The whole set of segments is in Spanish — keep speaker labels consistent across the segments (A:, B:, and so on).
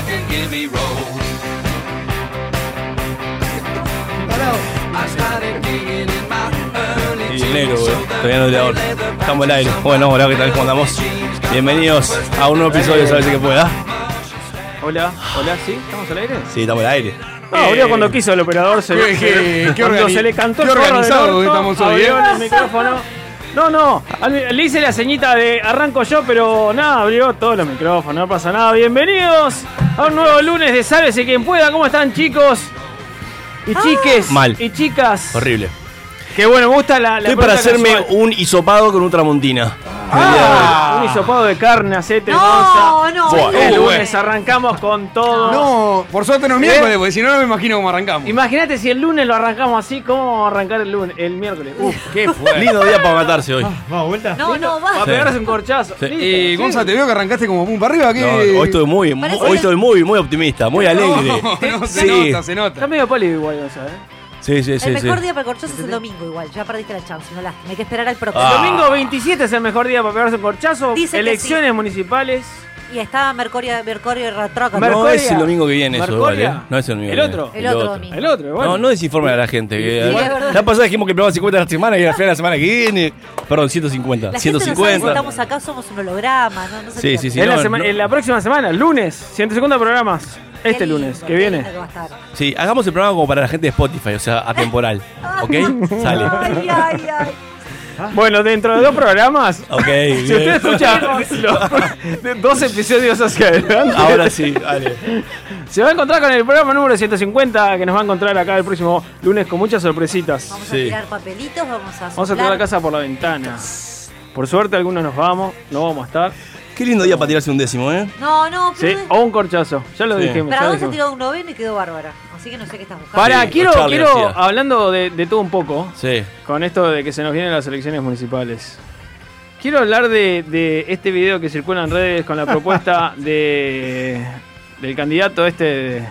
A: lonely road. I started digging in my early
B: Y
A: teens,
B: negro,
A: so
B: güey.
A: that
B: eh. Todavía no le hago. Estamos al aire. Bueno, hola, ¿qué tal? ¿Cómo andamos? Bienvenidos a un nuevo episodio, ¿sabes que pueda?
C: Hola, hola, ¿sí? ¿Estamos al aire?
B: Sí, estamos al aire. Eh,
C: No, boludo, cuando quiso el operador se,
D: Qué- qué-
C: se-
D: qué
C: cuando
D: organi-
C: se le cantó el
D: qué
C: forro del
D: organizado
C: orto,
D: que estamos hoy,
C: abrió
D: ¿eh?
C: el micrófono. No, no, al- le hice la ceñita de arranco yo, pero nada, abrió todos los micrófonos, no pasa nada. Bienvenidos a un nuevo lunes de Sálvese quien pueda. ¿Cómo están, chicos? Y chiques.
B: Mal.
C: Y chicas.
B: Horrible.
C: Que bueno, me gusta la. la
B: Estoy para
C: ah. pregunta
B: hacerme
C: casual.
B: un hisopado con un tramontina.
C: Ah, un hisopado de carne, aceite,
E: No, no.
B: Buah,
C: hermosa. El
B: eh,
C: lunes arrancamos con todo.
D: No, por suerte no es
B: ¿Eh?
D: miércoles, porque si no, no me imagino cómo arrancamos.
C: Imagínate si el lunes lo arrancamos así, ¿cómo vamos a arrancar el lunes? El miércoles. Uf, qué
B: güey. Lindo día para matarse hoy.
C: Ah.
E: No, no,
C: Va a
E: va.
C: pegarse un corchazo.
B: Sí.
C: Listo.
D: Eh, Gonza, te veo que arrancaste como pum para arriba. ¿qué?
B: No, hoy estoy muy,
E: Parece
B: hoy
E: que-
B: estoy muy, muy optimista, muy alegre.
D: No, no, se
B: Sí.
D: nota, se
C: Está
D: nota.
C: medio pálido igual, Gonza, ¿eh?
B: Sí, sí, sí.
E: El
B: sí.
E: mejor día para corchoso es el domingo igual. Ya perdiste la chance, no la. Hay que esperar al próximo.
B: Ah.
C: Domingo 27 es el mejor día para pegarse un corchazo.
E: Dice que
C: Elecciones municipales.
E: Y estaba Mercurio, Mercurio y Ratroca.
C: Mer-
B: No
C: Mercoria.
B: es el domingo que viene eso,
C: Mercoria.
B: igual, ¿eh? No es el domingo.
C: El
B: que viene.
C: otro.
E: El otro domingo.
C: El otro, bueno.
B: No, no desinformen a la gente. que-
E: Sí, es verdad.
B: la pasada dijimos que el programa 50 de la semana y al final la semana que viene. Perdón, 150.
E: la gente no sabe
B: 150.
E: si estamos acá, somos un holograma, ¿no? no se
B: Sí,
E: entiende.
B: sí, sí.
C: en, la
B: no,
C: sema-
B: no.
C: en la próxima semana, lunes, 150 programas.
E: Qué
C: Este
E: lindo,
C: lunes que
E: qué
C: viene.
E: lindo va a estar.
B: Sí, hagamos el programa como para la gente de Spotify, o sea, atemporal. ¿Ok? Sale.
E: Ay, ay, ay.
C: Bueno, dentro de dos programas.
B: Ok.
C: Si usted
B: bien.
C: escucha los- de dos episodios hacia adelante,
B: Ahora sí, vale.
C: se va a encontrar con el programa número 150 que nos va a encontrar acá el próximo lunes con muchas sorpresitas.
E: Vamos
B: Sí.
E: a tirar papelitos, vamos a
C: Vamos a tirar la casa por la ventana. Por suerte algunos nos vamos, no vamos a estar.
B: Qué lindo día para tirarse un décimo, ¿eh?
E: No, no,
C: Sí,
E: pero.
C: o un corchazo. Ya lo
B: Sí.
C: dijimos. ya
E: Para
C: lo
E: vos se
C: dijimos.
E: tiró un noveno y quedó bárbara. Así que no sé qué estás buscando.
C: Pará,
B: Sí,
C: quiero,
B: o Charlie
C: quiero
B: García.
C: hablando de, de todo un poco,
B: Sí.
C: con esto de que se nos vienen las elecciones municipales. Quiero hablar de, de este video que circula en redes con la propuesta de del candidato este de-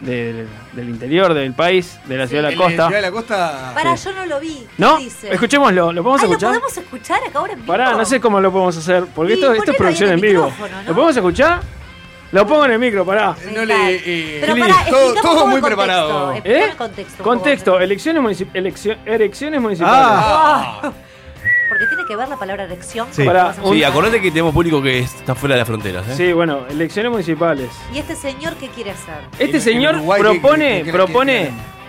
C: del- del interior del país, de la ciudad de la
D: El de Ciudad
C: costa.
D: de la costa.
E: Pará, yo no lo vi. ¿Qué
C: ¿No?
E: dice?
C: Escuchémoslo, ¿lo podemos
E: Ay, ¿lo
C: escuchar?
E: podemos escuchar acá ahora en vivo?
C: Pará, no sé cómo lo podemos hacer, porque
E: ¿Y
C: esto,
E: por
C: esto
E: qué
C: es
E: no
C: producción
E: hay
C: en
E: en el
C: vivo.
E: micrófono, no?
C: ¿Lo podemos escuchar? Lo pongo en el micro, pará.
D: No le. eh,
E: Pero
D: Fili-
E: pará, explicamos
D: todo, todo
E: todo el
D: muy
E: contexto,
D: preparado.
E: eh.
C: ¿Eh?
E: Pon contexto,
C: Contexto,
E: por favor.
C: elecciones, municip- eleccio- erecciones municipales.
D: Ah,
E: Porque tiene que ver la palabra erección.
B: Sí.
C: Pará, un-
B: Sí, acordate que tenemos público que está fuera de las fronteras,
E: Ah.
B: ¿eh?
C: Sí, bueno, elecciones municipales.
E: ¿Y este señor qué quiere hacer?
C: Este
D: En-
C: señor
D: en Uruguay, ¿qué-
C: propone,
D: qué- qué- qué-
C: propone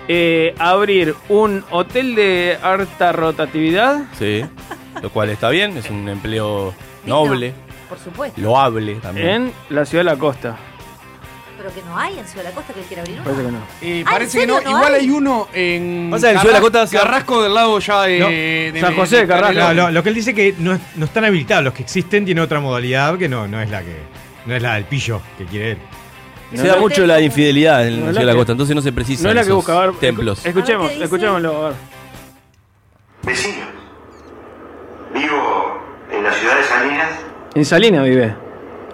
D: qué-
C: eh, abrir un hotel de alta rotatividad.
B: Sí. Lo cual está bien, es un empleo noble,
E: Por supuesto.
B: loable también.
C: En la ciudad de la costa.
E: Pero que no hay en Ciudad de la Costa que él quiera abrir uno.
C: Parece que no.
D: eh,
E: Ah,
D: parece que
E: ¿en
D: no.
E: serio no
D: Igual
E: hay?
D: hay uno en.
B: Pasa que en Ciudad de la Costa se-
D: Mm. Carrasco del lado ya de.
C: No,
D: de-
C: San José de Carrasco.
F: No,
D: Canelones.
F: lo, lo que él dice que no, es- no están habilitados, los que existen tienen otra modalidad que no, no es la que no es la del pillo que quiere él.
B: Se da
C: No,
B: mucho la infidelidad en
C: no
B: la
C: es
B: ciudad
C: la
B: de la
C: que-
B: costa, entonces no se precisa.
C: No es la que
B: esos
C: busca. a ver,
B: Templos.
E: A
C: Escuchemos,
E: ver qué dice.
C: escuchémoslo. a ver.
G: Vecino, vivo en la ciudad de Salinas.
C: En Salina vive.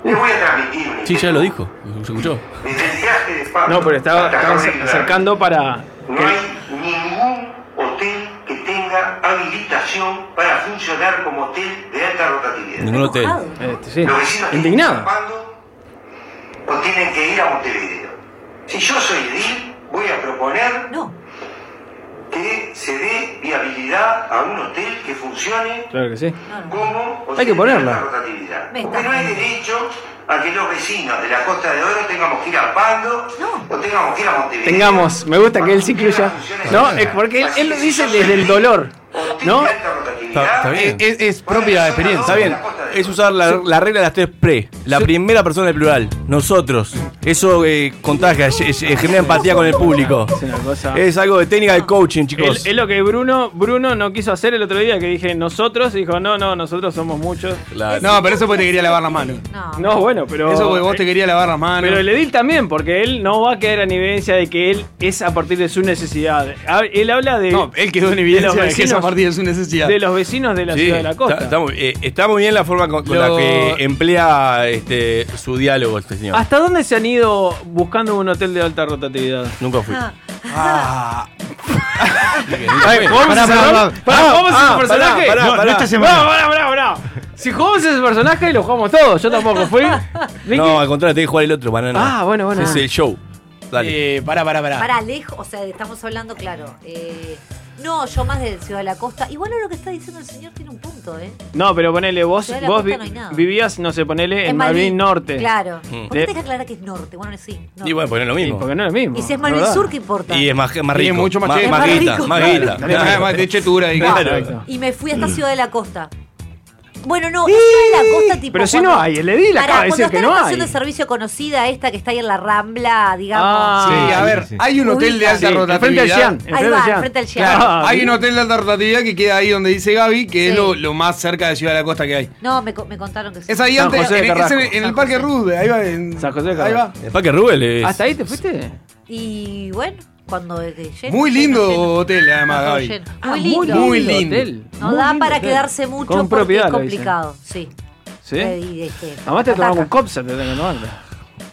G: Les voy a transmitir mi
B: Sí, ya lo dijo. ¿Se escuchó?
G: desde el viaje de Pablo
C: No, pero estaba,
G: hasta
C: estaba
G: Carmela.
C: acercando para.
G: No
C: que-
G: hay ningún hotel que tenga habilitación para funcionar como hotel de alta rotatividad.
B: Ningún hotel.
E: enojado.
C: Este, sí.
G: Los vecinos tienen que
C: Indignado.
G: ir zarpando o tienen que ir a Montevideo. Si yo soy edil, voy a proponer
E: No.
G: que se dé viabilidad a un hotel que funcione
C: Claro que sí.
E: No, no.
G: ¿Cómo?
C: Hay que ponerla.
G: La rotatividad.
E: Me
G: Porque
E: está-
G: no hay derecho a que los vecinos de la Costa de Oro tengamos que ir a Pando
E: No.
G: o tengamos que ir a Montevideo.
C: Tengamos, me gusta que él sí
G: Cuando
C: incluya.
G: funciones
C: No,
G: de-
C: es porque él,
G: Así
C: él lo
G: que
C: dice
G: yo soy
C: desde el dolor.
G: hotel
C: ¿no?
G: de alta rotatividad.
B: Está- está bien.
D: Eh, Es, es
G: Bueno,
D: propia
G: zona
D: experiencia.
G: dos
B: Está
G: de
B: bien,
G: la Costa de
B: es
G: Oro.
B: usar la, la regla de las tres pre. La primera persona del plural, nosotros. Eso eh, contagia, eh, eh, genera empatía con el público.
C: Es una cosa.
B: Es algo de técnica de coaching,
C: Es,
B: chicos.
C: es lo que Bruno, Bruno no quiso hacer el otro día, que dije nosotros, dijo, no, no, nosotros somos muchos.
B: La-
D: No, pero eso porque te quería lavar la mano.
E: No.
C: No, bueno, pero. eh,
D: Eso porque vos te quería lavar la mano.
C: Pero el edil también, porque él no va a quedar en evidencia de que él es a partir de su necesidad. Ha- Él habla de,
D: No, él quedó en
C: de
D: evidencia
C: los
D: de que esa
C: vecinos-
D: partida es su necesidad.
C: de los vecinos de la
B: Sí,
C: ciudad de la costa.
B: Está, está muy, eh, está muy bien la forma con, con la
D: Lo-
B: que emplea este, su diálogo este señor.
C: ¿Hasta dónde se han ido buscando un hotel de alta rotatividad?
B: Nunca fui.
E: Ah,
B: Dije, nunca fui.
D: Ah.
C: Pará, pará,
F: pará, pará,
C: pará,
F: pará,
C: vamos a
B: ah,
C: su personaje.
B: pará,
F: no, no
B: pará.
F: esta
C: Pará,
F: semana.
C: pará, pará, pará. Si jugamos ese personaje, lo jugamos todos. Yo tampoco fui. Ricky-
B: No, al contrario, tenés que jugar el otro, banana.
C: Ah, bueno, bueno.
B: Es el show. Dale.
D: Eh, pará, pará, pará.
E: Para lejos, o sea, estamos hablando, claro. eh, no, yo más de Ciudad de la Costa. Igual lo que está diciendo el señor tiene un punto, ¿eh?
C: No, pero ponele, vos,
E: Ciudad de la
C: vos
E: Costa
C: vi-
E: no hay nada.
C: vivías, no sé, ponele, en
E: Malvin-
C: Malvin Norte.
E: Claro.
B: Mm.
E: ¿Por qué
C: De-
E: tenés que aclarar que es norte? Bueno, sí. norte.
B: Y bueno, pues no es lo
C: Sí,
B: mismo.
C: porque no es lo mismo.
E: Y si es Malvin
C: ¿verdad?
E: Sur, ¿qué importa?
B: Y es más, más
D: Y
B: rico.
D: es mucho más chévere.
B: más
E: Es más
B: guita,
E: rico.
B: más
E: Claro.
B: guita.
D: Dale, dale, dale, de chetura ahí.
B: Claro.
C: Perfecto.
E: Ah. Y me fui
B: Mm.
E: hasta Ciudad de la Costa. Bueno, no, es Ciudad de la Costa tipo.
C: Pero si
E: cuando-
C: no hay, el edil
E: Pará,
C: acaba de
E: cuando
C: decir
E: está
C: que
E: la
C: no hay.
E: estación de servicio conocida, esta que está ahí en la Rambla, digamos.
C: Ah,
D: Sí, a
F: sí,
D: ver,
F: sí.
D: hay un hotel de alta
C: Sí, enfrente al
D: rotatividad.
C: Jean.
E: Ahí va, enfrente al Jean.
C: Ah,
D: Hay
C: bien.
D: un hotel de alta rotatividad que queda ahí donde dice Gaby, que es
E: Sí.
D: lo, lo más cerca de Ciudad de la Costa que hay.
E: No, me, co- me contaron que sí.
D: Es ahí
C: San
D: antes,
C: José de
D: en, es en-
C: Carrasco.
D: en el
E: San
D: Parque
E: José.
D: Rude, ahí va. En,
C: San José de
D: ahí va.
C: Carrasco.
B: El Parque Rubel
E: Ah,
B: es.
C: ¿Hasta ahí te fuiste?
E: Y bueno, cuando eh, lleno,
D: Muy
E: lleno,
D: lindo
E: lleno.
D: hotel, además,
E: Todo
D: Gaby.
E: lleno.
C: Ah,
E: Muy lindo.
D: Muy lindo.
C: hotel.
E: No
C: Muy
E: da
C: lindo
E: para
C: hotel.
E: quedarse mucho
C: Con
E: porque
C: propiedad,
E: es
C: lo dicen.
E: complicado. Sí.
C: ¿Sí?
E: Eh, y, este,
C: Además te
E: ataca.
C: tomamos un copsa, te tengo que tomarte.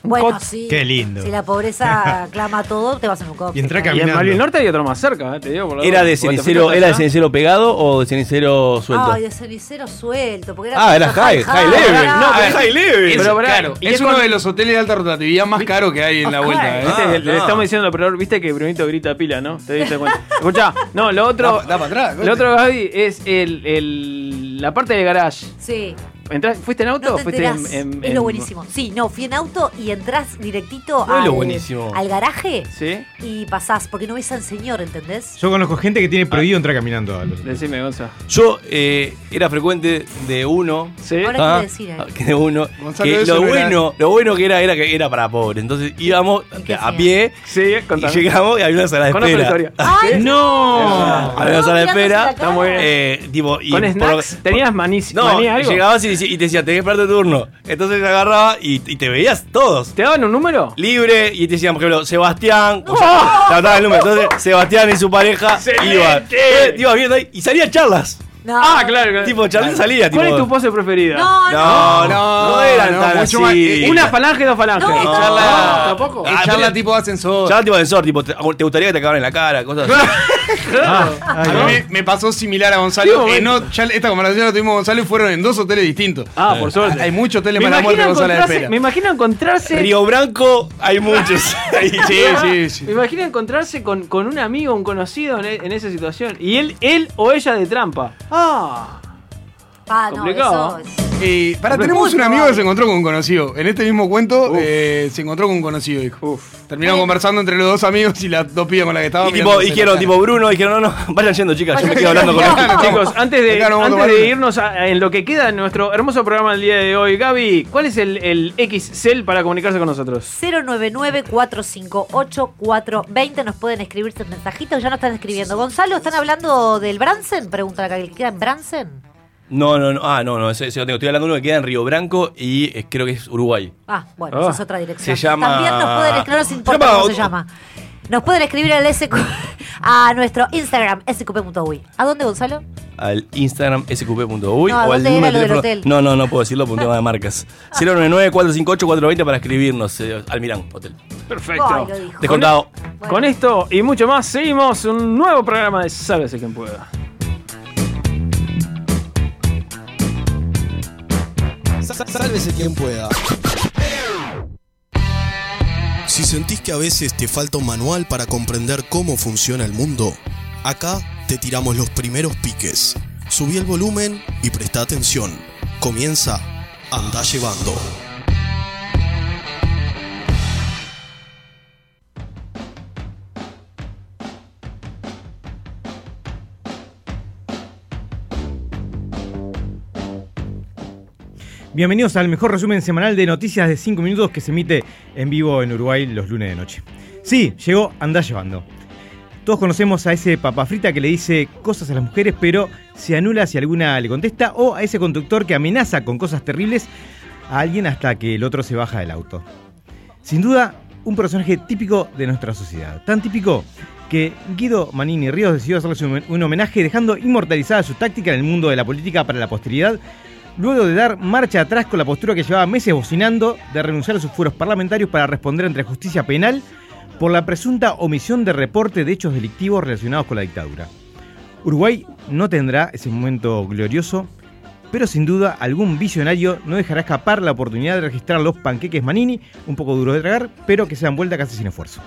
C: Un
E: Bueno,
C: copsa.
E: sí.
F: Qué lindo.
E: Si la pobreza clama todo, te vas en un copse.
F: Y entrá
E: claro.
C: Y en
F: Caminando.
C: Malvin Norte hay otro más cerca, eh, te digo. por la
B: ¿Era
C: duda.
B: de
C: Porque te fuiste
B: cenicero, ¿Era de
C: hasta allá.
B: cenicero pegado o de cenicero suelto?
E: Ay, de cenicero suelto. Porque era
B: Ah, era high, high level.
E: claro.
B: No, es high level.
C: Pero pará,
D: Claro,
C: y
D: es
C: es
D: uno
C: con-
D: de los hoteles de alta rotatividad más caros que hay en la vuelta. ¿eh?
C: Viste,
B: Ah,
C: le, le
B: no.
C: estamos diciendo lo peor, viste que Brunito grita pila, ¿no? Te diste cuenta. Escuchá, no, lo otro.
D: Da pa- da pa' atrás,
C: lo otro, Gaby, es el, el- la parte del garage.
E: Sí.
C: Entrás- ¿Fuiste en auto
E: No
C: o
E: te
C: fuiste en,
E: enterás.
C: en-
E: es
C: en-
E: lo buenísimo. Sí, no, fui en auto y entrás directito
B: No es
E: al,
B: lo buenísimo.
E: al garaje
C: ¿Sí?
E: y pasás, porque no ves al señor, ¿entendés?
F: Yo conozco gente que
B: Ah.
F: tiene prohibido entrar caminando a los
C: Decime, Gonza.
B: Yo eh, era frecuente de uno.
C: ¿Sí?
E: Ahora-
B: ah,
E: quiere decir algo.
B: que de uno.
D: Gonzalo,
B: que
D: eso
B: lo
D: no era-
B: bueno, lo bueno que era era que era para pobres. Entonces íbamos
E: ¿Y qué
B: a
E: hacían?
B: pie
C: Sí,
B: y
C: contame.
B: llegamos y había una sala de
C: Conozco la
B: espera.
C: historia.
F: ¡No!
B: Había una
E: Ah,
B: sala de
E: No, mirándose la
B: espera.
E: cara.
C: muy bien.
B: Eh, tipo, y
C: ¿Con
B: por-
C: snacks?
B: por-
C: ¿Tenías manís,
B: No,
C: maní algo?
B: llegabas y, decí- y te decía, tenés que esperar tu turno. Entonces agarraba y, y te veías todos.
C: ¿Te daban un número?
B: Libre, y te decían, por ejemplo, Sebastián. o sea, te ataban el número. Entonces, Sebastián y su pareja
C: ¡Excelente!
B: iban. Eh, Ibas viendo ahí y salían charlas.
E: No.
C: Ah, claro. claro.
B: Tipo, charlas salía.
C: ¿Cuál
B: tipo-
C: es tu pose preferida?
E: No, no.
B: No, no, no, eran
D: no,
B: tan
D: mucho más-
B: así.
C: eh, ¿Una falange, dos falanges?
E: No,
C: No,
D: charla-
C: ¿Tampoco?
B: Ah,
D: Es charla
B: mira.
D: tipo ascensor.
B: Ya tipo ascensor, tipo, te, te gustaría que te acabaran en la cara, cosas así.
D: Ah, A mí me, me pasó similar a Gonzalo.
C: Sí,
D: en o- ya esta conversación la tuvimos con Gonzalo y fueron en dos hoteles distintos.
C: Ah, por suerte.
D: Hay muchos
C: Me
D: hoteles para la muerte
C: imagino,
D: con sala de
C: encontrarse,
D: espera.
C: me imagino encontrarse.
B: Río Branco hay muchos. Ahí, sí.
D: Sí, sí,
C: Me
D: sí.
C: imagino encontrarse con, con un amigo, un conocido en, e- en esa situación. Y él, él o ella de trampa. Ah.
E: Ah, no,
C: Complicado.
E: eso es-
D: Eh, pará,
C: Hombre,
D: tenemos
E: muy
D: un amigo que
E: probable.
D: se encontró con un conocido. En este mismo cuento
C: Uf.
D: eh, se encontró con un conocido, dijo.
C: Uf.
D: Terminaron
E: Bueno.
D: conversando entre los dos amigos y las dos pibas con las que estaba.
B: Y tipo,
D: mirándose
B: dijeron,
D: la cara.
B: tipo, Bruno, dijeron, no, no, vayan yendo, chicas, yo me quedo hablando con este
D: Claro,
B: él.
C: Chicos, antes de,
D: Acá nos vamos a
C: antes
D: tomar
C: de
D: una.
C: irnos a- en lo que queda en nuestro hermoso programa del día de hoy, Gaby, ¿cuál es el, el XCell para comunicarse con nosotros?
E: 099-458-420 nos pueden escribir sus mensajitos, ya no están escribiendo. Gonzalo, ¿están hablando del Bransen? Pregunta la calquera en Bransen.
B: No, no, no, ah, no, no, ese, ese no tengo. Estoy hablando de uno que queda en Río Branco y eh, creo que es Uruguay.
E: Ah, bueno,
C: Ah.
E: esa es otra dirección.
B: Se llama-
E: También nos pueden escribir, no nos importa
B: Llama
E: cómo se
B: otro-
E: llama. Nos pueden escribir al SQ a nuestro Instagram, sqp.uy. ¿A dónde, Gonzalo?
B: Al Instagram sqp.uy
E: No,
B: o al
E: ¿dónde
B: número de
E: era lo del
B: teléfono.
E: hotel?
B: No, no, no puedo decirlo por un tema de marcas. 099-458-420 para escribirnos eh, al Mirán Hotel.
E: Ay,
C: Perfecto.
E: lo dijo.
B: Descontado.
E: Bueno.
C: e-, Con esto y mucho más, seguimos un nuevo programa de Sálvese quien pueda.
H: Sálvese quien pueda. Si sentís que a veces te falta un manual para comprender cómo funciona el mundo, acá te tiramos los primeros piques. Subí el volumen y presta atención. Comienza Andá Llevando.
F: Bienvenidos al mejor resumen semanal de noticias de 5 minutos que se emite en vivo en Uruguay los lunes de noche. Sí, llegó Andá Llevando. Todos conocemos a ese papafrita que le dice cosas a las mujeres, pero se anula si alguna le contesta, o a ese conductor que amenaza con cosas terribles a alguien hasta que el otro se baja del auto. Sin duda, un personaje típico de nuestra sociedad. Tan típico que Guido Manini Ríos decidió hacerles un- un homenaje dejando inmortalizada su táctica en el mundo de la política para la posteridad luego de dar marcha atrás con la postura que llevaba meses bocinando de renunciar a sus fueros parlamentarios para responder ante la justicia penal por la presunta omisión de reporte de hechos delictivos relacionados con la dictadura. Uruguay no tendrá ese momento glorioso pero sin duda algún visionario no dejará escapar la oportunidad de registrar los panqueques Manini, un poco duros de tragar, pero que se dan vuelta casi sin esfuerzo.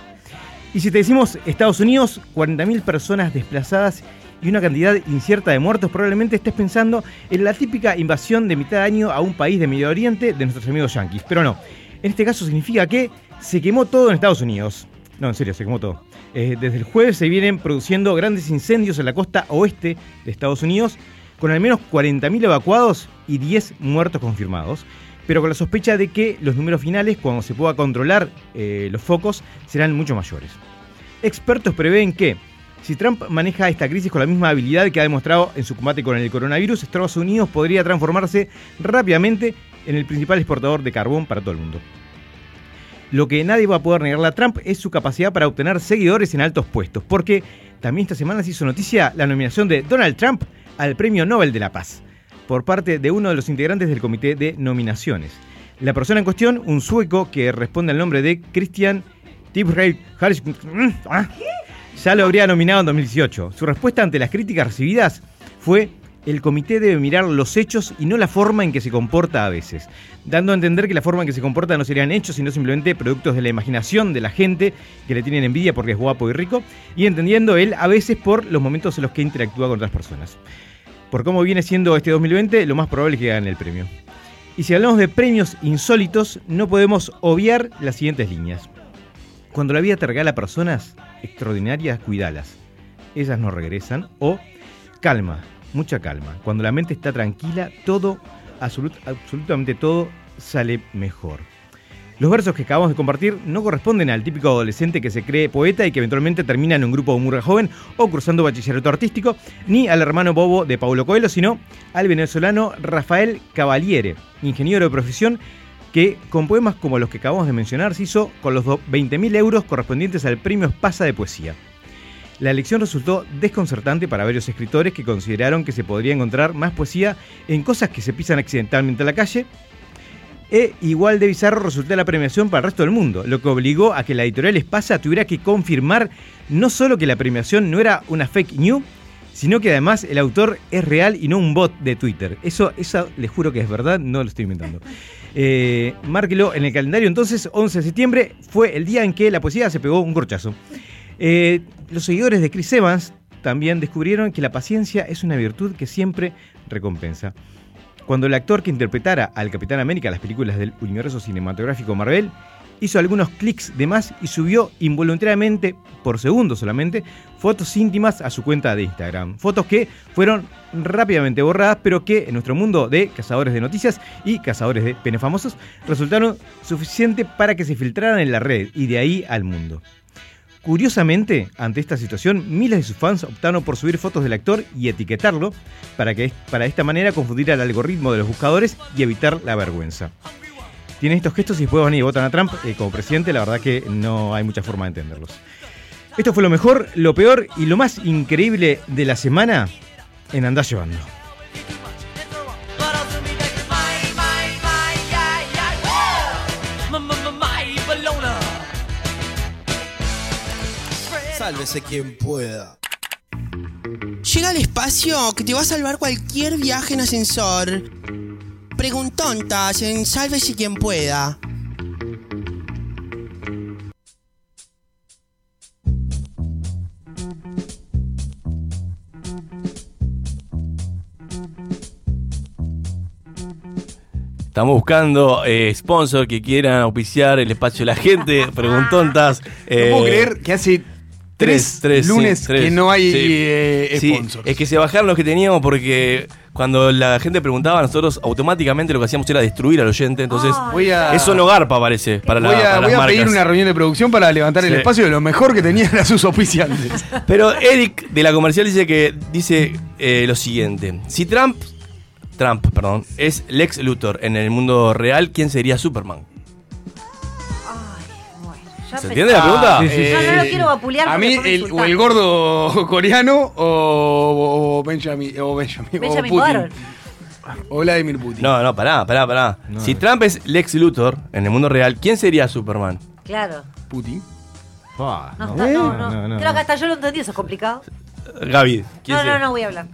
F: Y si te decimos Estados Unidos, 40.000 personas desplazadas y una cantidad incierta de muertos, probablemente estés pensando en la típica invasión de mitad de año a un país de Medio Oriente de nuestros amigos yanquis. Pero no, en este caso significa que se quemó todo en Estados Unidos. No, en serio, se quemó todo. Eh, desde el jueves se vienen produciendo grandes incendios en la costa oeste de Estados Unidos, con al menos 40.000 evacuados y 10 muertos confirmados, pero con la sospecha de que los números finales, cuando se pueda controlar eh, los focos, serán mucho mayores. Expertos prevén que, si Trump maneja esta crisis con la misma habilidad que ha demostrado en su combate con el coronavirus, Estados Unidos podría transformarse rápidamente en el principal exportador de carbón para todo el mundo. Lo que nadie va a poder negarle a Trump es su capacidad para obtener seguidores en altos puestos, porque también esta semana se hizo noticia la nominación de Donald Trump al Premio Nobel de la Paz, por parte de uno de los integrantes del Comité de Nominaciones. La persona en cuestión, un sueco que responde al nombre de Christian Tibreil Harris, Mm, ah. ya lo habría nominado en 2018. Su respuesta ante las críticas recibidas fue el comité debe mirar los hechos y no la forma en que se comporta a veces, dando a entender que la forma en que se comporta no serían hechos, sino simplemente productos de la imaginación de la gente que le tienen envidia porque es guapo y rico, y entendiendo él a veces por los momentos en los que interactúa con otras personas. Por cómo viene siendo este 2020, lo más probable es que gane el premio. Y si hablamos de premios insólitos, no podemos obviar las siguientes líneas. Cuando la vida te regala personas extraordinarias, cuidalas. Ellas no regresan. O calma, mucha calma. Cuando la mente está tranquila, todo, absolut- absolutamente todo, sale mejor. Los versos que acabamos de compartir no corresponden al típico adolescente que se cree poeta y que eventualmente termina en un grupo de murga joven o cursando bachillerato artístico, ni al hermano bobo de Paulo Coelho, sino al venezolano Rafael Cavaliere, ingeniero de profesión que con poemas como los que acabamos de mencionar se hizo con los do- 20.000 euros correspondientes al premio Espasa de Poesía. La elección resultó desconcertante para varios escritores que consideraron que se podría encontrar más poesía en cosas que se pisan accidentalmente a la calle. E igual de bizarro resultó la premiación para el resto del mundo, lo que obligó a que la editorial Espasa tuviera que confirmar no solo que la premiación no era una fake news, sino que además el autor es real y no un bot de Twitter. Eso, eso les juro que es verdad, no lo estoy inventando. Eh, márquelo en el calendario entonces, 11 de septiembre fue el día en que la poesía se pegó un corchazo. Eh, los seguidores de Chris Evans también descubrieron que la paciencia es una virtud que siempre recompensa. Cuando el actor que interpretara al Capitán América en las películas del universo cinematográfico Marvel hizo algunos clics de más y subió involuntariamente, por segundos solamente, fotos íntimas a su cuenta de Instagram. Fotos que fueron rápidamente borradas, pero que en nuestro mundo de cazadores de noticias y cazadores de penes famosos resultaron suficiente para que se filtraran en la red y de ahí al mundo. Curiosamente, ante esta situación, miles de sus fans optaron por subir fotos del actor y etiquetarlo para que para de esta manera confundir al algoritmo de los buscadores y evitar la vergüenza. Tienen estos gestos y después van y votan a Trump eh, como presidente, la verdad que no hay mucha forma de entenderlos. Esto fue lo mejor, lo peor y lo más increíble de la semana en Andá Llevando.
I: oh.
H: Sálvese quien pueda.
J: Llega al espacio que te va a salvar cualquier viaje en ascensor. Preguntontas en Sálvese quien pueda.
B: Estamos buscando eh, sponsor que quieran auspiciar el espacio de la gente, preguntontas. eh,
D: puedo creer que hace tres,
B: tres, sí,
D: lunes
B: tres.
D: que no hay
B: Sí.
D: eh,
B: Sí,
D: sponsors.
B: es que se bajaron los que teníamos porque cuando la gente preguntaba, nosotros automáticamente lo que hacíamos era destruir al oyente. Entonces,
D: Voy a,
B: eso no garpa, parece, para, la,
D: voy a-
B: para las
D: voy a pedir
B: marcas.
D: una reunión de producción para levantar el
B: Sí.
D: espacio de lo mejor que tenían a sus oficiantes.
B: Pero Eric de la comercial dice que dice eh, lo siguiente: si Trump, Trump, perdón, es Lex Luthor en el mundo real, ¿quién sería Superman?
E: Bueno, ya
B: ¿Se
E: empezó.
I: Ah.
B: entiende la pregunta? Eh,
F: sí, sí.
E: No, no lo quiero vapulear
D: Eh, A
E: porque
D: mí,
E: después me
D: el, o
E: insultan.
D: el gordo coreano o, o Benjamin, o Benjamin,
E: Benjamin
D: o Putin.
E: Button.
D: O Vladimir Putin.
B: No, no, pará, pará, pará. si Trump es Lex Luthor en el mundo real, ¿quién sería Superman?
E: Claro.
D: Putin.
F: Fua,
E: No, está- no, no.
F: no, no,
E: Creo que
F: no.
E: hasta yo lo entendí, eso es complicado.
B: Gaby. ¿quién
E: No, no,
B: sería?
E: no voy a hablar.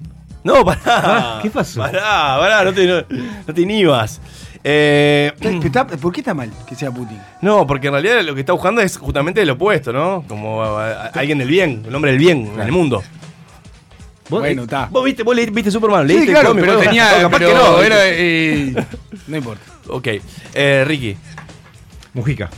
B: No, pará.
F: ¿Qué pasó?
B: Pará, pará, no te, no, no te inhibas. Eh,
D: Está- ¿Por qué está mal que sea Putin?
B: no, porque en realidad lo que está buscando es justamente lo opuesto, ¿no? Como a- a- alguien del bien, el hombre del bien en el mundo.
D: Bueno, está.
B: Vos viste, vos le- viste
D: Sí,
B: Superman, leíste el
D: claro,
B: cómic,
D: pero
B: bueno,
D: tenía.
B: no, capaz
D: pero
B: que no.
D: era, eh, no importa.
B: Ok, eh, Ricky,
F: Mujica.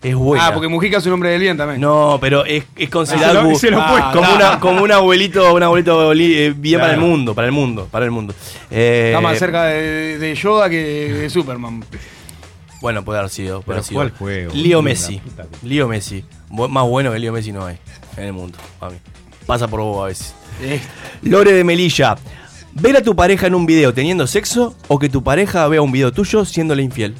B: es buena.
D: Ah, porque Mujica es un hombre del bien también.
B: No, pero es, es considerado
F: Ah, se lo-
B: bu-
F: se lo
B: ah,
F: puesto.
B: como, una, como un abuelito, un abuelito li- eh, bien para el
F: Claro.
B: mundo, para el mundo, para el mundo. Eh,
D: Está más cerca de, de Yoda que de Superman.
B: Bueno, puede haber sido.
F: Pero
B: Puede haber sido.
F: ¿cuál juego?
B: Leo
F: La
B: Messi.
F: puta que-
B: Leo Messi. Bu- Más bueno que Leo Messi no hay en el mundo, para mí. Pasa por vos a veces.
D: Eh,
B: Lore de Melilla. Ver a tu pareja en un video teniendo sexo o que tu pareja vea un video tuyo siéndole infiel.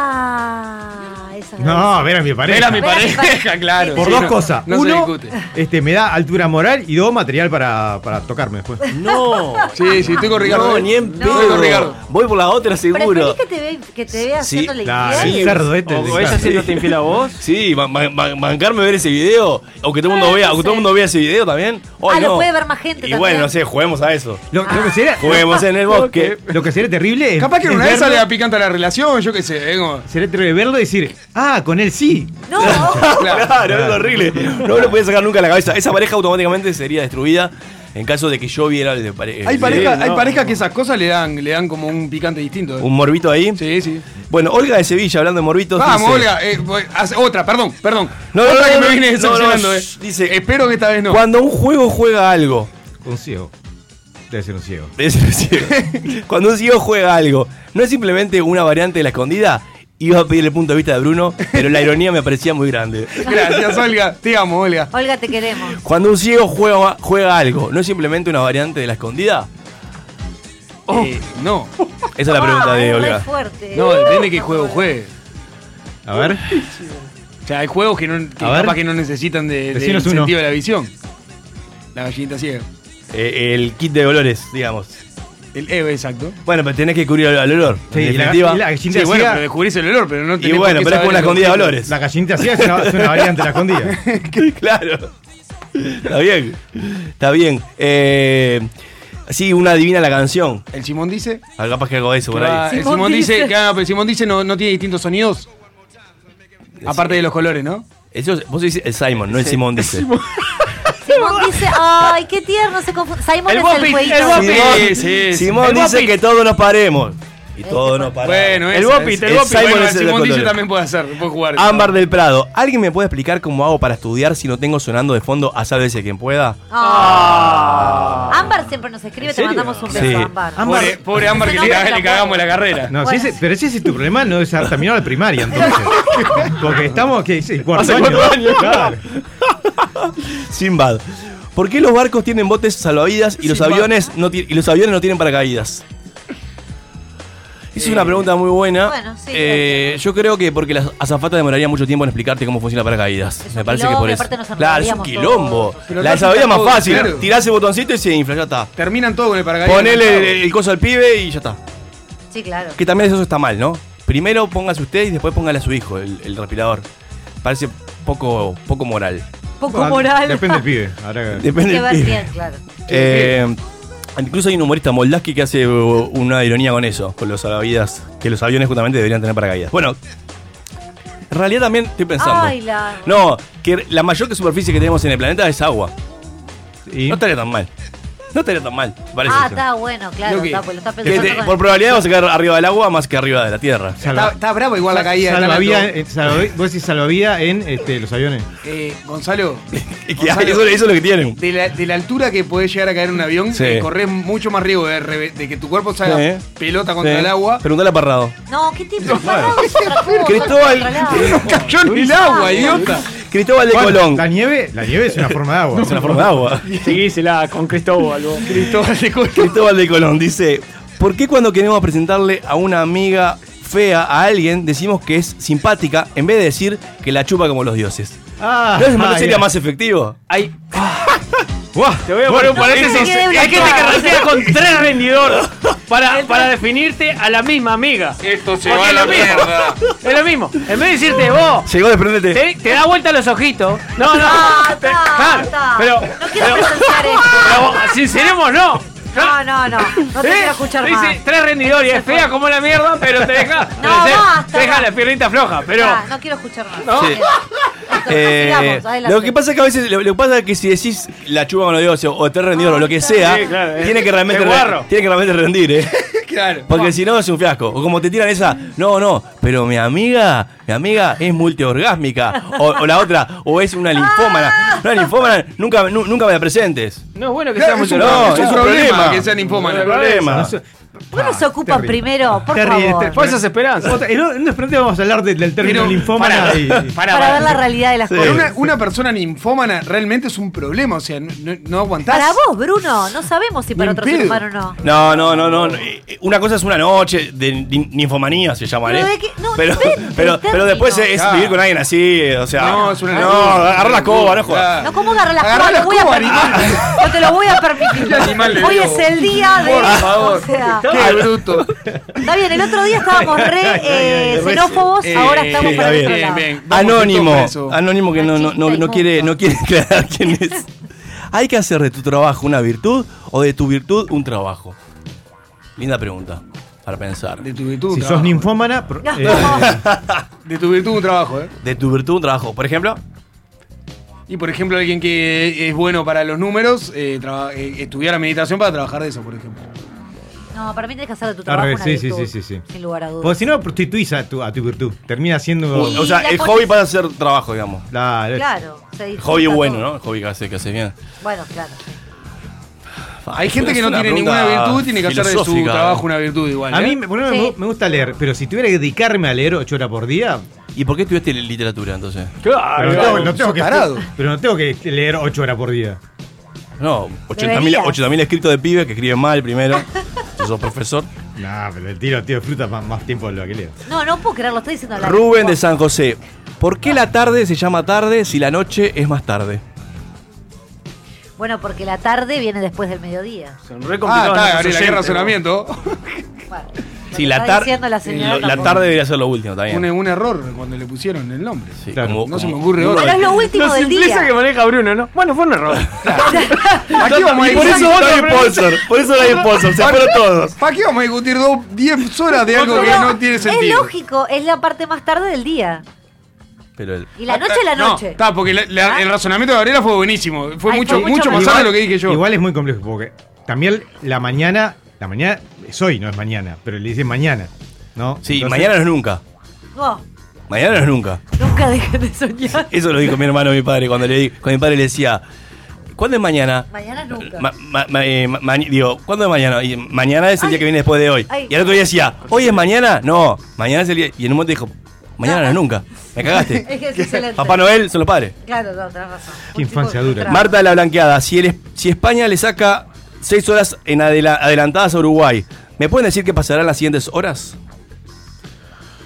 E: Ah, esa es la
F: No, ver a mi pareja.
C: Era mi
E: Era mi
C: pareja, claro.
F: Por
D: Sí,
F: dos
D: no-
F: cosas.
D: no se
F: Uno,
D: discute.
F: este, me da altura moral y dos, material para, para tocarme después.
B: No.
D: Sí, sí, estoy con Ricardo.
B: No, ni en
E: No.
B: pedo.
D: Estoy con Ricardo.
B: Voy por la otra seguro.
E: ¿Preferís que te, ve, que te vea
B: Sí,
E: haciéndole
F: Claro,
E: infiel?
F: el cerdo este.
C: O, o ella
F: claro.
C: siendo te infiel a vos.
B: Sí, ban- ban- ban- bancarme ver ese video. O que todo el mundo
E: Ah,
B: vea,
E: no
B: o que todo el
E: sé.
B: mundo vea ese video también. Ay,
E: Ah, lo
B: Oh, no.
E: puede ver más gente
B: Y
E: también.
B: bueno, no sé, juguemos a eso.
F: Lo, lo que sería,
B: Juguemos en el bosque.
F: lo que sería terrible es.
D: Capaz que en
F: es
D: una vez
F: verlo-
D: sale a picante a la relación, yo qué sé. eh, como-
F: Sería terrible verlo y decir, ah, con él sí.
E: No,
B: Claro, es horrible. No lo podía sacar nunca de la cabeza. Esa pareja automáticamente sería destruida en caso de que yo viera el de pare-
D: Hay
B: el
D: parejas
C: no,
D: hay parejas
C: no.
D: que esas cosas le dan, le dan como un picante distinto. eh.
B: video. Un morbito ahí.
D: Sí, sí.
B: Bueno, Olga de Sevilla, hablando de morbitos.
D: Vamos,
B: dice-
D: Olga. eh, voy- haz- otra, perdón, perdón.
B: No, no,
D: otra
B: no,
D: que
B: no,
D: me viene
B: no,
D: decepcionando,
B: no,
D: eh.
B: shh, dice-
D: Espero que esta vez no.
B: Cuando un juego juega algo.
F: Un ciego. Debe ser un ciego.
B: Es decir, Cuando un ciego juega algo, no es simplemente una variante de la escondida. Iba a pedir el punto de vista de Bruno, pero la ironía me parecía muy grande.
D: Gracias, Olga. Te amo, Olga.
E: Olga, te queremos.
B: Cuando un ciego juega, juega algo, ¿no es simplemente una variante de la escondida?
D: Eh, no.
B: Esa es la pregunta de
E: Ah, re
B: Olga.
E: fuerte.
D: No, depende de qué juego juegue.
F: A ver.
D: O sea, hay juegos que, no, que
F: A ver.
D: capaz que no necesitan de, de
F: Decinos
D: sentido
F: uno.
D: de la visión. La gallinita ciega.
B: Eh, el kit de olores, digamos.
D: El Eve, exacto.
B: Bueno, pero tenés que cubrir al, al olor.
F: Sí,
B: en
F: y la-
B: definitiva.
F: y la
D: Sí,
F: gallinita
D: bueno,
F: ciega-
D: pero descubrís el olor, pero no
B: Y
D: tenés por
B: bueno,
D: qué
B: pero es
D: saber
B: como una
D: el
B: escondida de
D: objetivo.
B: olores.
F: La gallinita ciega es una, es una variante de la escondida.
B: claro. Está bien. Está bien. Eh, sí, una adivina la canción.
D: El Simón dice.
B: Ah, Capaz que algo de eso por
D: que va-
B: ahí.
D: el Simón dice, que, ah, pero el Simón dice no, no tiene distintos sonidos. Aparte de los colores, ¿no?
B: Eso, es- vos dices el Simon, no el Simón dice.
E: Simón dice, ay, qué tierno, se confunde. Simon es el jueguito.
D: Bopi.
B: Simón,
D: Sí, sí, sí.
B: Simón
D: El
B: dice
D: Bopit.
B: que todos nos paremos. Y todos nos paramos.
D: Bueno,
B: el
D: esa,
B: Bopit,
D: esa.
B: el Bopit.
D: Bueno,
B: Simon
D: el
B: es el de
D: Simón dice
B: colores.
D: también puede hacer, puede jugar.
B: Ámbar del Prado, ¿alguien me puede explicar cómo hago para estudiar si no tengo sonando de fondo a sálvese quien pueda?
E: Ah. Ámbar siempre nos escribe, te
C: serio?
E: mandamos un beso,
B: Sí.
E: Ámbar.
F: Ámbar-
D: Pobre, pobre Ámbar que
E: Ese
D: le,
E: nombre
D: le
E: tampoco.
D: cagamos la carrera.
F: No, si
E: Bueno.
F: ese- pero ese es tu problema, no es haber terminado la primaria, entonces. Porque estamos, ¿qué? Sí, cuarto
B: Hace
F: año.
B: cuatro años.
F: Claro.
B: Simbad. ¿Por qué los barcos tienen botes salvavidas y los,
D: Sinbad.
B: aviones no ti- y los aviones no tienen paracaídas? Esa
D: Eh.
B: es una pregunta muy buena.
E: Bueno, sí,
B: Eh, yo creo que porque las azafatas demoraría mucho tiempo en explicarte cómo funciona paracaídas.
E: Es un
B: Me parece que
E: quilombo,
B: por
E: y
B: eso.
E: aparte nos
B: claro, es un
E: enredaríamos
B: quilombo.
E: todos.
D: Pero
B: La de
D: acá
B: salvavidas
D: está
B: más
D: todo
B: fácil.
D: claro.
B: Tirás el botoncito y se infla, ya está.
D: Terminan todo con el paracaídas.
B: Ponele el, el coso al pibe y ya está.
E: Sí, claro.
B: Que también eso está mal, ¿no? Primero póngase usted y después póngale a su hijo el, el respirador. Parece poco, poco moral.
E: Poco
F: Bueno,
E: moral.
F: Depende del pibe. Ahora que-
E: Hay
B: Depende
E: que
B: del
E: ver
B: pibe.
E: bien, claro.
B: Eh, incluso hay un humorista Moldaski que hace uh, una ironía con eso, con los salvavidas, que los aviones justamente deberían tener paracaídas. Bueno, en realidad también estoy pensando.
E: Ay, la...
B: No, que la mayor que superficie que tenemos en el planeta es agua.
F: y-
B: No estaría tan mal. No estaría tan mal, parece.
E: Ah,
B: eso.
E: está bueno, claro.
D: Creo que-
E: Está, pues, lo está
B: Que
E: pensando
B: te-
E: con-
B: por probabilidad vamos a quedar arriba del agua más que arriba de la tierra.
D: Está,
F: salva-
D: está bravo igual la caída. está
F: salvavía,
D: alto.
F: en- salvavi- vos decís salvavía en este, los aviones.
D: Eh, Gonzalo,
B: Y que-
D: Gonzalo,
B: eso, eso es lo que tienen.
D: de, la, de la altura que podés llegar a caer en un avión,
B: Sí.
D: eh, corres mucho más riesgo de, reve- de que tu cuerpo salga
B: Sí.
D: pelota contra
B: Sí.
D: el agua.
B: Preguntale a Parrado.
E: No, ¿qué tipo? Pará, es otra cosa,
B: Cristóbal-
E: otra lado.
D: Cayó en el agua, idiota.
B: Cristóbal de
F: Bueno,
B: Colón.
F: La nieve, la nieve es una forma de agua.
B: Es una forma de agua.
C: Seguísela con Cristóbal. vos.
D: Cristóbal de Colón.
B: Cristóbal de Colón dice, ¿por qué cuando queremos presentarle a una amiga fea a alguien decimos que es simpática en vez de decir que la chupa como los dioses?
F: Ah,
B: ¿No, es- no
F: ah,
B: sería
F: ya.
B: más efectivo?
C: Hay, Te voy a poner un paréntesis.
E: que quede una
C: Hay gente que
E: clara.
C: ratea con tres rendidores para, para definirte a la misma amiga.
K: Esto se
C: Porque
K: va a
C: es
K: la
C: lo mismo.
K: mierda.
C: Es lo mismo. En vez de decirte vos,
B: Llegó, despréndete.
C: te, te da vuelta los ojitos. No, no.
E: Ah,
C: te-
E: ta,
C: claro,
E: ta.
C: Pero,
E: No quiero presenciar esto.
C: pero vos, sinceremos, no.
E: No, no, no. No te
C: ¿Eh?
E: quiero escuchar
C: Dice,
E: más.
C: tres rendidores, es fea como la mierda, pero te deja, te
E: No,
C: deja-
E: basta,
C: te deja
E: basta.
C: la piernita floja. Pero
E: Ah, no quiero escuchar más.
C: No.
E: Sí. Esto,
B: Eh,
E: sigamos, adelante.
B: lo que pasa es que a veces, lo, lo que pasa es que si decís la chupa con los dioses o, o te rendido o lo que sea,
C: Sí, claro, eh.
B: tiene, que realmente,
C: Es guarro.
B: tiene que realmente rendir, ¿eh?
D: Claro.
B: Porque si no es un fiasco. O como te tiran esa, no, no, pero mi amiga, mi amiga es multiorgásmica. O, o la otra, o es una
C: Ah.
B: linfómana. Una linfómana, nunca, nu- nunca me la presentes.
C: no es bueno que sea
D: Claro,
C: mucho.
D: un,
B: no,
D: es un
B: es un
D: problema,
B: problema.
D: que sean infómanos.
B: problema.
E: ¿Por qué no se ocupan
F: terrible.
E: primero? Por
F: Terrible,
E: favor.
F: terrible.
C: Falsas esperanzas.
F: Otra- en un en un frente vamos a hablar de- del término linfómana y- y-
E: Para ver la realidad de las
B: Sí.
E: cosas.
D: Una, una persona ninfómana realmente es un problema, o sea, no, no- no aguantás.
E: Para vos, Bruno, no sabemos si
D: Ni
E: para otro
D: en
E: ser
D: pedo.
E: humano no.
B: No, no, no, no. eh, eh, Una cosa es una noche de nin- ninfomanía, se llama,
E: Pero
B: ¿eh?
E: de qué- no,
B: pero,
E: depende
B: pero,
E: del
B: pero después
E: término.
B: es
D: Claro.
B: vivir con alguien así, eh, o sea.
D: No, es una
B: No,
D: locura.
B: agarra la escoba, no jodas.
D: Claro.
E: No, ¿cómo agarrar las
D: Agarrá
E: cosas?
D: la
E: No, voy a
D: escoba,
E: permitir. no te lo voy a permitir.
D: Qué animal le
E: Hoy
D: digo.
E: es el día de.
D: Por
E: O
D: favor.
E: sea,
B: Ah,
D: Qué bruto.
E: está bien, el otro día estábamos re eh, xenófobos, ahora estamos
B: sí,
E: para el
B: está
E: otro
B: bien.
E: lado.
D: Vamos
B: Anónimo.
D: juntos preso.
B: Anónimo que no, no, no,
E: Machista y
B: no quiere,
E: punto.
B: no quiere aclarar quién es. ¿Hay que hacer de tu trabajo una virtud o de tu virtud un trabajo? Linda pregunta para pensar.
D: De tu virtud. un
F: Si sos
D: trabajo.
F: ninfómana, pro-
E: No.
F: eh,
D: De tu virtud un trabajo, ¿eh?
B: De tu virtud un trabajo. Por ejemplo,
D: Y por ejemplo, alguien que es bueno para los números, eh, traba- eh, estudiara meditación para trabajar de eso, por ejemplo.
E: No, para mí tenés que hacer de tu trabajo.
F: revés,
E: una
F: sí, sí,
E: virtud,
F: sí, sí, sí.
E: Sin lugar a dudas.
F: porque si no, prostituís a tu, a tu virtud. Termina siendo.
E: Y
B: o sea,
E: la
B: el
E: pones-
B: hobby pasa a ser trabajo, digamos.
F: Claro.
E: Claro. se disfruta
B: Hobby bueno,
E: todo.
B: ¿no? El hobby que hace, que hace bien.
E: Bueno, claro.
D: Hay gente
B: Es
D: que no
B: una
D: tiene ninguna
B: pregunta
D: virtud, tiene que hacer de su
B: filosófica.
D: trabajo una virtud igual.
F: A
D: ¿eh?
F: mí me- por ejemplo,
E: Sí. Ah,
F: me gusta leer, pero si tuviera que dedicarme a leer 8 horas por día,
B: ¿Y por qué estudiaste literatura entonces?
F: pero no, tengo, no tengo
D: sos
F: que,
D: tarado.
F: pero no tengo que leer 8 horas por día.
B: No, 80.000
E: Deberías.
B: 80.000 escritos de pibes que escriben mal primero. Yo sos profesor.
F: No, pero el tiro, tío, fruta más, más tiempo de lo que leo.
E: No, no puedo creerlo, estoy diciendo la
B: Rubén de San José. ¿Por qué la tarde se llama tarde si la noche es más tarde?
E: Bueno, porque la tarde viene después del mediodía.
C: Son re
D: Ah,
C: complicados
D: está,
C: nuestros
D: Gabriela, qué
C: oyentes,
D: razonamiento.
E: Bueno, lo
B: Sí,
E: que
B: la,
E: está
B: tar-
E: diciendo la señora
B: lo- la
E: tampoco.
B: tarde debería ser lo último
D: Un,
B: también.
D: un error cuando le pusieron el nombre.
B: Sí,
F: Claro,
D: No se me ocurre
E: Pero
D: otro.
E: es lo
C: vos.
E: último
C: La
E: del
C: simpleza
E: día.
C: que maneja Bruno, ¿no? Bueno, fue un error.
D: ¿Para qué vamos a
B: Y por eso no hay
D: discutir?
B: sponsor, por eso no hay sponsor, se fueron todos.
D: ¿Para qué vamos a discutir dos- 10 horas de algo que
E: Pero
D: no tiene
E: Es
D: sentido?
E: lógico, es la parte más tarde del día.
B: Pero el-
E: Y la noche es la
D: No,
E: noche.
D: Está, porque la- la-
E: ¿Ah?
D: el razonamiento de Gabriela fue buenísimo. Fue
E: Ay,
D: mucho,
E: fue mucho
D: mucho más
E: mejor.
D: sabio de lo que dije yo.
F: Igual es muy complejo, porque también la mañana, la mañana es hoy, no es mañana, pero le dicen mañana, ¿no?
B: Sí,
F: Entonces-
B: mañana no es nunca.
E: No,
B: Mañana no es nunca.
E: nunca dejen de soñar.
B: Eso lo dijo mi hermano a mi padre cuando, le, di- cuando mi padre le decía, ¿cuándo es mañana?
E: Mañana nunca.
B: Ma- ma- ma- eh, ma- ma- digo, ¿cuándo es mañana? Y mañana es el
E: Ay.
B: día que viene después de hoy.
E: Ay.
B: Y al otro día decía, ¿hoy es mañana? No, mañana es el día. Y en un momento dijo, mañana no es nunca. Me
E: es
B: cagaste.
E: que es excelente.
B: Papá Noel son los padres.
E: Claro, no, tenés razón.
F: Qué
E: Un tipo
F: infancia
E: que
F: dura.
E: tra-
B: Marta de la Blanqueada, si, el- si España le saca 6 horas en adela- adelantadas a Uruguay, ¿me pueden decir qué pasará en las siguientes horas?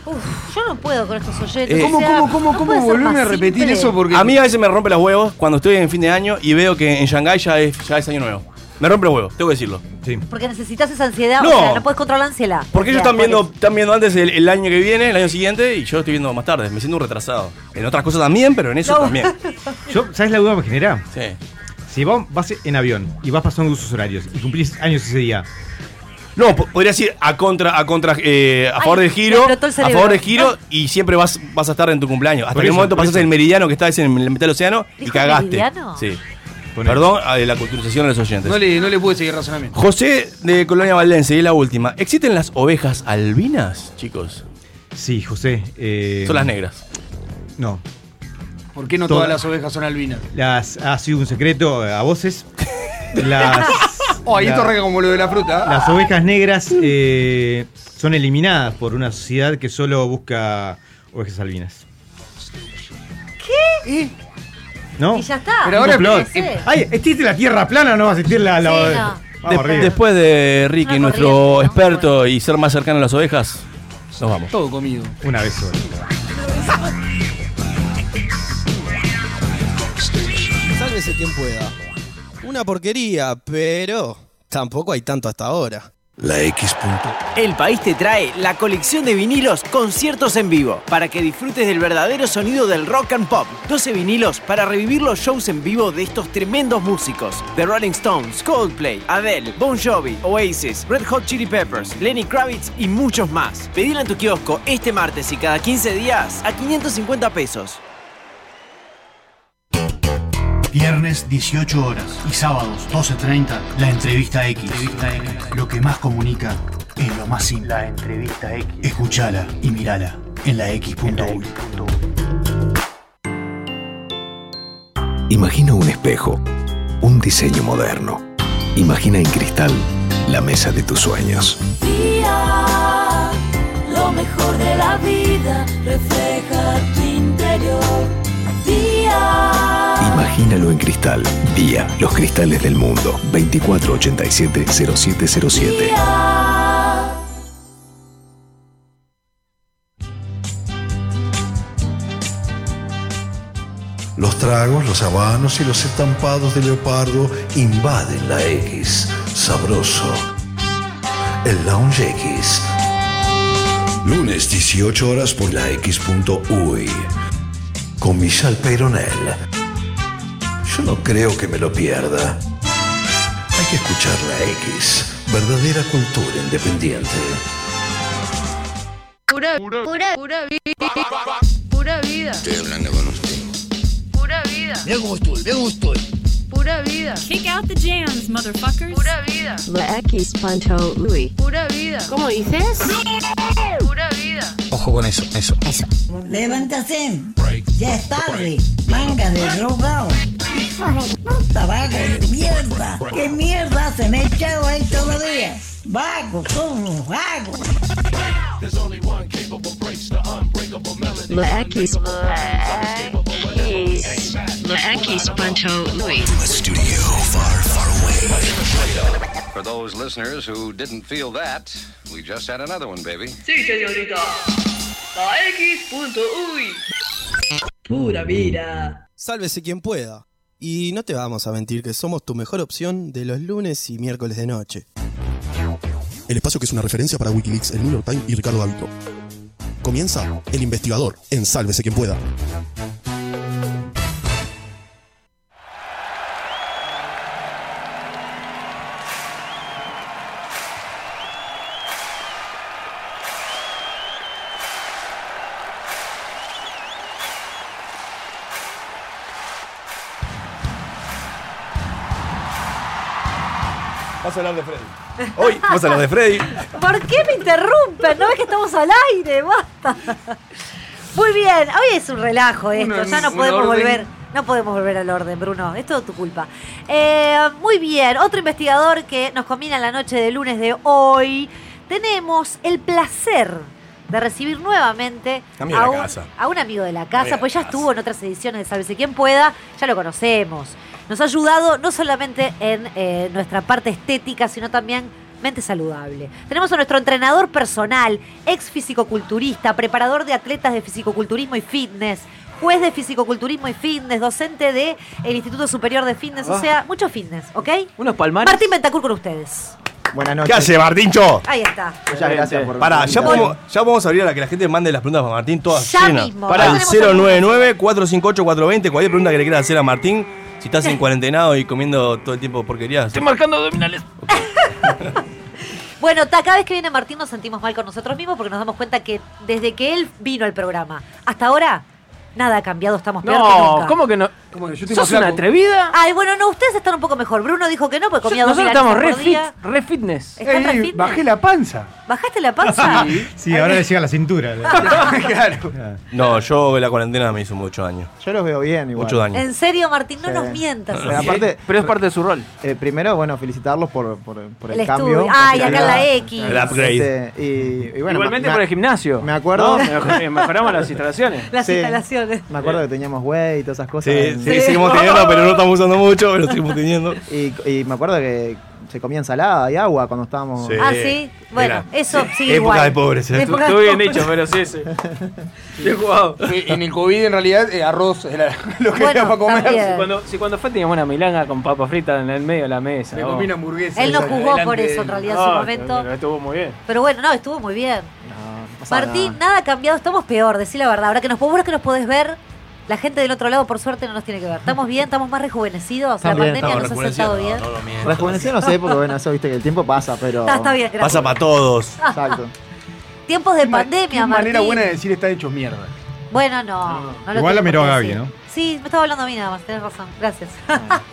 E: Uf, yo no puedo con estos oyentes.
B: Eh,
D: ¿Cómo,
E: o sea,
D: cómo, cómo,
E: no
D: cómo
E: puede ser
D: volverme a
E: más
D: repetir
E: simple.
D: eso? Porque
B: A mí a veces me rompe los huevos cuando estoy en fin de año y veo que en Shanghái ya es, ya es año nuevo. Me rompe los huevos, tengo que decirlo.
F: Sí.
E: Porque necesitas esa ansiedad,
B: No.
E: o sea, no puedes controlar la ansiedad.
B: Porque ellos
E: O sea,
B: están viendo,
E: por
B: están viendo antes el, el año que viene, el año siguiente, y yo estoy viendo más tarde. Me siento un retrasado. En otras cosas también, pero en eso
E: No.
B: también.
F: Yo, ¿sabes la duda que me genera?
B: Sí.
F: Si vos vas en avión y vas pasando usos horarios y cumplís años ese día,
B: No, po- podría decir a contra, a contra, eh, a
E: Ay,
B: favor del
E: me
B: giro,
E: explotó el
B: a
E: cerebro. Ah.
B: favor del giro y siempre vas, vas a estar en tu cumpleaños. Hasta
F: Por
B: que
F: eso,
B: un momento
F: por
B: pasas
F: eso.
B: el meridiano que estás en el mitad del océano y
E: ¿Dijo
B: cagaste.
E: meridiano?
B: Sí.
F: Poné.
B: Perdón a la culturización de los oyentes.
D: no le, no le pude seguir razonamiento.
B: José de Colonia Valdense, y es la última. ¿Existen las ovejas albinas, chicos?
F: sí, José. eh,
B: Son las negras.
F: No.
D: ¿Por qué no
F: Toda-
D: todas las ovejas son albinas?
F: Las ha sido un secreto eh, a voces. Las.
D: Oh, ahí
F: la-
D: esto rega como lo de la fruta. ¿ah?
F: Las ovejas negras eh, son eliminadas por una sociedad que solo busca ovejas albinas.
D: ¿Eh?
F: ¿No?
E: ejemplo. Y ya está.
D: Pero ahora-
E: No puede
D: eh,
E: ser.
F: Ay, ¿existe la tierra plana o no va a existir la.? la-
E: Sí, no.
B: De-
F: Vamos Ah, arriba.
B: después de Ricky,
E: Una
B: nuestro
E: corriente, Ah, ¿no?
B: experto y ser más cercano a las ovejas, nos vamos.
D: Todo comido.
F: Una vez sola.
H: Sálvese quien pueda. Una porquería, pero tampoco hay tanto hasta ahora.
K: La X. Punto.
L: El país te trae la colección de vinilos conciertos en vivo para que disfrutes del verdadero sonido del rock and pop. 12 vinilos para revivir los shows en vivo de estos tremendos músicos: The Rolling Stones, Coldplay, Adele, Bon Jovi, Oasis, Red Hot Chili Peppers, Lenny Kravitz y muchos más. Pedila en tu kiosco este martes y cada 15 días a 550 pesos.
M: Viernes 18 horas y sábados 12.30, la entrevista X. Lo que más comunica es lo más simple. La entrevista X. Escuchala y mirala en la X.U.
K: Imagina un espejo, un diseño moderno. Imagina en cristal la mesa de tus sueños.
N: Día, lo mejor de la vida refleja tu interior. Día,
K: Imagínalo en cristal. Día, los cristales del mundo. 2487-0707.
N: día.
O: Los tragos, los habanos y los estampados de leopardo invaden la X. Sabroso. El Lounge X. Lunes 18 horas por la X.UI. Con Michelle Peyronel. Yo no creo que me lo pierda. Hay que escuchar la X. Verdadera cultura independiente.
P: Pura, pura, pura vida. Pura vida.
O: Estoy hablando con usted.
P: Pura vida.
O: Me gustó, me gustó.
P: Pura vida. Kick out the jams, motherfuckers. Pura vida.
Q: La X Panto Louis.
P: Pura vida. ¿Cómo dices? Pura vida.
I: Ojo con eso, eso. Eso.
R: Levántate. Ya es tarde. Manga de drogado. Puta vago de mierda. ¿Qué mierda se me echado ahí todavía? Vago, como vago.
Q: La X. La X Panto Louis.
S: For those listeners who didn't feel that, we just had another one, baby.
N: Sí, señorita. La X.uy.
H: Pura vida. Sálvese quien pueda. Y no te vamos a mentir que somos tu mejor opción de los lunes y miércoles de noche. El espacio que es una referencia para Wikileaks, el New York Times y Ricardo Davico. Comienza El Investigador en Sálvese quien pueda.
B: Vas a hablar de Freddy. Hoy vas a hablar de Freddy.
E: ¿Por qué me interrumpen? ¿No ves que estamos al aire? Basta. Muy bien, hoy es un relajo esto,
N: Una-
E: ya no
N: un
E: podemos
N: orden.
E: volver. No podemos volver al orden, Bruno. Es todo tu culpa. Eh, muy bien, otro investigador que nos combina en la noche de lunes de hoy. Tenemos el placer de recibir nuevamente
B: Amigo de la
E: un,
B: casa.
E: a un amigo de la
B: Amigo
E: casa,
B: de
E: pues ya estuvo en otras ediciones de Sálvese quien pueda, ya lo conocemos. Nos ha ayudado no solamente en eh, nuestra parte estética, sino también mente saludable. Tenemos a nuestro entrenador personal, ex fisicoculturista, preparador de atletas de fisicoculturismo y fitness, juez de fisicoculturismo y fitness, docente de el Instituto Superior de Fitness, o
T: Ah.
E: sea, mucho fitness, ¿ok?
T: Unos palmares.
E: Martín Ventacur con ustedes.
T: Buenas noches.
B: ¿Qué hace, Martincho?
E: Ahí está.
T: Muchas gracias por
B: Pará, ya
T: invitarme.
B: podemos, ya podemos abrir a que la gente mande las preguntas para Martín todas
E: Ya
B: llenas.
E: mismo,
B: Pará,
E: ahora
B: al
E: tenemos
B: 099-458-420, cualquier pregunta que le quieras hacer a Martín. Si estás en cuarentenado y comiendo todo el tiempo porquerías. Estoy
C: marcando abdominales.
E: Bueno, ta, cada vez que viene Martín nos sentimos mal con nosotros mismos porque nos damos cuenta que desde que él vino al programa hasta ahora, nada ha cambiado, estamos peor que
C: No,
E: nunca.
C: ¿cómo que no?
D: estoy
C: ¿Sos
D: más
C: una
D: flaco.
C: atrevida?
E: Ay, bueno, no, ustedes están un poco mejor. Bruno dijo que no, porque comía dos
C: Nosotros
E: milanesas
C: estamos re
E: por
C: fit,
E: día.
C: re fitness.
E: ¿Estás re fitness?
T: Eh, bajé la panza.
E: ¿Bajaste la panza?
F: Sí, ahora le llega a la cintura.
B: No, yo la cuarentena me hizo mucho daño.
T: Yo los veo bien igual.
B: Mucho daño.
E: En serio, Martín, no
T: Sí.
E: nos mientas.
T: Pero, aparte, eh,
C: pero es parte de su rol.
T: primero, bueno, felicitarlos por, por- por el,
E: El
T: cambio.
E: estudio. Ay, acá
T: Porque
E: la
T: era-
E: X. El
B: upgrade.
T: Este, y, y bueno,
C: Igualmente
T: me-
C: por el gimnasio.
T: Me
C: ¿no?
T: acuerdo.
C: Mejor- Mejoramos las instalaciones.
E: Las
T: Sí.
E: instalaciones.
T: Me acuerdo que teníamos güey y todas esas cosas.
B: Sí, sí, seguimos teniendo, pero no estamos usando mucho, pero seguimos teniendo.
T: Y, y me acuerdo que se comía ensalada y agua cuando estábamos.
B: Sí. Ah, sí. Bueno, Era eso sigue época igual. de pobres, ¿eh? Época
C: Estuvo bien hecho, pero sí, sí. Bien jugado.
D: En el COVID, en realidad, eh, arroz era lo que era para
C: Si
D: comer.
C: cuando, si cuando fue teníamos una milanga con papa frita en el medio de la mesa.
D: Me
C: vos.
D: comí una hamburguesa.
E: Él no jugó por eso en realidad en su
C: No,
E: momento.
C: pero estuvo muy bien.
E: Pero bueno, no, estuvo muy bien.
C: pasaba
E: Martín, nada ha cambiado, estamos peor, decí la verdad. Ahora que nos vos ahora que nos podés ver, la gente del otro lado por suerte no nos tiene que ver. Estamos bien, estamos más rejuvenecidos,
T: Estamos
E: la
T: bien,
E: pandemia
T: estamos
E: nos ha sentado bien.
T: Rejuvenecido no sé, porque bueno, eso viste que el tiempo pasa, pero.
E: Ah, Está- está bien, gracias. Pasa
B: para todos.
T: Exacto.
E: Tiempos de
D: Qué
E: pandemia, Martín.
D: manera buena de decir está hecho mierda.
E: Bueno, no. no lo
F: Igual la
E: tengo
F: miró
E: por qué
F: a Gaby,
E: decir.
F: ¿no?
E: Sí, me estaba hablando a mí nada más, tenés razón. Gracias.
B: Ah.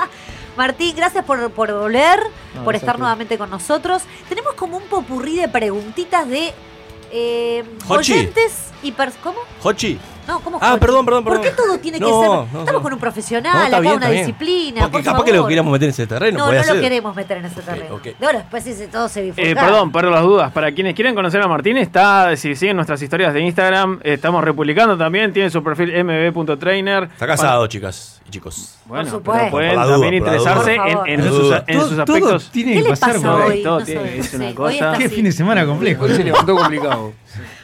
E: Martín, gracias por, por volver,
Q: No, gracias
E: por
Q: a
E: estar
Q: ti.
E: nuevamente con nosotros. Tenemos como un popurrí de preguntitas de eh,
B: Jochi.
E: oyentes y pers- ¿Cómo?
B: Hochi.
E: No, ¿cómo
B: Ah,
E: Jochi?
B: perdón, perdón,
E: ¿Por
B: perdón.
E: qué todo tiene que
B: No,
E: ser?
B: no,
E: Estamos
B: no.
E: con un
B: No,
E: profesional,
B: está
E: acá
B: bien,
E: una
B: está bien.
E: disciplina.
B: Porque
E: por
B: capaz que lo
E: favor.
B: queríamos meter en ese terreno.
E: No, no
B: podía ser.
E: lo queremos meter en ese terreno. De ahora después sí, se- todo se bifurca.
C: Eh, perdón, perdón las dudas. Para quienes quieren conocer a Martín, está, si siguen nuestras historias de Instagram, eh, estamos republicando también, tiene su perfil mb.trainer.
B: Está casado, chicas y chicos.
C: Bueno,
B: Por
C: pero
B: supuesto.
C: pueden
B: Por la duda,
C: también
B: por la duda.
C: interesarse
B: Por favor.
C: en, en
B: Por
C: sus,
B: duda.
C: en sus
B: Todo- todo
C: aspectos.
B: tiene que ¿Qué le pasar pasa por ahí. hoy?
C: Todo
B: No
C: tiene-
B: sabemos,
C: es una
E: sí. Hoy
C: cosa.
E: está Qué así. fin
F: de semana complejo.
D: Hoy se levantó complicado.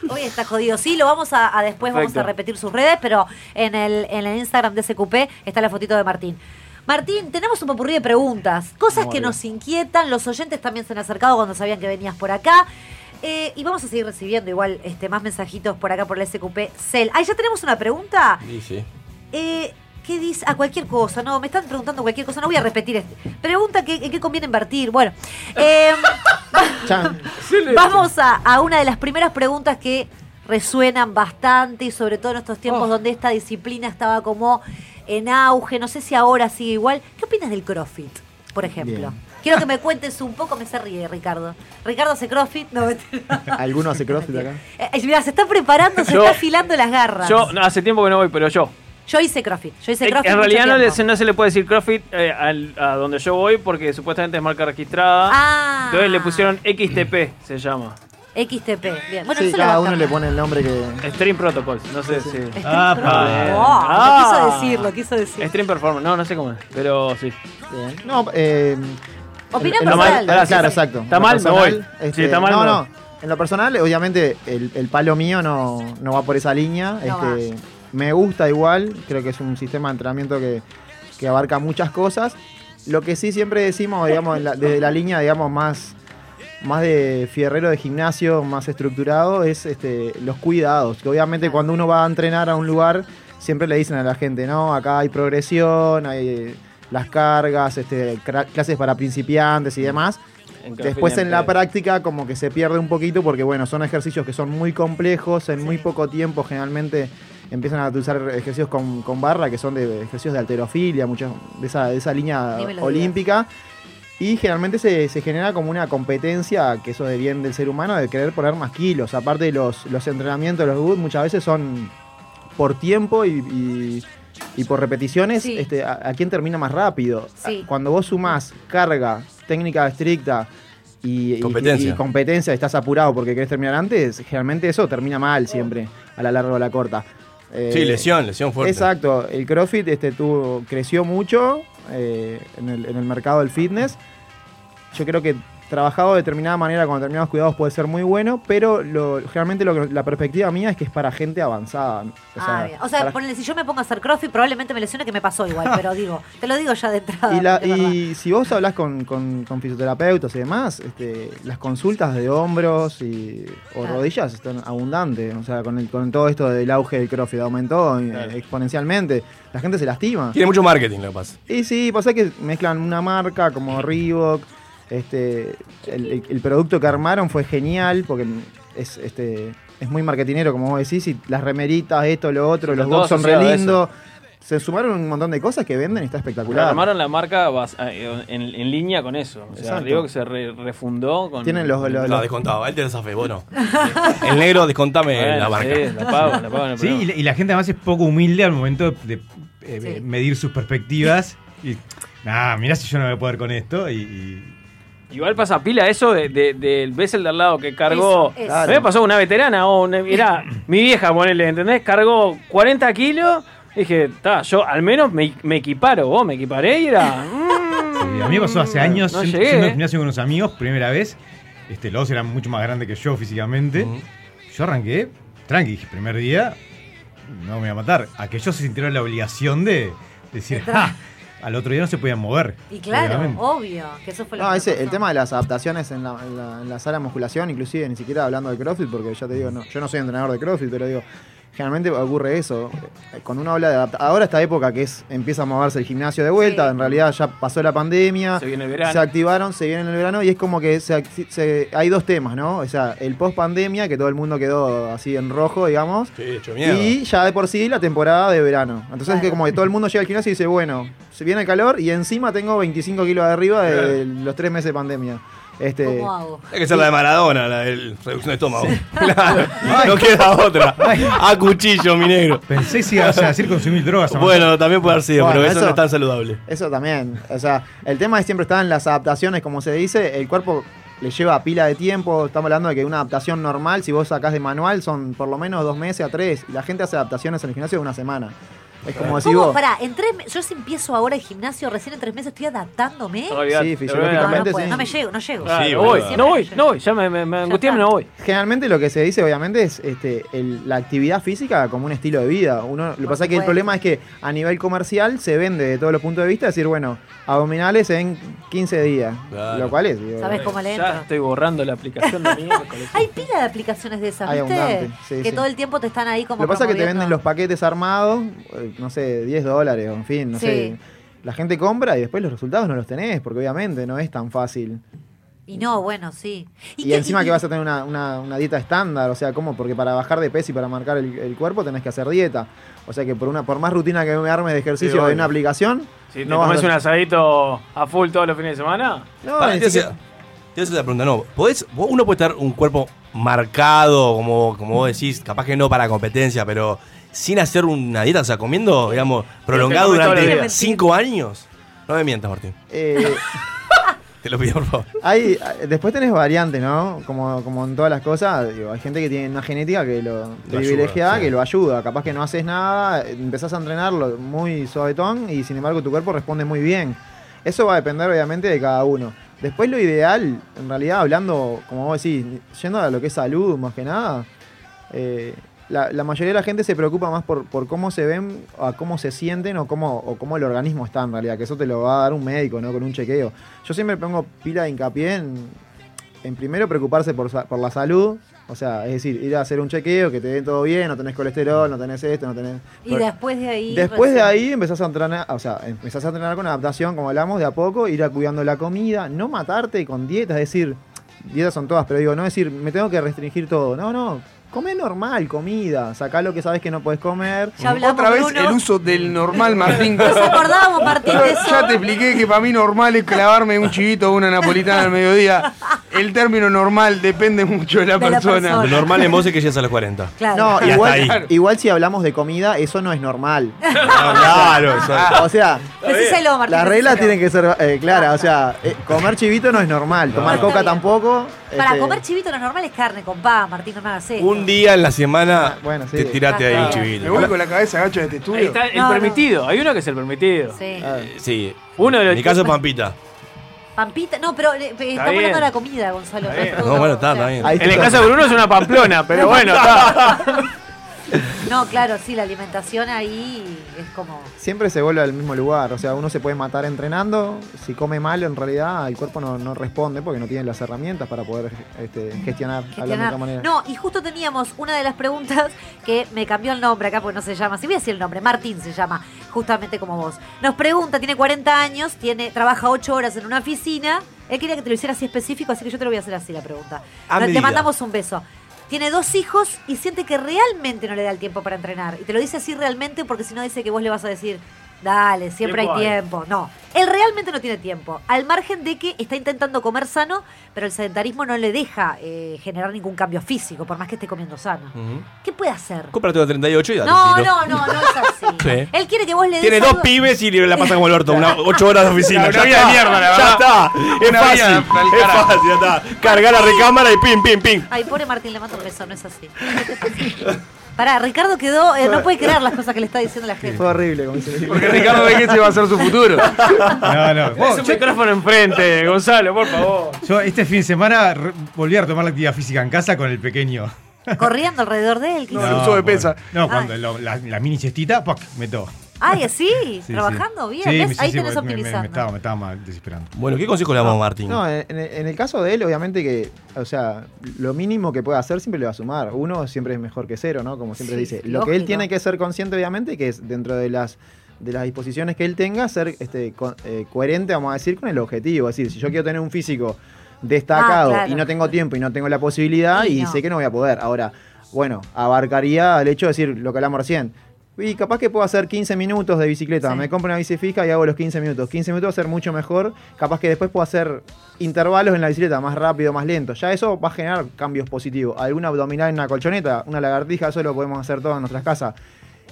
E: Hoy está jodido. Sí, lo vamos a, a después vamos
D: Perfecto.
E: a repetir sus redes, pero en el, en el Instagram de SQP está la fotito de Martín. Martín, tenemos un popurrí de preguntas, cosas
Q: Muy
E: que
Q: bien.
E: nos inquietan. Los oyentes también se han acercado cuando sabían que venías por acá. Eh, y vamos a seguir recibiendo igual este, más mensajitos por acá por la SQP Cell. Ay, ya tenemos una pregunta.
B: Sí, sí.
E: Eh, ¿Qué dice? A cualquier cosa, no, me están preguntando cualquier cosa, no voy a repetir este. Pregunta que, en qué conviene invertir. Bueno, eh, vamos a, a una de las primeras preguntas que resuenan bastante y sobre todo en estos tiempos
T: Oh.
E: donde esta disciplina estaba como en auge, no sé si ahora sigue igual. ¿Qué opinas del CrossFit, por ejemplo?
T: Bien.
E: Quiero que me cuentes un poco, me se ríe Ricardo. Ricardo hace CrossFit, no, mentira.
T: ¿Alguno hace crossfit acá?
E: Eh, mirá, se está preparando, se
C: Yo-
E: está afilando las garras.
C: Yo, no, hace tiempo que no voy, pero yo.
E: Yo hice CrossFit, yo hice
C: Eh,
E: CrossFit.
C: en
E: mucho
C: realidad no,
E: tiempo.
C: le- no se le puede decir CrossFit eh, al- a donde yo voy porque supuestamente es marca registrada.
B: Ah.
C: Entonces le pusieron XTP, se llama.
E: XTP. Bien. Bueno,
T: sí,
E: eso lo
T: cada
E: bancamos.
T: uno le pone el nombre que.
C: Stream Protocols, no sé si.
E: Ah,
C: Ah.
E: Wow, Lo quiso decir, lo quiso decir.
C: Stream Performance, no, no sé cómo es, pero sí.
T: No, eh.
E: Opinión
T: en lo
E: personal.
T: mal- ah,
E: Sí, sí.
T: claro, exacto.
C: Está
T: En lo
C: mal, me
T: personal, este,
C: voy. Si está mal,
T: no,
C: me
T: no.
C: voy.
T: En lo personal, obviamente, el, el palo mío no, no va por esa línea.
E: No
T: Este, me gusta igual. Creo que es un sistema de entrenamiento que, que abarca muchas cosas. Lo que sí siempre decimos, digamos, en la- desde la línea, digamos, más, más de fierrero de gimnasio, más estructurado, es este, los cuidados. Que obviamente cuando uno va a entrenar a un lugar, siempre le dicen a la gente, no, acá hay progresión, hay eh, las cargas, este, cra- clases para principiantes y demás. Después en la práctica como que se pierde un poquito porque bueno, son ejercicios que son muy complejos, en muy poco tiempo generalmente empiezan a utilizar ejercicios con, con barra, que son de ejercicios de alterofilia, muchas de esa, de esa línea
E: Ni me lo
T: olímpica. Y generalmente se, se genera como una competencia, que eso de bien del ser humano, de querer poner más kilos. Aparte los, los entrenamientos, los good muchas veces son por tiempo y, y- y por repeticiones, este, a, a quién termina más rápido.
E: Sí.
T: A- Cuando vos sumás carga, técnica estricta y, y-
B: Competencia.
T: y competencia, estás apurado porque querés terminar antes, generalmente eso termina mal siempre, a la larga o a la corta. Eh,
B: Sí, lesión, lesión fuerte.
T: Exacto, el CrossFit este, tuvo, creció mucho eh, en, el, en el mercado del fitness. Yo creo que trabajado de determinada manera con determinados cuidados puede ser muy bueno, pero lo, generalmente lo que- la perspectiva mía es que es para gente avanzada. O sea,
E: Ah, bien. O sea,
T: para-
E: ponele, si yo me pongo a hacer crossfit, probablemente me lesione que me pasó igual, pero digo, te lo digo ya de entrada.
T: Y, la-
E: de Ah, verdad.
T: y si vos hablas con, con- con fisioterapeutas y demás, este, las consultas de hombros y, o
E: Claro.
T: rodillas están abundantes. O sea, con, el- con todo esto del auge del CrossFit aumentó eh, exponencialmente. La gente se lastima.
B: Tiene mucho marketing lo que pasa.
T: Y sí, pasa que mezclan una marca como Reebok. Este, el, el producto que armaron fue genial porque es, este, es muy marketinero, como vos decís. Y las remeritas, esto, lo otro,
C: Sí,
T: los
C: está
T: box
C: todo
T: son re
C: asociado a
T: lindos. Se sumaron un montón de cosas que venden y está espectacular.
C: Armaron la marca bas- eh, en, en línea con eso. O sea,
T: Exacto.
C: digo que se re- refundó con.
T: Tienen los- los-
B: No, descontaba, él te lo zafé, vos no. El negro, descontame
C: Bueno,
B: la marca.
C: sí, la pago, la pago, la
F: Sí,
C: pago.
F: y la, y la gente además es poco humilde al momento de, de, eh, medir sus perspectivas. Y, ah, mirá si yo no voy a poder con esto. Y, y-
C: Igual pasa pila eso de, de- del ves el de al lado que cargó.
F: Eso, eso.
C: A mí me pasó con una veterana o una, mirá, mi vieja, ponele, ¿entendés? Cargó 40 kilos. Dije, ta, yo al menos me, me equiparo, vos me equiparé y era. mm,
F: Eh, a mí me pasó hace años,
C: No
F: yendo,
C: llegué,
F: yendo al
C: eh.
F: gimnasio con unos amigos, primera vez. Este, los eran mucho más grandes que yo físicamente.
E: Mm.
F: Yo arranqué, tranqui, dije, primer día, no me voy a matar. Aquellos se sintieron la obligación de decir, ¡ja! Al otro día no se podían mover.
E: Y claro,
F: obviamente.
E: obvio, que eso fue lo
T: No,
E: que
T: ese,
E: pasó.
T: el tema de las adaptaciones en la, en la- en la sala de musculación, inclusive ni siquiera hablando de CrossFit, porque ya te digo, no, yo no soy entrenador de CrossFit, pero digo, generalmente ocurre eso. Eh, Cuando uno habla de adapta- ahora esta época que es empieza a moverse el gimnasio de vuelta, en realidad ya pasó la pandemia,
C: Se viene el verano.
T: se activaron, se viene el verano y es como que se ac- se- hay dos temas, ¿no? O sea, el post pandemia, que todo el mundo quedó así en rojo, digamos,
B: mierda.
T: y ya de por sí la temporada de verano. Entonces que como que todo el mundo llega al gimnasio y dice, bueno, se viene el calor y encima tengo 25 kilos de arriba de los tres meses de pandemia. Este,
E: ¿Cómo hago?
B: Hay que ser la de Maradona, la del reducción de estómago. Claro, no queda otra. A cuchillo, mi negro.
F: Pensé si ibas a decir consumir drogas. Amanda.
B: Bueno, también puede haber sido,
T: Bueno,
B: pero eso,
T: eso-
B: no es tan saludable.
T: Eso también. O sea, el tema es siempre está en las adaptaciones, como se dice, el cuerpo le lleva pila de tiempo. Estamos hablando de que una adaptación normal, si vos sacás de manual, son por lo menos dos meses a tres. Y la gente hace adaptaciones en el gimnasio de una semana. Es como decís
E: ¿Cómo?
T: vos.
E: Pará, en tres me- yo si empiezo ahora el gimnasio, recién en tres meses estoy adaptándome.
C: Todavía-
T: Sí,
E: No, no,
T: fisiológicamente
E: puedo,
T: sí.
E: no me llego, no llego.
C: Claro, no voy, no voy, no voy, ya me, me, me angustié, me no voy.
T: Generalmente lo que se dice, obviamente, es este, el- la actividad física como un estilo de vida. Uno, lo que pasa es que el
E: supuesto.
T: problema es que a nivel comercial se vende de todos los puntos de vista, decir, bueno, abdominales en 15 días. Lo cual es. digo, eh,
E: ¿Sabes cómo le
C: Ya
E: entro?
C: estoy borrando la aplicación de miércoles.
E: Hay pila de aplicaciones de esas,
T: Hay
E: ¿viste?
T: abundante, sí,
E: que
T: sí.
E: todo el tiempo te están ahí como.
T: Lo que pasa es que te
E: promoviendo.
T: venden los paquetes armados, eh, no sé, 10 dólares, o en fin, no
E: Sí.
T: sé. La gente compra y después los resultados no los tenés, porque obviamente no es tan fácil.
E: Y no, bueno, sí.
T: Y, encima que vas a tener una, una- una dieta estándar, o sea, ¿cómo? Porque para bajar de peso y para marcar el, el cuerpo tenés que hacer dieta. O sea que por una por más rutina que me armes de ejercicio
C: Sí,
T: de
C: obvio.
T: una aplicación,
C: Si te
T: no vas
C: comes
T: a-
C: un asadito a full todos los fines de semana,
T: No,
B: Pará,
T: ni
B: te, hace,
T: siquiera-
B: te hace la pregunta, no. ¿podés- vos- uno puede estar un cuerpo marcado, como, como vos decís, capaz que no para competencia, pero sin hacer una dieta, o sea, comiendo, digamos, prolongado
T: comes todos los
B: durante
T: días.
B: cinco años. No me mientas, Martín.
T: eh,
B: Te lo pido, por favor.
T: hay, después tenés variantes, ¿no? Como, como en todas las cosas, digo, hay gente que tiene una genética que lo
B: Lo
T: privilegiada,
B: ayuda, sí.
T: que lo ayuda. Capaz que no haces nada, empezás a entrenarlo muy suavetón y sin embargo tu cuerpo responde muy bien. Eso va a depender obviamente de cada uno. Después lo ideal, en realidad hablando, como vos decís, yendo a lo que es salud más que nada, eh, la, la mayoría de la gente se preocupa más por, por cómo se ven, a cómo se sienten o cómo, o cómo el organismo está en realidad, que eso te lo va a dar un médico, ¿no? Con un chequeo. Yo siempre pongo pila de hincapié en, en primero preocuparse por, sa- por la salud, o sea, es decir, ir a hacer un chequeo, que te den todo bien, no tenés colesterol, no tenés esto, no tenés...
E: Y después de ahí.
T: Después de
E: recién-
T: ahí empezás a entrenar, o sea, empezás a entrenar con adaptación, como hablamos, de a poco, ir a cuidando la comida, no matarte con dietas, es decir, dietas son todas, pero digo, no decir, me tengo que restringir todo, no, no, come normal, comida, sacá lo que sabes que no podés comer.
E: Ya hablamos,
D: Otra vez
E: Bruno.
D: el uso del normal, Martín.
E: Nos acordábamos, Martín, de eso.
D: Ya te expliqué que para mí normal es clavarme un chivito o una napolitana al mediodía. El término normal depende mucho de la,
E: De la persona.
B: Lo normal en vos es que llegas a los 40.
T: No,
B: Y hasta ahí.
T: igual, igual si hablamos de comida, eso no es normal.
B: No, claro, eso-
T: O sea,
E: Decíselo, Martín.
T: las reglas
E: decíselo.
T: tienen que ser eh, claras, o sea, eh, comer chivito no es normal, tomar coca tampoco.
E: Para
T: este,
E: comer chivito lo normal es carne con pan, Martín, no me hagas eso.
B: Un día en la
C: Ah,
B: semana
T: bueno, sí.
B: te tirate ahí un
D: Me
B: chivito.
D: voy con la cabeza gacha de este estudio.
C: ahí está el
E: No, no.
C: permitido. Hay uno que es el permitido.
E: Sí.
B: Ah,
T: Ah.
B: Sí.
C: Uno de los
B: En mi caso es Pampita.
E: Pampita. No, pero eh, estamos
C: bien.
E: hablando de la comida, Gonzalo. no es todo.
B: No, bueno, está, está bien.
T: Ahí
C: En el caso de Bruno es una pamplona, pero bueno, está.
E: No, claro, sí, la alimentación ahí es como.
T: siempre se vuelve al mismo lugar. O sea, uno se puede matar entrenando. Si come mal, en realidad el cuerpo no, no responde porque no tiene las herramientas para poder este, gestionar, hablar de
E: gestionar.
T: otra manera.
E: No, y justo teníamos una de las preguntas que me cambió el nombre acá porque no se llama. Si voy a decir el nombre, Martín se llama, justamente como vos. Nos pregunta, tiene 40 años, tiene, trabaja 8 horas en una oficina. Él quería que te lo hiciera así específico, así que yo te lo voy a hacer así la pregunta.
T: Ah,
B: A
E: Le- Te
B: medida.
E: mandamos un beso. Tiene dos hijos y siente que realmente no le da el tiempo para entrenar. Y te lo dice así realmente porque si no dice que vos le vas a decir, dale, siempre hay
C: Tiempo hay".
E: tiempo. No, él realmente no tiene tiempo. Al margen de que está intentando comer sano, pero el sedentarismo no le deja eh, generar ningún cambio físico, por más que esté comiendo sano.
B: Ujú.
E: ¿Qué puede hacer?
B: Cómprate una 38 y dale.
E: No,
B: un tiro.
E: no, no, no es así.
B: Sí.
E: Él quiere que vos le des
B: Tiene dos
E: algo-
B: pibes y la pasa como el orto. Una, ocho horas de oficina.
D: Una
B: ya
D: vida
B: está.
D: de mierda, la
B: Ya
D: verdad.
B: está. Es
D: Una
B: fácil.
D: vida para el
B: Es
D: carajo.
B: fácil, ya está. Cargar la recámara y pim, pim, pim.
E: Ay, pobre Martín, le mando un beso, no es así. Pará, Ricardo quedó. eh, no puede creer las cosas que le está diciendo la gente.
T: Fue horrible. Como
D: Porque Ricardo ve que ese va a ser su futuro.
F: No, no.
C: Ese micrófono enfrente, Gonzalo, por favor.
F: Yo este fin de semana re- volví a retomar la actividad física en casa con el pequeño.
E: Corriendo alrededor de Ah. él. ¿qué hizo?
F: pesa. No,
E: Ay.
F: cuando lo- la, la mini chestita, ¡pac! meto.
E: Ay, así,
F: Sí,
E: trabajando
F: sí.
E: bien.
F: Sí,
E: ¿ves?
F: sí,
E: Ahí
F: sí,
E: tenés
F: me- me- Me,
E: optimizando.
F: estaba, me estaba mal desesperando.
B: Bueno, ¿qué consejo le damos a Martín?
T: No, en, en- en el caso de él, obviamente que, o sea, lo mínimo que pueda hacer siempre le va a sumar. Uno siempre es mejor que cero, ¿no? Como siempre
M: Sí,
T: dice. Lo que él
M: lógico.
T: tiene que ser consciente, obviamente, que es dentro de las de las disposiciones que él tenga, ser este, co- eh, coherente, vamos a decir, con el objetivo. Es decir, si yo quiero tener un físico destacado
M: Ah, claro.
T: y no tengo tiempo y no tengo la posibilidad
M: Y
T: y,
M: no.
T: sé que no voy a poder. Ahora, bueno, abarcaría el hecho de decir lo que hablamos recién. Y capaz que puedo hacer 15 minutos de bicicleta. Me compro una bici fija y hago los 15 minutos. 15 minutos va a ser mucho mejor. Capaz que después puedo hacer intervalos en la bicicleta, más rápido, más lento. Ya eso va a generar cambios positivos. Alguna abdominal en una colchoneta, una lagartija, eso lo podemos hacer todos en nuestras casas.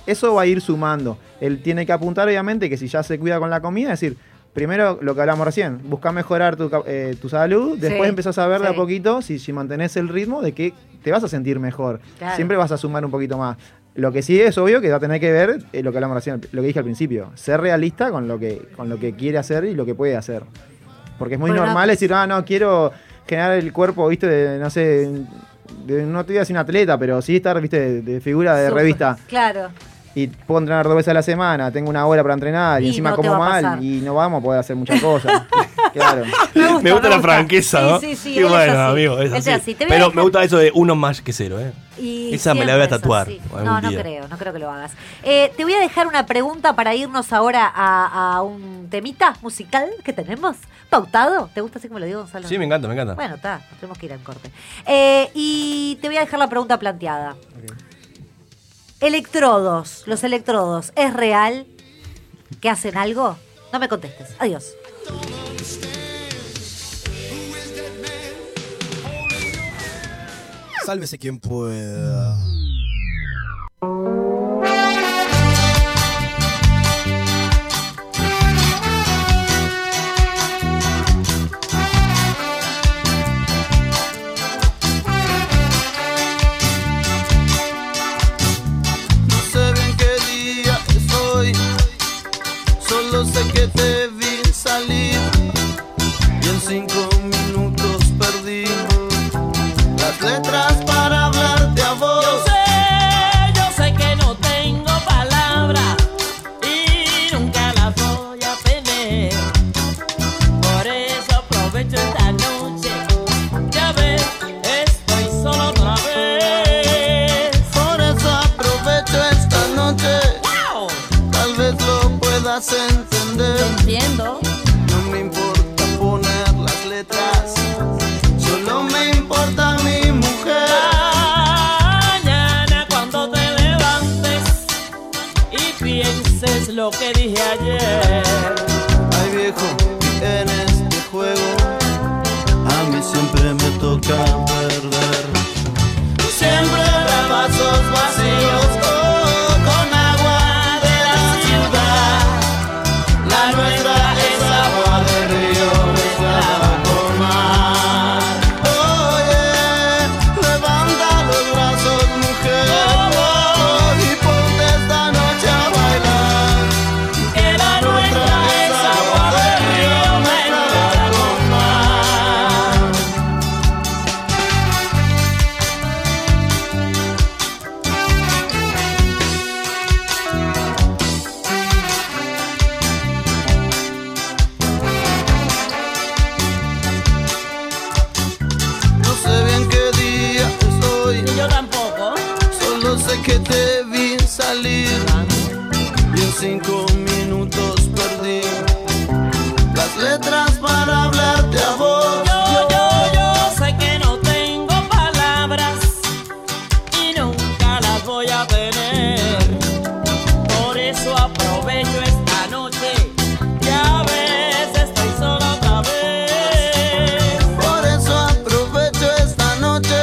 T: Eso va a ir sumando. Él tiene que apuntar, obviamente, que si ya se cuida con la comida, es decir, primero lo que hablamos recién, busca mejorar tu, cap- eh, tu salud, después
M: Sí,
T: empezás a ver de a
M: sí.
T: poquito, si, si mantenés el ritmo, de que te vas a sentir mejor.
M: Claro.
T: Siempre vas a sumar un poquito más. Lo que sí es obvio que va a tener que ver eh, lo que hablamos recién, lo que dije al principio, ser realista con lo que, con lo que quiere hacer y lo que puede hacer. Porque es muy
M: Bueno,
T: normal decir, ah, no, quiero generar el cuerpo, viste, de, no sé, de- no te voy a decir un atleta, pero sí estar, viste, de, de figura de
E: Súper.
T: revista
E: Claro.
T: y puedo entrenar dos veces a la semana, tengo una hora para entrenar y,
E: Y
T: encima
E: no te
T: como
E: va a
T: mal
E: pasar.
T: y no vamos a poder hacer muchas cosas. claro.
B: Me gusta, la franqueza,
E: Sí,
B: ¿no?
E: sí, sí,
B: Y
E: él es
B: bueno,
E: así.
B: amigo, es
E: Él es
B: así.
E: así. Te voy a
B: Pero
E: dejar-
B: me gusta eso de uno más que cero, ¿eh?
E: Y
B: Esa me
E: siempre
B: la voy a
E: es
B: tatuar.
E: así.
B: algún
E: No, no
B: día.
E: creo, no creo que lo hagas. Eh, te voy a dejar una pregunta para irnos ahora a, a un temita musical que tenemos. Pautado. ¿Te gusta así como lo digo, Gonzalo?
B: Sí, me encanta, me encanta.
E: Bueno, está, nos tenemos que ir al corte. Eh, y te voy a dejar la pregunta planteada. Electrodos, los electrodos, ¿es real que hacen algo? No me contestes. Adiós.
H: Sálvese quien pueda.
I: No sé bien qué día es hoy, solo sé que te vi salir y en cinco minutos perdí las letras para hablarte a vos. Yo sé, Eh, yo sé que no tengo palabras y nunca las voy a tener, por eso aprovecho esta noche. Ya ves, estoy solo otra vez. Por eso aprovecho esta noche. Tal vez lo puedas entender. entiendo. No me importa poner las letras. Solo me importa mi mujer. Mañana cuando te levantes y pienses lo que dije ayer. Ay viejo, en este juego a mí siempre me toca perder. Siempre de vasos vacíos oh, con agua de la ciudad. La nuestra es agua de río mezclada con mar. Oye, levanta los brazos, mujer, y ponte esta noche a bailar. Que la nuestra es agua de río mezclada con mar. No sé bien qué día es hoy. Y yo tampoco. Solo sé que te vi salir. Y en cinco minutos perdí las letras para hablarte a vos. Yo, yo, yo sé que no tengo palabras. Y nunca las voy a tener. Por eso aprovecho esta noche. Ya ves, estoy solo otra vez. Por eso aprovecho esta noche.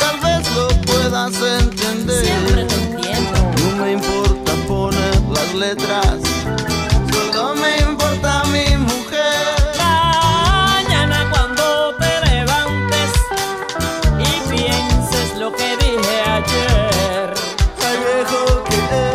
I: Tal vez lo puedas entender. Siempre te entiendo. No me importa poner las letras. Solo me importa mi mujer. Mañana cuando te levantes y pienses lo que dije ayer. este Oh,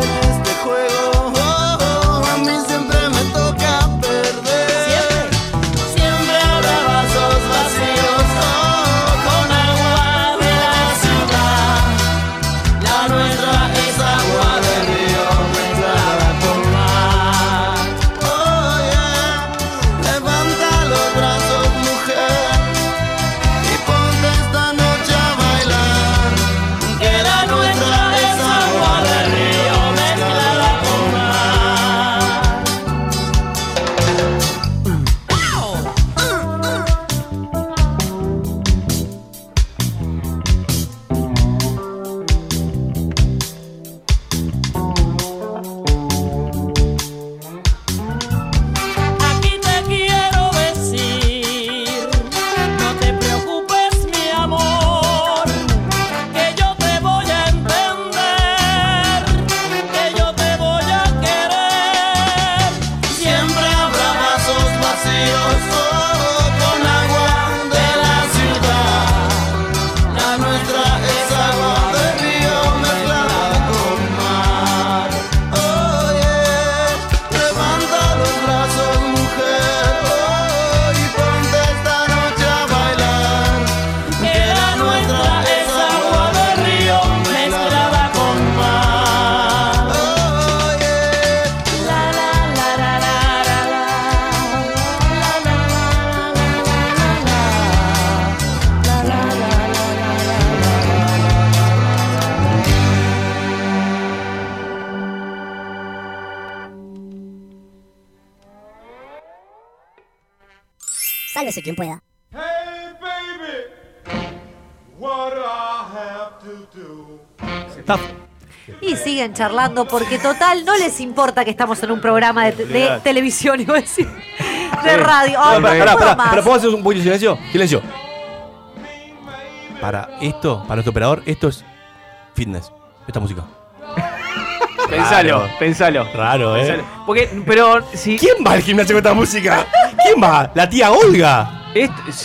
U: Sálvese quien pueda.
E: Y siguen charlando porque total no les importa que estamos en un programa de, de televisión, iba a decir. De radio. Ay,
B: No, pará,
E: no
B: pará,
E: puedo
B: pará,
E: más.
B: pará, ¿puedo hacer un poquito de silencio? Silencio. Para esto, para nuestro operador, esto es fitness. Esta música.
C: Pensalo,
B: Raro.
C: pensalo.
B: Raro, eh.
C: Pensalo. Porque, pero si.
B: ¿Quién va al gimnasio con esta música? ¿Quién va? ¿La tía Olga?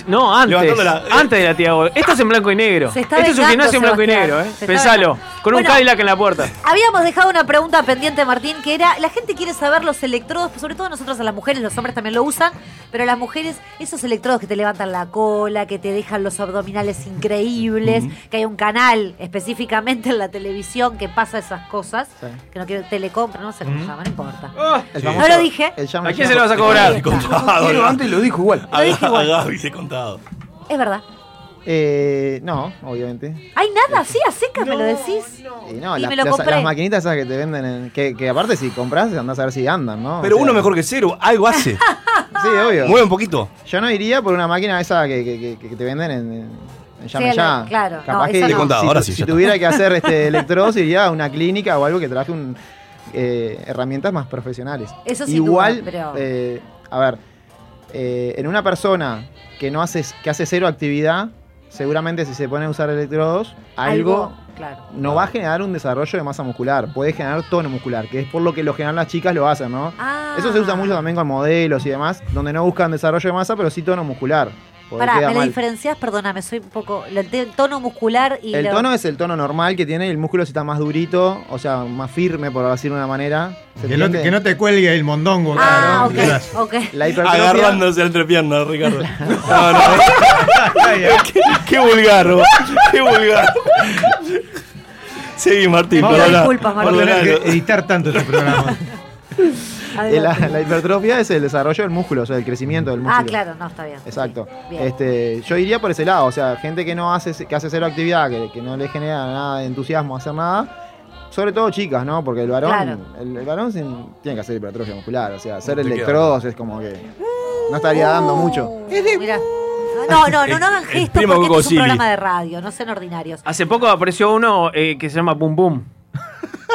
C: no, antes.
B: Levantando la- eh.
C: Antes de la tía Olga. Esto es en blanco y negro.
E: Se está
C: Esto es un
E: vengando,
C: gimnasio en blanco y
E: Sebastián.
C: negro, eh.
E: Se está
C: Pensalo.
E: vengando.
C: Con un
E: Bueno.
C: Cadillac en la puerta.
E: Habíamos dejado una pregunta pendiente, Martín, que era, la gente quiere saber los electrodos, pues, sobre todo nosotros a las mujeres, los hombres también lo usan, pero las mujeres, esos electrodos que te levantan la cola, que te dejan los abdominales increíbles, que hay un canal específicamente en la televisión que pasa esas cosas,
T: Sí.
E: que no quiero telecompra, no sé cómo se llama, no importa.
T: El
E: Ah. No lo dije.
T: el llama-
C: ¿A quién se lo vas a cobrar?
T: El
B: contado,
T: Pero
B: ¿no?
T: antes lo dijo igual.
B: A, a Gaby se contado.
E: Es verdad.
T: Eh, no, obviamente.
E: Hay nada así, a seca me lo decís.
T: Y no,
E: Y
T: las,
E: me lo
T: las-
E: compré.
T: las maquinitas esas que te venden, en- que, que aparte si compras andás a ver si andan, ¿no?
B: Pero
T: O sea,
B: uno mejor que cero, algo hace.
T: Sí, obvio.
B: Mueve un poquito.
T: Yo no iría por una máquina esa que, que- que- que te venden en, en en Llame
E: Sí,
T: Ya.
E: claro, no,
T: Capaz
E: esa
T: que
E: no. Te contaba,
T: si,
B: ahora
T: tu-
B: sí,
T: si
B: ya está.
T: tuviera que hacer este electrodos iría a una clínica o algo que traje un, eh, herramientas más profesionales.
E: Eso sin
T: Igual,
E: duda, pero-
T: eh, a ver, eh, en una persona que no hace, que hace cero actividad, seguramente si se pone a usar electrodos, algo
E: claro.
T: no va a generar un desarrollo de masa muscular, puede generar tono muscular, que es por lo que lo general las chicas lo hacen, ¿no?
E: Ah.
T: Eso se usa mucho también con modelos y demás, donde no buscan desarrollo de masa, pero sí tono muscular. porque
E: Pará,
T: queda
E: ¿me la
T: mal.
E: diferencias? Perdóname, soy un poco... El te- tono muscular y...
T: El
E: lo-
T: tono es el tono normal que tiene, y el músculo si está más durito, o sea, más firme, por decirlo de una manera. ¿Se
F: Que no, te,
T: entiende?
F: que no te cuelgue el mondongo.
E: Ah,
F: claro.
E: ok, ok.
T: La hipertrofia-
B: Agarrándose entre piernas, Ricardo. No, no. qué, qué vulgar, vos. qué vulgar. Seguí, Martín,
F: Vamos a
B: perdona.
F: disculpas, Martín.
B: Perdona,
F: Vamos a tener
B: no.
F: que editar tanto este programa.
T: Eh, La, la hipertrofia es el desarrollo del músculo, o sea, el crecimiento del músculo.
E: Ah, claro, no, está bien.
T: Exacto.
E: Bien.
T: Este, yo iría por ese lado, o sea, gente que no hace, que hace cero actividad, que, que no le genera nada de entusiasmo hacer nada. Sobre todo chicas, ¿no? Porque el varón,
E: Claro.
T: el, el varón sin- tiene que hacer hipertrofia muscular, o sea, hacer
B: Te queda.
T: electrodos es como que no estaría dando mucho.
E: Mirá. No, no, no, no hagan
C: El
E: gestos
C: primo
E: porque esto es un
C: Gocili.
E: programa de radio, no sean ordinarios.
C: Hace poco apareció uno eh, que se llama Boom Boom.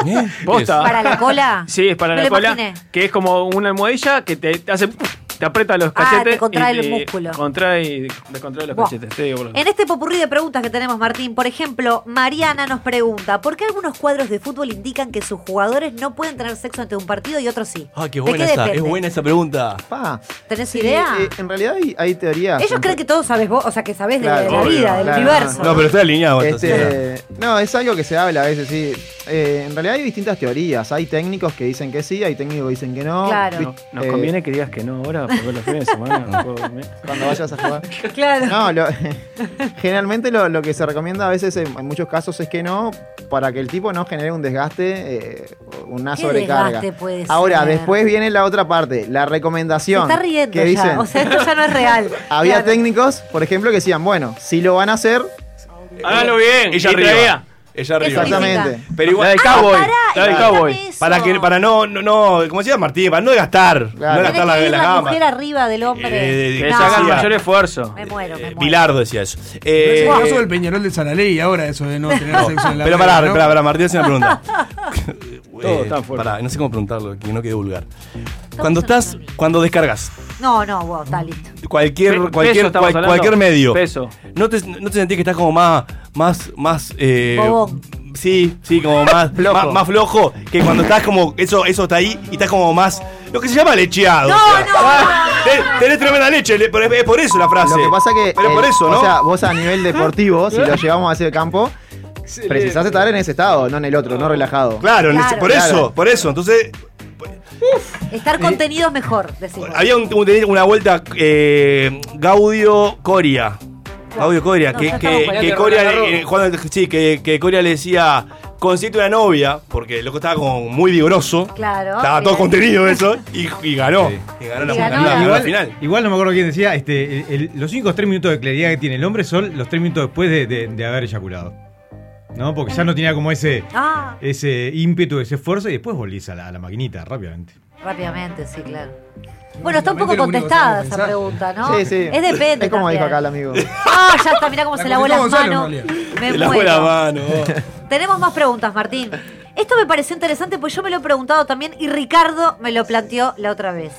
D: ¿Eh?
C: Posta.
E: ¿Para la cola?
C: Sí, es para la
E: Me lo
C: cola.
E: imaginé.
C: Que es como una almohadilla que te, te hace. Te aprieta los
E: Ah,
C: cachetes.
E: te contrae
C: y
E: el músculo.
C: Contrae y descontrae los
E: Buah.
C: cachetes. Te digo, boludo.
E: En este popurrí de preguntas que tenemos, Martín, por ejemplo, Mariana nos pregunta: ¿Por qué algunos cuadros de fútbol indican que sus jugadores no pueden tener sexo ante un partido y otros sí?
B: Ah, qué
E: ¿De
B: buena
E: qué
B: esa. Es
E: depende?
B: buena esa pregunta.
T: Pa.
E: ¿Tenés
T: Sí,
E: idea?
T: eh, en realidad hay, hay teorías.
E: Ellos
T: en-
E: creen que todo sabes vos, o sea, que sabes de la- de, la,
T: Claro,
E: vida,
T: obvio,
E: del
T: claro.
E: universo.
B: No, pero está alineado.
T: Este, no, es algo que se habla a veces, sí. Eh, en realidad hay distintas teorías. Hay técnicos que dicen que sí, hay técnicos que dicen que no.
E: Claro.
T: Vi-
E: No-
C: Nos
T: eh,
C: conviene que digas que no ahora, porque los fines de semana no puedo dormir.
T: Cuando vayas a jugar.
E: Claro.
T: No, lo- generalmente lo, lo que se recomienda a veces en, en muchos casos es que no, para que el tipo no genere un desgaste, eh, una
E: ¿Qué
T: sobrecarga.
E: desgaste puede
T: Ahora,
E: ser?
T: después viene la otra parte, la
E: Se
T: recomendación.
E: está riendo
T: que
E: ya.
T: dicen,
E: O sea, esto ya no es real.
T: había
E: Claro.
T: técnicos, por ejemplo, que decían, bueno, si lo van a hacer,
C: Hágalo bien.
B: Eh, Ella
C: y
B: arriba.
C: traía.
B: Ella arriba.
T: Exactamente.
B: Pero igual. Ah,
C: La del cowboy. la del
B: Claro.
C: cowboy.
B: Para, que, para no, no, no, como decía Martín, para no gastar. No
E: Tiene
B: gastar la,
E: que ir
B: la
E: la
B: gama.
E: mujer arriba del hombre.
B: Eh,
C: Que
B: no.
C: se haga el
B: Sí,
C: mayor
B: ah.
C: esfuerzo.
E: me muero, me muero.
B: Bilardo decía eso. Eh,
D: es el caso del Peñarol de Saraley ahora, eso de no tener sexo en la
B: pero
D: verga,
B: pará,
D: ¿no?
B: pará, pará, Martín hace una pregunta.
D: Todo
B: Eh,
D: tan fuerte.
B: pará, no sé cómo preguntarlo, que no quede vulgar. Cuando estás, cuando descargas
E: No, no, vos, está listo.
B: cualquier,
C: Pe- peso
B: cualquier,
C: estamos
B: cual-
C: hablando.
B: cualquier medio,
C: Peso.
B: ¿no te, no te sentís que estás como más, más, más, eh,
C: Bobón.
B: sí, sí, como más, más, más flojo que cuando estás como, eso, eso está ahí y estás como más, lo que se llama lecheado.
E: No,
B: o sea.
E: no, no,
B: Te- Tenés tremenda leche, le- pero es, es por eso la frase.
T: Lo que pasa que.
B: Pero
T: eh,
B: por eso, ¿no?
T: O sea, vos a nivel deportivo, si lo llevamos hacia el campo, precisás estar en ese estado, no en el otro, no relajado.
B: Claro, en ese-
E: Claro.
B: por eso, por eso. Entonces,
E: Estar contenido es mejor, decimos.
B: había un- un- una vuelta eh, Gaudio Coria. Gaudio Coria,
E: No,
B: que,
E: ya
B: que-
E: estamos
B: que
E: poniendo
B: Coria,
E: la
B: le-
E: ropa.
B: eh, Juan- sí, que, que Coria le decía, consiste una novia, porque el loco estaba como muy vigoroso.
E: Claro.
B: Estaba todo
E: bien.
B: contenido eso y, y ganó. Y ganó la,
E: Y ganó
B: la-
E: la-
B: la
F: Igual,
B: final.
F: igual no me acuerdo quién decía, este, el- el- los únicos tres minutos de claridad que tiene el hombre son los tres minutos después de, de- de haber eyaculado. ¿No? Porque ya no tenía como ese,
E: Ah,
F: ese ímpetu, ese esfuerzo y después volvís a la, a la maquinita rápidamente.
E: Rápidamente, sí, claro. Bueno, está un poco
T: Realmente lo único que
E: contestada
T: sabemos
E: esa pregunta,
T: pensar.
E: ¿no?
T: Sí, sí.
E: Es depende.
T: Es como
E: también.
T: dijo acá el amigo.
E: Ah, ya está, mirá cómo se
T: La
E: lavó las
T: contestó Gonzalo,
E: manos.
T: en realidad.
E: Me
T: Se lavó
E: muero.
T: la mano.
E: Tenemos más preguntas, Martín. Esto me pareció interesante porque yo me lo he preguntado también y Ricardo me lo planteó la otra vez.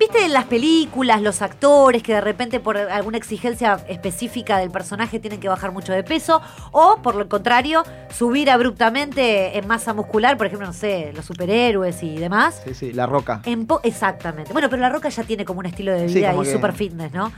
E: ¿Viste en las películas, los actores que de repente por alguna exigencia específica del personaje tienen que bajar mucho de peso? O por lo contrario, subir abruptamente en masa muscular, por ejemplo, no sé, los superhéroes y demás.
T: Sí, sí, la roca.
E: En po- Exactamente. Bueno, pero La Roca ya tiene como un estilo de
T: Sí,
E: vida
T: como
E: y
T: que-
E: super fitness, ¿no?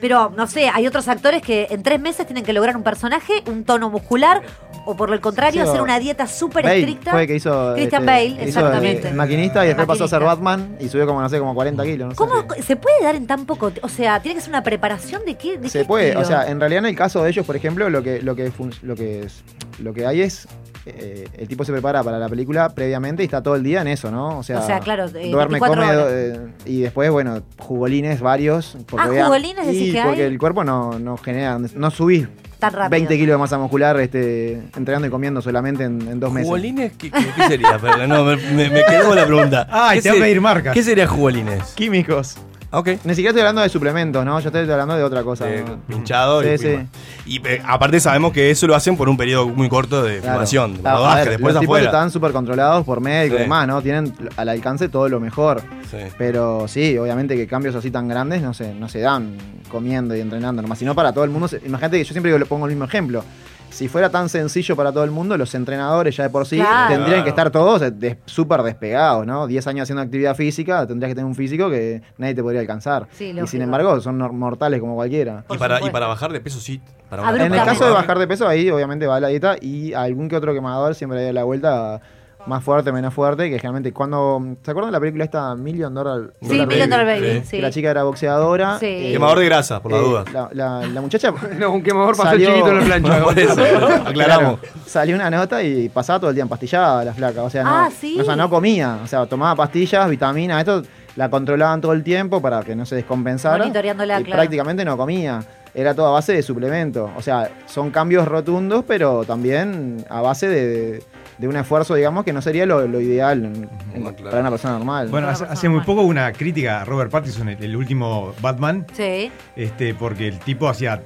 E: Pero, no sé, hay otros actores que en tres meses tienen que lograr un personaje, un tono muscular, o por el contrario,
T: Sí, o-
E: hacer una dieta súper
T: Bale
E: estricta.
T: fue el que hizo.
E: Christian
T: este,
E: Bale,
T: hizo
E: exactamente.
T: el maquinista y después pasó a ser
E: Maquinista.
T: Batman y subió como, no sé, como 40 kilos. No sé.
E: ¿Cómo se puede dar en tan poco tiempo? O sea, tiene que ser una preparación de qué. de
T: Se
E: qué
T: puede,
E: estilo?
T: o sea, en realidad en el caso de ellos, por ejemplo, lo que, lo que, fun- lo que, es- lo que hay es. eh, el tipo se prepara para la película previamente y está todo el día en eso, ¿no? O sea,
E: O sea, claro, eh,
T: duerme,
E: 24
T: come
E: horas.
T: do- eh, y después, bueno, jugolines varios.
E: Ah,
T: vean-
E: jugolines decís
T: y
E: que hay.
T: Porque el cuerpo no, no genera, no subís
E: Tan rápido.
T: 20 kilos de masa muscular este, entrenando y comiendo solamente en, en dos meses.
B: ¿Jugolines? ¿Qué, qué- qué sería? Perdón, no, me, me- Eh, me quedé con la pregunta.
T: Ay,
B: ¿Qué
T: te va a
B: se-
T: pedir marcas.
B: ¿Qué sería jugolines?
T: Químicos.
B: Ok.
T: Ni siquiera estoy hablando de suplementos, ¿no? Yo estoy hablando de otra cosa. ¿no?
B: Pinchado
T: Sí,
B: y
T: sí.
B: fuma. Y eh, aparte sabemos que eso lo hacen por un periodo muy corto de
T: Claro.
B: formación.
T: Claro, a ver,
B: después
T: los tipos
B: afuera.
T: están súper controlados por médicos
B: Sí.
T: y demás, ¿no? Tienen al alcance todo lo mejor.
B: Sí.
T: Pero sí, obviamente que cambios así tan grandes no se, no se dan comiendo y entrenando nomás, sino para todo el mundo. Se- Imagínate que yo siempre le pongo el mismo ejemplo. Si fuera tan sencillo para todo el mundo, los entrenadores ya de por sí
E: Claro.
T: tendrían que
B: Claro.
T: estar todos eh, des- súper despegados, ¿no? 10 años haciendo actividad física, tendrías que tener un físico que nadie te podría alcanzar.
E: Sí,
T: y sin
E: lógico.
T: embargo, son nor- mortales como cualquiera.
B: Y para, y para bajar de peso, sí. Para bajar de
T: Ah, En el
B: peso.
T: caso de bajar de peso, ahí obviamente va la dieta y algún que otro quemador siempre da la vuelta más fuerte, menos fuerte, que generalmente cuando... ¿Se acuerdan de la película esta Million Dollar
E: Sí, Million Dollar Baby, sí.
T: Que La chica era boxeadora. eh,
E: Sí.
B: Quemador de grasa, por la duda.
T: La, la- la muchacha...
D: No, un quemador pasó chiquito en la plancha.
B: Por eso, aclaramos.
T: Claro, salió una nota y pasaba todo el día empastillada la flaca. O sea, no,
E: Ah, sí.
T: o sea, no comía. O sea, tomaba pastillas, vitaminas, esto la controlaban todo el tiempo para que no se descompensara.
E: Monitoreándola,
T: y
E: claro.
T: prácticamente no comía. Era todo a base de suplemento. O sea, son cambios rotundos, pero también a base de, de un esfuerzo, digamos, que no sería lo, lo ideal en- en- para una persona normal.
F: Bueno, hace, hace muy poco hubo una crítica a Robert Pattinson, el, el último Batman,
E: Sí.
F: este, porque el tipo hacía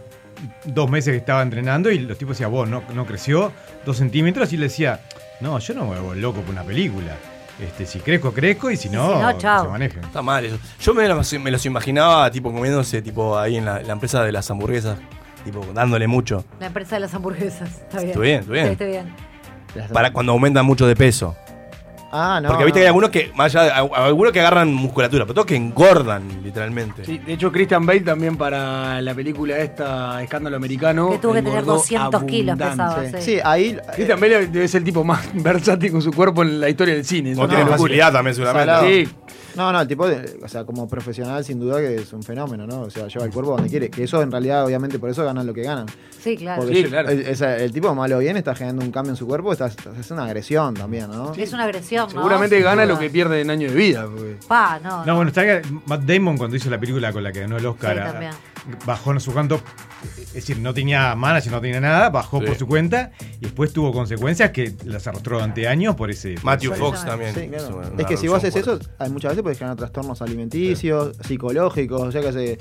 F: dos meses que estaba entrenando y los tipos decían, vos no, no creció dos centímetros y le decía, no, yo no me vuelvo loco por una película. Este, si crezco, crezco y si no, que se manejen.
B: Está mal eso. Yo me los, me los imaginaba tipo comiéndose tipo ahí en la, la empresa de las hamburguesas, tipo dándole mucho.
E: La empresa de las hamburguesas. Está bien.
B: Estuvo bien, estuvo bien.
E: Sí, está bien.
B: Para cuando aumentan mucho de peso.
T: Ah, no.
B: Porque viste
T: no.
B: que hay algunos que, más allá, de- algunos que agarran musculatura, pero todos que engordan, literalmente.
D: Sí, de hecho, Christian Bale también para la película esta, Escándalo Americano.
E: Que tuvo que tener
D: engordó
E: 200 kilos
D: abundante.
E: pesaba, sí.
T: Sí, ahí.
D: Christian Bale debe ser el tipo más versátil con su cuerpo en la historia del cine. Es
B: O
D: una
B: tiene
D: locura.
B: facilidad también, seguramente.
T: Salado.
D: Sí.
T: No, no, el tipo, de- o sea, como profesional sin duda que es un fenómeno, ¿no? O sea, lleva el cuerpo donde quiere. Que eso en realidad, obviamente, por eso ganan lo que ganan.
E: Sí, claro.
T: Porque yo- el, esa- el tipo malo bien está generando un cambio en su cuerpo, está, está- es una agresión también, ¿no?
E: Es una agresión, ¿no?
D: Seguramente
E: Sin
D: gana
E: duda.
D: lo que pierde en año de vida. porque-
E: Pa, no.
F: No, bueno, está Matt Damon cuando hizo la película con la que ganó el Oscar,
E: Sí,
F: a-
E: también.
F: bajó no sé cuánto, es decir, no tenía manager, no tenía nada, bajó por su cuenta y después tuvo consecuencias que las arrastró durante años por ese... por
B: Matthew
F: ese-
B: Fox también.
T: Sí, claro.
B: Es una-
T: Es que si vos haces
B: son
T: eso, hay muchas veces puedes generar trastornos alimenticios, psicológicos, o sea que se,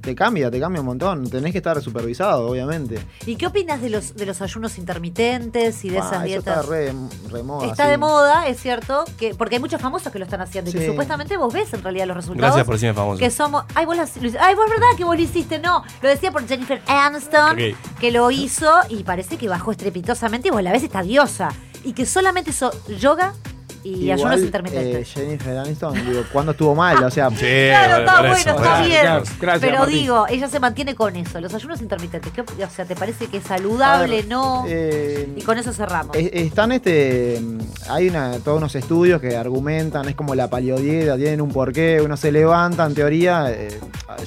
T: te cambia, te cambia un montón. Tenés que estar supervisado, obviamente.
E: ¿Y qué opinas de los, de los ayunos intermitentes y de
T: Bah,
E: esas
T: eso
E: dietas?
T: está re, re moda,
E: Está
T: sí.
E: de moda, es cierto, que porque hay muchos famosos que lo están haciendo y que
T: Sí.
E: supuestamente vos ves en realidad los resultados.
B: Gracias por decirme famoso.
E: Que somos. Ay, vos, las- lo hici- ay, vos verdad que vos lo hiciste, no. Lo decía por Jennifer Aniston,
B: Ok.
E: que lo hizo y parece que bajó estrepitosamente y vos la ves esta diosa. Y que solamente hizo yoga y
T: Igual,
E: ayunos intermitentes.
T: eh, Jennifer Aniston, digo, ¿cuándo estuvo mal? O sea,
E: Claro, está bueno, está bien.
T: Gracias,
E: pero
T: Martín.
E: digo, ella se mantiene con eso, los ayunos intermitentes. ¿Qué op- o sea, ¿te parece que es saludable?
T: A ver,
E: no.
T: eh,
E: y con eso cerramos.
T: Es- Están este. Hay una, todos unos estudios que argumentan, es como la paleodieta, tienen un porqué, uno se levanta en teoría, eh,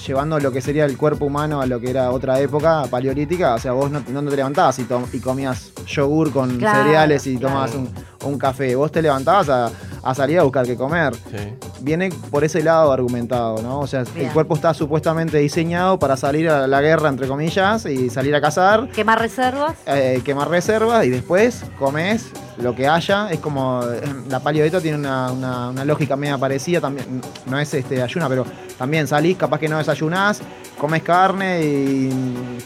T: llevando lo que sería el cuerpo humano a lo que era otra época paleolítica. O sea, vos no, no te levantabas y, tom- y comías yogur con
E: Claro,
T: cereales y
E: claro.
T: tomabas un, un café. Vos te levantabas a, a salir a buscar qué comer. viene por ese lado argumentado, ¿no? O sea,
E: Bien.
T: el cuerpo está supuestamente diseñado para salir a la guerra, entre comillas, y salir a cazar,
E: Quemar reservas.
T: eh, quemar reservas y después comes lo que haya. Es como eh, la paleodeta tiene una, una- una lógica media parecida, también no es este ayuna, pero también salís, capaz que no desayunás, comes carne y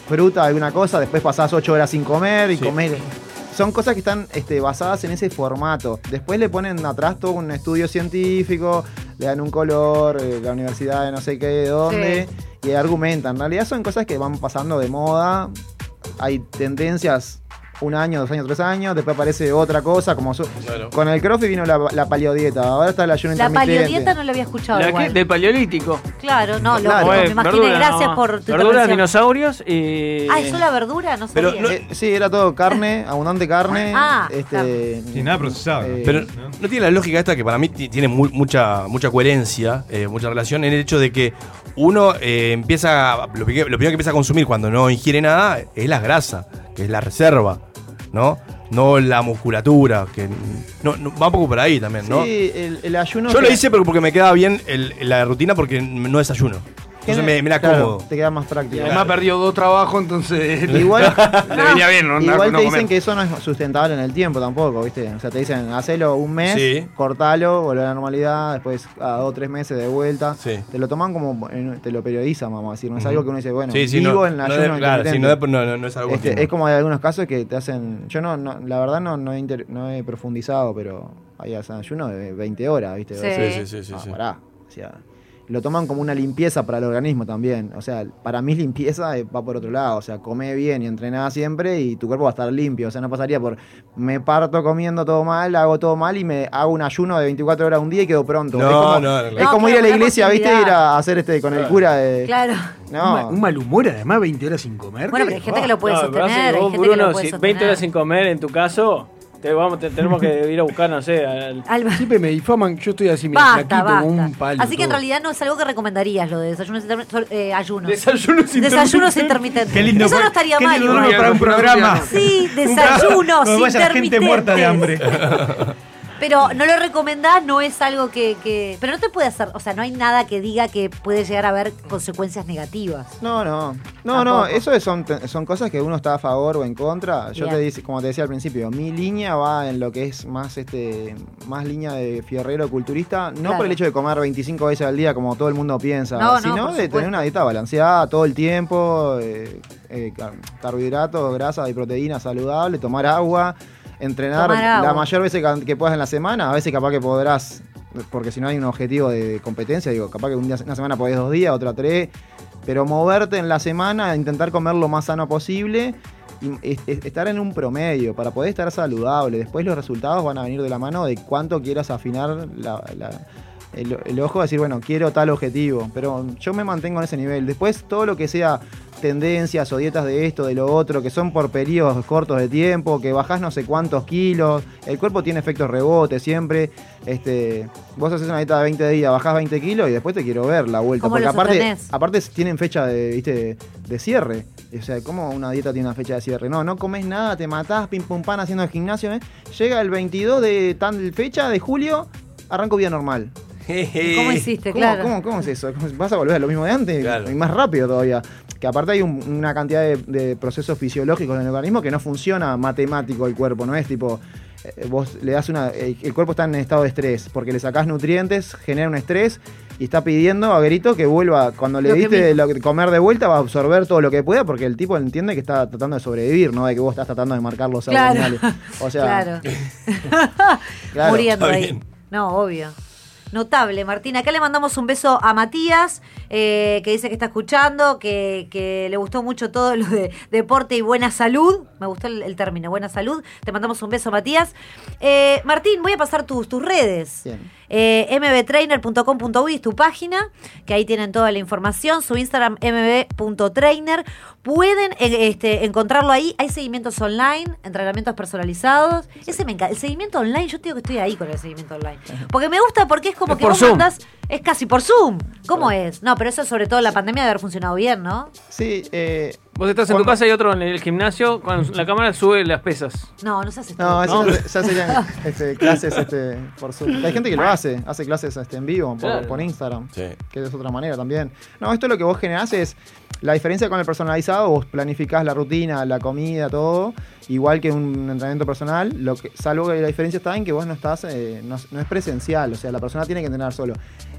T: fruta, alguna cosa, después pasás ocho horas sin comer y comés. Son cosas que están este, basadas en ese formato. Después le ponen atrás todo un estudio científico, le dan un color, eh, la universidad de no sé qué, de dónde, y argumentan. En realidad son cosas que van pasando de moda, hay tendencias un año, dos años, tres años, después aparece otra cosa, como su-
C: Claro.
T: con el crossfit vino la, la paleodieta, ahora está el ayuno
E: La
T: intermitente.
E: paleodieta no la había escuchado.
C: La que-
E: igual.
C: del paleolítico.
E: Claro, no, lo,
T: Claro.
E: me
T: Eh,
E: imaginé.
T: verdura,
E: gracias
T: no.
E: por tu
T: Verdura,
E: intervención.
C: Dinosaurios eh, y.
E: Ah, ¿es solo verdura? No sabía.
T: Eh, sí, era todo carne, abundante carne.
E: Ah,
T: este,
F: nada procesado.
B: Pero no tiene la lógica esta que para mí ti- tiene mu- mucha, mucha coherencia, eh, mucha relación en el hecho de que uno eh, empieza, lo, que- lo primero que empieza a consumir cuando no ingiere nada es la grasa, que es la reserva, ¿no? No la musculatura, que no, no- va un poco por ahí también, ¿no?
T: Sí, el, el ayuno.
B: Yo lo
T: que-
B: hice pero porque me quedaba bien el- la rutina porque no desayuno. Entonces me, me la
T: Claro,
B: cómodo.
T: Te queda más práctico.
D: Además perdió dos trabajos, entonces
T: Igual-
D: le venía bien, ¿no?
T: Igual
D: No
T: te
D: comer.
T: dicen que eso no es sustentable en el tiempo tampoco, ¿viste? O sea, te dicen, hacelo un mes,
B: Sí.
T: cortalo, volver a la normalidad, después a dos o tres meses de vuelta.
B: Sí.
T: Te lo toman como, en- te lo periodizan, vamos a decir. No es
B: Ujú.
T: algo que uno dice, bueno,
B: Sí, sí,
T: vivo
B: no-
T: en la
B: no
T: ayuno
B: de- claro, sí,
T: intermitente.
B: no de- no- no- no es algo
T: Este,
B: continuo.
T: es como hay algunos casos que te hacen, yo no, no- la verdad no, no, he inter- no he profundizado, pero hay hacen ayuno de 20 horas, ¿viste?
B: Sí. Sí, sí, sí, sí,
T: Ah,
B: sí.
T: pará. O sea, lo toman como una limpieza para el organismo también. O sea, para mí limpieza eh, va por otro lado. O sea, come bien y entrená siempre y tu cuerpo va a estar limpio. O sea, no pasaría por me parto comiendo todo mal, hago todo mal y me hago un ayuno de 24 horas un día y quedo pronto.
B: No,
T: es
B: no,
T: como,
B: no, no.
T: es
B: No,
T: como
B: claro,
T: ir a la
B: una
T: iglesia, ¿viste?
B: posibilidad.
T: Ir a hacer este con el cura de.
E: Claro.
T: No.
D: Un ma- Un mal humor, además, 20 horas sin comer.
E: Bueno, pero hay gente que lo puede
C: No, pero hace
E: sostener.
C: que
E: Hay
C: vos,
E: gente que
C: Bruno,
E: lo puede
C: si 20
E: sostener.
C: horas sin comer en tu caso, te vamos, te- tenemos que ir a buscar, no sé, al.
D: Siempre me difaman, yo estoy así, mira,
E: Basta,
D: flaquito,
E: basta.
D: como un palo.
E: Así que en
D: todo.
E: realidad no es algo que recomendarías lo de desayunos intermitentes. Eh, ayunos.
C: Desayunos
E: intermitentes. Desayunos intermitentes.
F: Qué lindo.
E: Eso no
F: fue-
E: estaría
F: qué
E: mal.
F: lindo
E: igual.
F: nombre para un programa.
E: Sí, desayunos
F: Donde vaya la gente
E: intermitentes.
F: muerta de hambre.
E: Pero no lo recomendás, no es algo que, que- Pero no te puede hacer. O sea, no hay nada que diga que puede llegar a haber consecuencias negativas.
T: No, no. No, no, eso es- son, te- son cosas que uno está a favor o en contra. Yo
E: Bien.
T: te dice, como te decía al principio, mi línea va en lo que es más este más línea de fierrero culturista, no
E: Claro.
T: por el hecho de comer 25 veces al día como todo el mundo piensa,
E: No, no,
T: sino
E: por
T: de
E: supuesto.
T: tener una dieta balanceada todo el tiempo, eh, eh, car- carbohidratos, grasas y proteínas saludables, tomar agua, entrenar
E: Tomar
T: la
E: agua.
T: mayor veces que- que puedas en la semana, a veces capaz que podrás porque si no hay un objetivo de competencia, digo, capaz que un día- una semana podés dos días, otra tres, pero moverte en la semana, intentar comer lo más sano posible y es- es- estar en un promedio para poder estar saludable. Después los resultados van a venir de la mano de cuánto quieras afinar la- la- el, el ojo, decir, bueno, quiero tal objetivo, pero yo me mantengo en ese nivel. Después todo lo que sea tendencias o dietas de esto, de lo otro, que son por periodos cortos de tiempo, que bajás no sé cuántos kilos, el cuerpo tiene efectos rebote siempre, este, vos haces una dieta de 20 días, bajás 20 kilos y después te quiero ver la vuelta,
E: ¿Cómo
T: porque
E: lo
T: aparte,
E: sostenés?
T: aparte tienen fecha de, ¿viste? de cierre, o sea, ¿cómo una dieta tiene una fecha de cierre? No, no comes nada, te matás, pim pum pan haciendo el gimnasio, ¿eh? llega el 22 de tal fecha de julio, arranco vida normal.
E: ¿Cómo hiciste?
T: ¿Cómo-
E: claro.
T: ¿cómo, cómo es eso? ¿Cómo- ¿Vas a volver a lo mismo de antes? Y más rápido todavía. Que aparte hay un- una cantidad de, de procesos fisiológicos en el organismo que no funciona matemático el cuerpo, no es tipo. eh, Vos le das una. El, el cuerpo está en estado de estrés, porque le sacás nutrientes, genera un estrés y está pidiendo a grito que vuelva. Cuando le
E: Lo que
T: diste
E: mismo.
T: lo que- comer de vuelta, va a absorber todo lo que pueda, porque el tipo entiende que está tratando de sobrevivir, no de que vos estás tratando de marcar los
E: Claro.
T: abdominales. O sea,
E: Claro.
T: Claro.
E: Muriendo
T: Está
E: ahí.
T: bien.
E: No, obvio. Notable, Martín. Acá le mandamos un beso a Matías, eh, que dice que está escuchando, que, que le gustó mucho todo lo de deporte y buena salud. Me gustó el, el término, buena salud. Te mandamos un beso, Matías. Eh, Martín, voy a pasar tus, tus redes.
T: bien.
E: Eh, mbtrainer.com.uy es tu página, que ahí tienen toda la información. Su Instagram mb.trainer. Pueden eh, este, encontrarlo ahí. Hay seguimientos online, entrenamientos personalizados. Ese me encanta. El seguimiento online, yo te digo que estoy ahí con el seguimiento online. Porque me gusta porque es como
T: Es
E: que
T: por
E: vos
T: Zoom.
E: mandás- Es casi por Zoom. ¿Cómo es? No, pero eso sobre todo la pandemia debe haber funcionado bien, ¿no?
T: Sí, eh,
C: Vos estás en tu casa y otro en el gimnasio, con la cámara sube las pesas.
E: No, no se hace
T: No, eso
C: No.
T: ya se- ya serían este, clases este, por Zoom. Hay gente que lo hace, hace clases este, en vivo por,
C: Claro.
T: por Instagram, que es otra manera también. No, esto lo que vos generás es la diferencia con el personalizado, vos planificás la rutina, la comida, todo, igual que un entrenamiento personal, lo que, salvo que la diferencia está en que vos no estás, eh, no, no es presencial, o sea, la persona tiene que entrenar solo.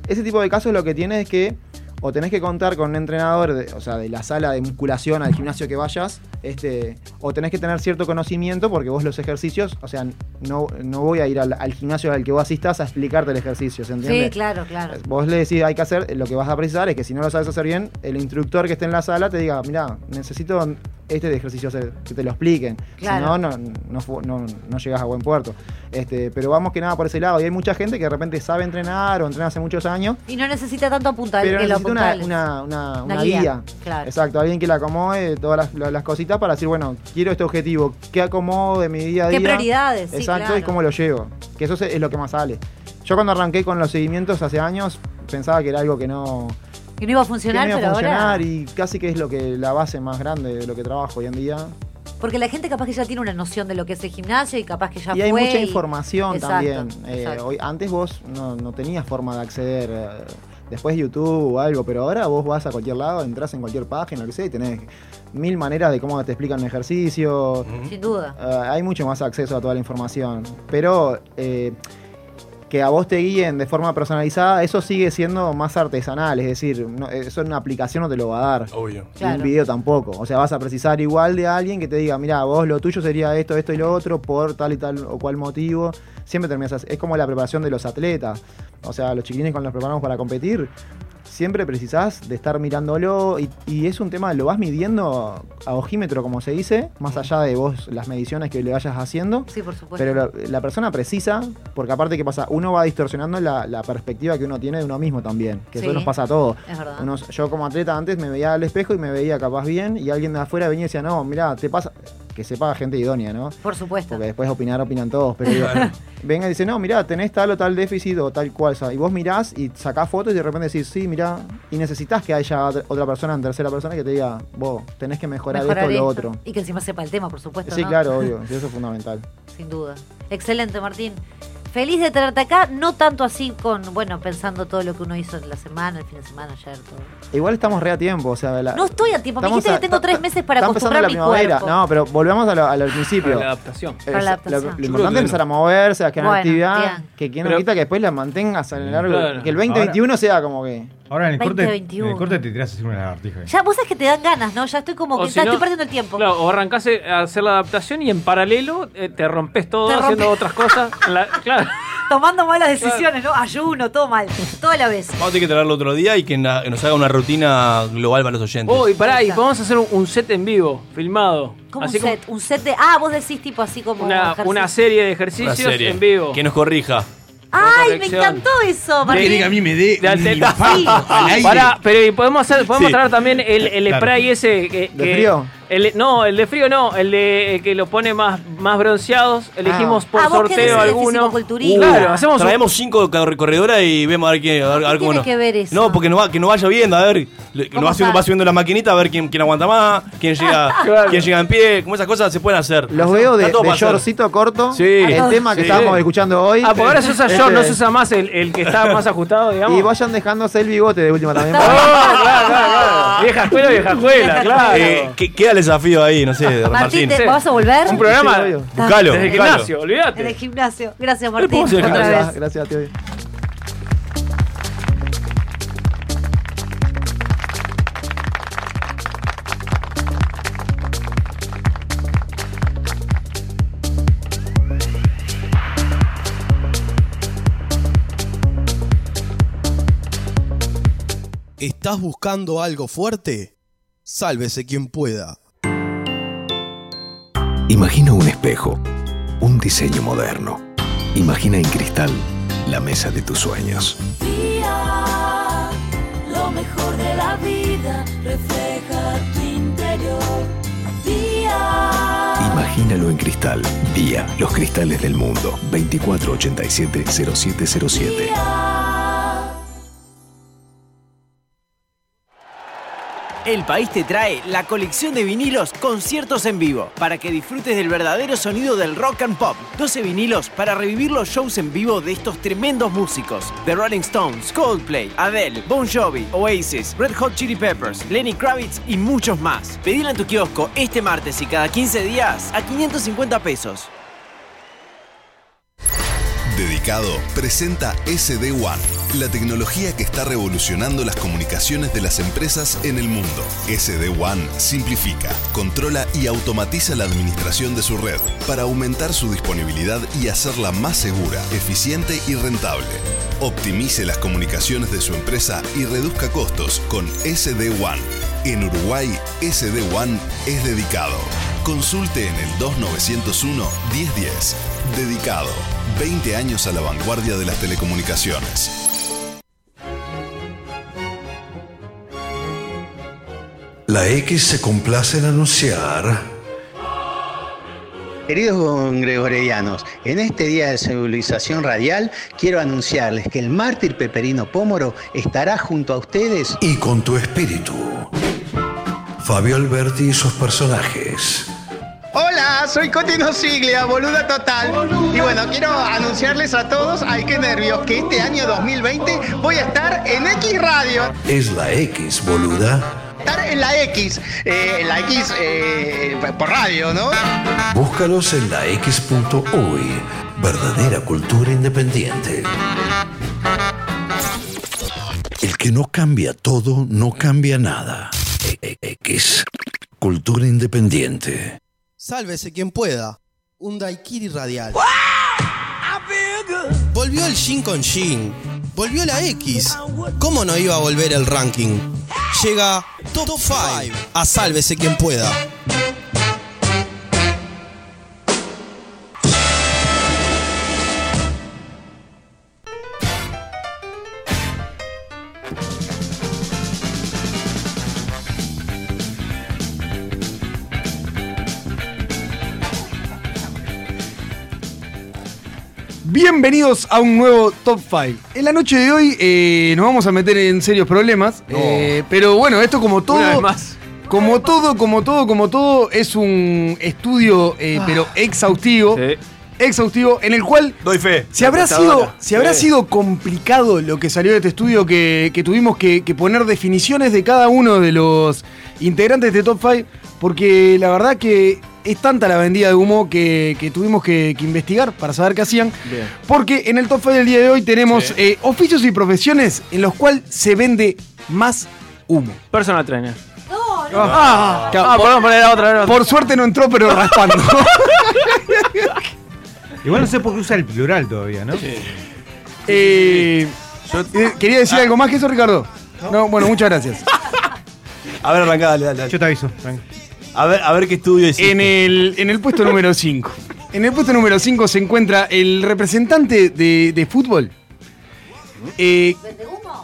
T: Ese tipo de casos lo que tiene es que o tenés que contar con un entrenador, de- o sea, de la sala de musculación al gimnasio que vayas, este, o tenés que tener cierto conocimiento porque vos los ejercicios, o sea, no, no voy a ir al, al gimnasio al que vos asistas a explicarte el ejercicio, ¿se entiende?
E: Sí, claro, claro.
T: Vos le decís, hay que hacer, lo que vas a precisar es que si no lo sabes hacer bien, el instructor que esté en la sala te diga, mira, necesito este de ejercicio, hacer", que te lo expliquen.
E: Claro.
T: Si no, no, no, fu- no, no llegas a buen puerto. Este, pero vamos que nada por ese lado. Y hay mucha gente que de repente sabe entrenar o entrena hace muchos años
E: Y no necesita tanto apuntar
T: pero
E: que lo
T: necesita una,
E: apuntales.
T: una, una-
E: Una
T: una
E: guía,
T: guía.
E: claro.
T: Exacto, alguien que le acomode todas las, las- las cositas para decir, bueno, quiero este objetivo, ¿qué acomodo de mi día a
E: ¿Qué
T: día?
E: prioridades? Sí,
T: Exacto, y
E: claro.
T: cómo lo llevo. Que eso se- es lo que más sale. Yo cuando arranqué con los seguimientos hace años, pensaba que era algo que no,
E: Que no iba a
T: que
E: funcionar,
T: no iba a
E: pero ahora...
T: funcionar y casi que es lo que la base más grande de lo que trabajo hoy en día.
E: Porque la gente capaz que ya tiene una noción de lo que es el gimnasio y capaz que ya
T: Y hay
E: fue
T: mucha
E: y-
T: información
E: Exacto,
T: también. Eh,
E: exacto.
T: hoy- antes vos no, no tenías forma de acceder. eh, después YouTube o algo, pero ahora vos vas a cualquier lado, entras en cualquier página, lo que sea, y tenés mil maneras de cómo te explican el ejercicio.
E: Sin duda.
T: Eh, hay mucho más acceso a toda la información. Pero eh, que a vos te guíen de forma personalizada, eso sigue siendo más artesanal. Es decir, no- eh, eso en una aplicación no te lo va a dar.
B: Obvio.
T: Y
B: Claro.
T: un video tampoco. O sea, vas a precisar igual de alguien que te diga, mira, vos lo tuyo sería esto, esto y lo otro, por tal y tal o cual motivo. Siempre terminas así. Es como la preparación de los atletas. O sea, los chiquilines cuando los preparamos para competir, siempre precisás de estar mirándolo y, y es un tema, lo vas midiendo a ojímetro, como se dice, más allá de vos las mediciones que le vayas haciendo.
E: Sí, por supuesto.
T: Pero la, la persona precisa, porque aparte, ¿qué pasa? Uno va distorsionando la, la perspectiva que uno tiene de uno mismo también, que
E: Sí,
T: eso nos pasa a todos.
E: es verdad.
T: Uno- yo como atleta antes me veía al espejo y me veía capaz bien, y alguien de afuera venía y decía, no, mira, te pasa... Que sepa gente idónea, ¿no?
E: Por supuesto.
T: Porque después opinar, opinan todos. Pero digo,
E: Claro.
T: venga y dice, no, mirá, tenés tal o tal déficit o tal cual. o sea, y vos mirás y sacás fotos y de repente decís, sí, mirá. Y necesitas que haya otra- otra persona, en tercera persona, que te diga, vos, tenés que mejorar,
E: mejorar
T: esto o lo
E: esto.
T: otro.
E: Y que encima sepa el tema, por supuesto.
T: Sí,
E: ¿no?
T: claro, obvio. sí, Eso es fundamental.
E: Sin duda. Excelente, Martín. Feliz de tenerte acá, no tanto así con, bueno, pensando todo lo que uno hizo en la semana, el fin de semana, ayer, todo.
T: Igual estamos re a tiempo, o sea, la-
E: No estoy a tiempo, me
T: Estamos
E: dijiste
T: a-
E: que tengo tres meses para
T: está empezando
E: acostumbrar
T: la
E: mi
T: primavera.
E: cuerpo.
T: No, pero volvemos a lo- a lo- al principio.
C: Para la adaptación.
T: Es-
E: Para la
T: lo-
E: adaptación.
T: Lo,
E: Yo creo
T: importante
E: que
T: es empezar a moverse, a generar
E: Bueno,
T: actividad,
E: bien.
T: que quien no
F: Pero-
T: quita que después la mantengas a lo largo,
F: Claro.
T: que el 2021 sea como que...
F: Ahora en el, corte,
E: 2021.
F: en el corte te tirás a hacer una lagartija.
E: Ya, vos sabés que te dan ganas, ¿no? Ya estoy como
C: O
E: que
C: si
E: está-
C: no-
E: estoy perdiendo el tiempo.
C: Claro, o arrancás eh, a hacer la adaptación y en paralelo eh, te rompes todo
E: Te rompes.
C: haciendo otras cosas. La- claro.
E: Tomando malas decisiones, ¿no? Ayuno, todo mal, todo a la vez.
B: Vamos a tener que traerlo otro día y que na- que nos haga una rutina global para los oyentes.
C: Oh, y pará, y vamos a hacer un, un set en vivo, filmado.
E: Como
C: Así
E: un
C: como
E: set, un set de. Ah, vos decís tipo así como.
C: una,
E: ejercicio.
C: una serie de ejercicios
B: serie.
C: en vivo.
B: Que nos corrija.
E: ¡Ay, me
C: corrección.
E: encantó eso,
C: No
E: Martín!
C: que a mí
D: me dé.
C: Pará, pero y podemos hacer, podemos
D: Sí.
C: traer también el, el
D: Claro.
C: spray ese que,
D: ¿De
C: que-
D: frío?
C: el- no, el de frío no, el de el que los pone más, más bronceados, elegimos por
E: Ah, vos querés
C: sorteo
E: el de
C: alguno.
E: fisicoculturismo.
C: claro, hacemos un-
B: Traemos cinco cor- corredoras y vemos a ver, quién, a ver- a ver
E: tiene
B: cómo nos-
E: que ver eso?
B: No, porque no va, que no vaya viendo, a ver. le-
E: ¿Cómo
B: No va, subiendo,
E: sabe?
B: va subiendo la maquinita a ver quién, quién aguanta más, quién llega,
T: Claro.
B: quién llega en pie. Como esas cosas se pueden hacer.
T: Los veo de,
B: Está todo
T: de
B: para hacer.
T: shortcito corto.
B: Sí.
T: El tema que
B: Sí.
T: estábamos escuchando hoy.
C: Ah, por ahora se usa
T: Este-
C: short, no se usa más el, el que está más ajustado, digamos. Oh,
T: Y vayan dejándose el bigote de última también.
C: claro, claro, claro. Vieja escuela, vieja escuela, claro.
B: Eh, que- queda el desafío ahí, no sé, de Martín.
E: Martín, ¿te vas a volver?
C: Un programa
E: Sí, obvio.
B: Buscalo,
C: desde el
B: buscalo.
C: gimnasio, olvídate.
E: En el gimnasio. Gracias, Martín.
B: podemos ir al
E: Otra
B: gimnasio.
E: vez.
T: Gracias, tío.
H: ¿Estás buscando algo fuerte? Sálvese quien pueda.
K: Imagina un espejo, un diseño moderno. Imagina en cristal la mesa de tus sueños.
N: Día, lo mejor de la vida refleja tu interior. Día,
K: Imagínalo en cristal. Día, los cristales del mundo. 2487-0707.
N: día.
L: El País te trae la colección de vinilos conciertos en vivo para que disfrutes del verdadero sonido del rock and pop. 12 vinilos para revivir los shows en vivo de estos tremendos músicos. The Rolling Stones, Coldplay, Adele, Bon Jovi, Oasis, Red Hot Chili Peppers, Lenny Kravitz y muchos más. Pedila en tu kiosco este martes y cada 15 días a 550 pesos.
U: Dedicado presenta SD One, la tecnología que está revolucionando las comunicaciones de las empresas en el mundo. SD One simplifica, controla y automatiza la administración de su red para aumentar su disponibilidad y hacerla más segura, eficiente y rentable. Optimice las comunicaciones de su empresa y reduzca costos con SD One. En Uruguay, SD One es dedicado. Consulte en el 2901-1010. Dedicado. 20 años a la vanguardia de las telecomunicaciones.
O: La X se complace en anunciar
V: Queridos gregorianos, en este día de civilización radial quiero anunciarles que el mártir Peperino Pómoro estará junto a ustedes
O: y con tu espíritu. Fabio Alberti y sus personajes.
W: Hola, soy Cotino Siglia, boluda total. Y bueno, quiero anunciarles a todos, ay qué nervios, que este año 2020 voy a estar en X Radio.
O: Es la X, boluda.
W: Estar en la X, eh, en la X eh, por radio, ¿no?
O: Búscalos en la X.uy. Verdadera cultura independiente. El que no cambia todo, no cambia nada. E- e- X. Cultura independiente.
J: Sálvese quien pueda. Un daiquiri radial. Volvió el Shin con Shin. Volvió la X.
V: ¿Cómo no iba a volver el ranking?
J: Llega Top 5 a Sálvese quien pueda.
D: Bienvenidos a un nuevo Top 5. En la noche de hoy eh, nos vamos a meter en serios problemas. eh, pero bueno, esto como todo.
C: Una vez más.
D: Como todo, como todo, como todo, es un estudio, eh,
C: Ah.
D: pero exhaustivo. Exhaustivo, en el cual.
B: Doy fe.
D: Si habrá, sido,
B: Computadora.
D: si habrá
B: Sí.
D: sido complicado lo que salió de este estudio, que, que tuvimos que, que poner definiciones de cada uno de los integrantes de Top 5, porque la verdad que es tanta la vendida de humo que, que tuvimos que, que investigar para saber qué hacían.
C: Bien.
D: Porque en el top 5 del día de hoy tenemos eh, oficios y profesiones en los cuales se vende más humo.
C: Personal trainer.
D: Ah,
C: Ah, perdón, perdón, era otra, era otra.
D: Por suerte no entró, pero raspando.
F: Igual no sé por qué usa el plural todavía, ¿no?
D: Eh, eh, ¿Quería decir algo más que eso, Ricardo? No, bueno, muchas gracias.
B: A ver, arrancá, dale, dale. Yo te aviso, A ver, a ver qué estudio hiciste.
D: En el, en el puesto número 5. En el puesto número 5 se encuentra el representante de, de fútbol. Eh,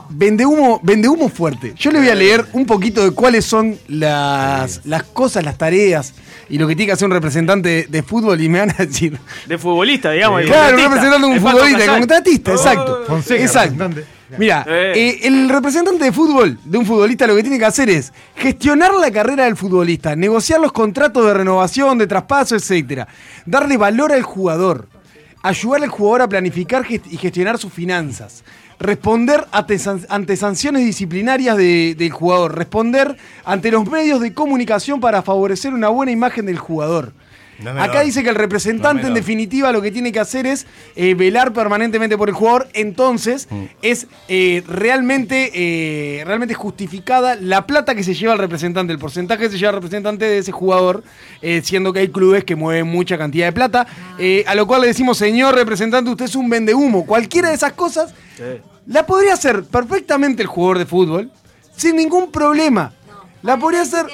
D: vende humo. Vende humo fuerte. Yo le voy a leer un poquito de cuáles son las, las cosas, las tareas y lo que tiene que hacer un representante de fútbol y me van a decir.
C: De futbolista, digamos. de
D: Claro, un
C: contratista.
D: representante de un
C: El Pato
D: futbolista, de
C: Casal. Oh,
D: contratista, exacto.
F: Fonseca,
D: exacto. Mira, eh, el representante de fútbol de un futbolista lo que tiene que hacer es gestionar la carrera del futbolista, negociar los contratos de renovación, de traspaso, etcétera, darle valor al jugador, ayudar al jugador a planificar gest- y gestionar sus finanzas, responder ante, san- ante sanciones disciplinarias de- del jugador, responder ante los medios de comunicación para favorecer una buena imagen del jugador.
B: No es
D: Acá
B: menor.
D: dice que el representante,
B: No,
D: en
B: menor.
D: definitiva, lo que tiene que hacer es eh, velar permanentemente por el jugador. Entonces,
B: Mm.
D: es eh, realmente, eh, realmente justificada la plata que se lleva el representante, el porcentaje que se lleva el representante de ese jugador, eh, siendo que hay clubes que mueven mucha cantidad de plata. eh, a lo cual le decimos, señor representante, usted es un vendehumo. Cualquiera de esas cosas la podría hacer perfectamente el jugador de fútbol, sin ningún problema. La podría hacer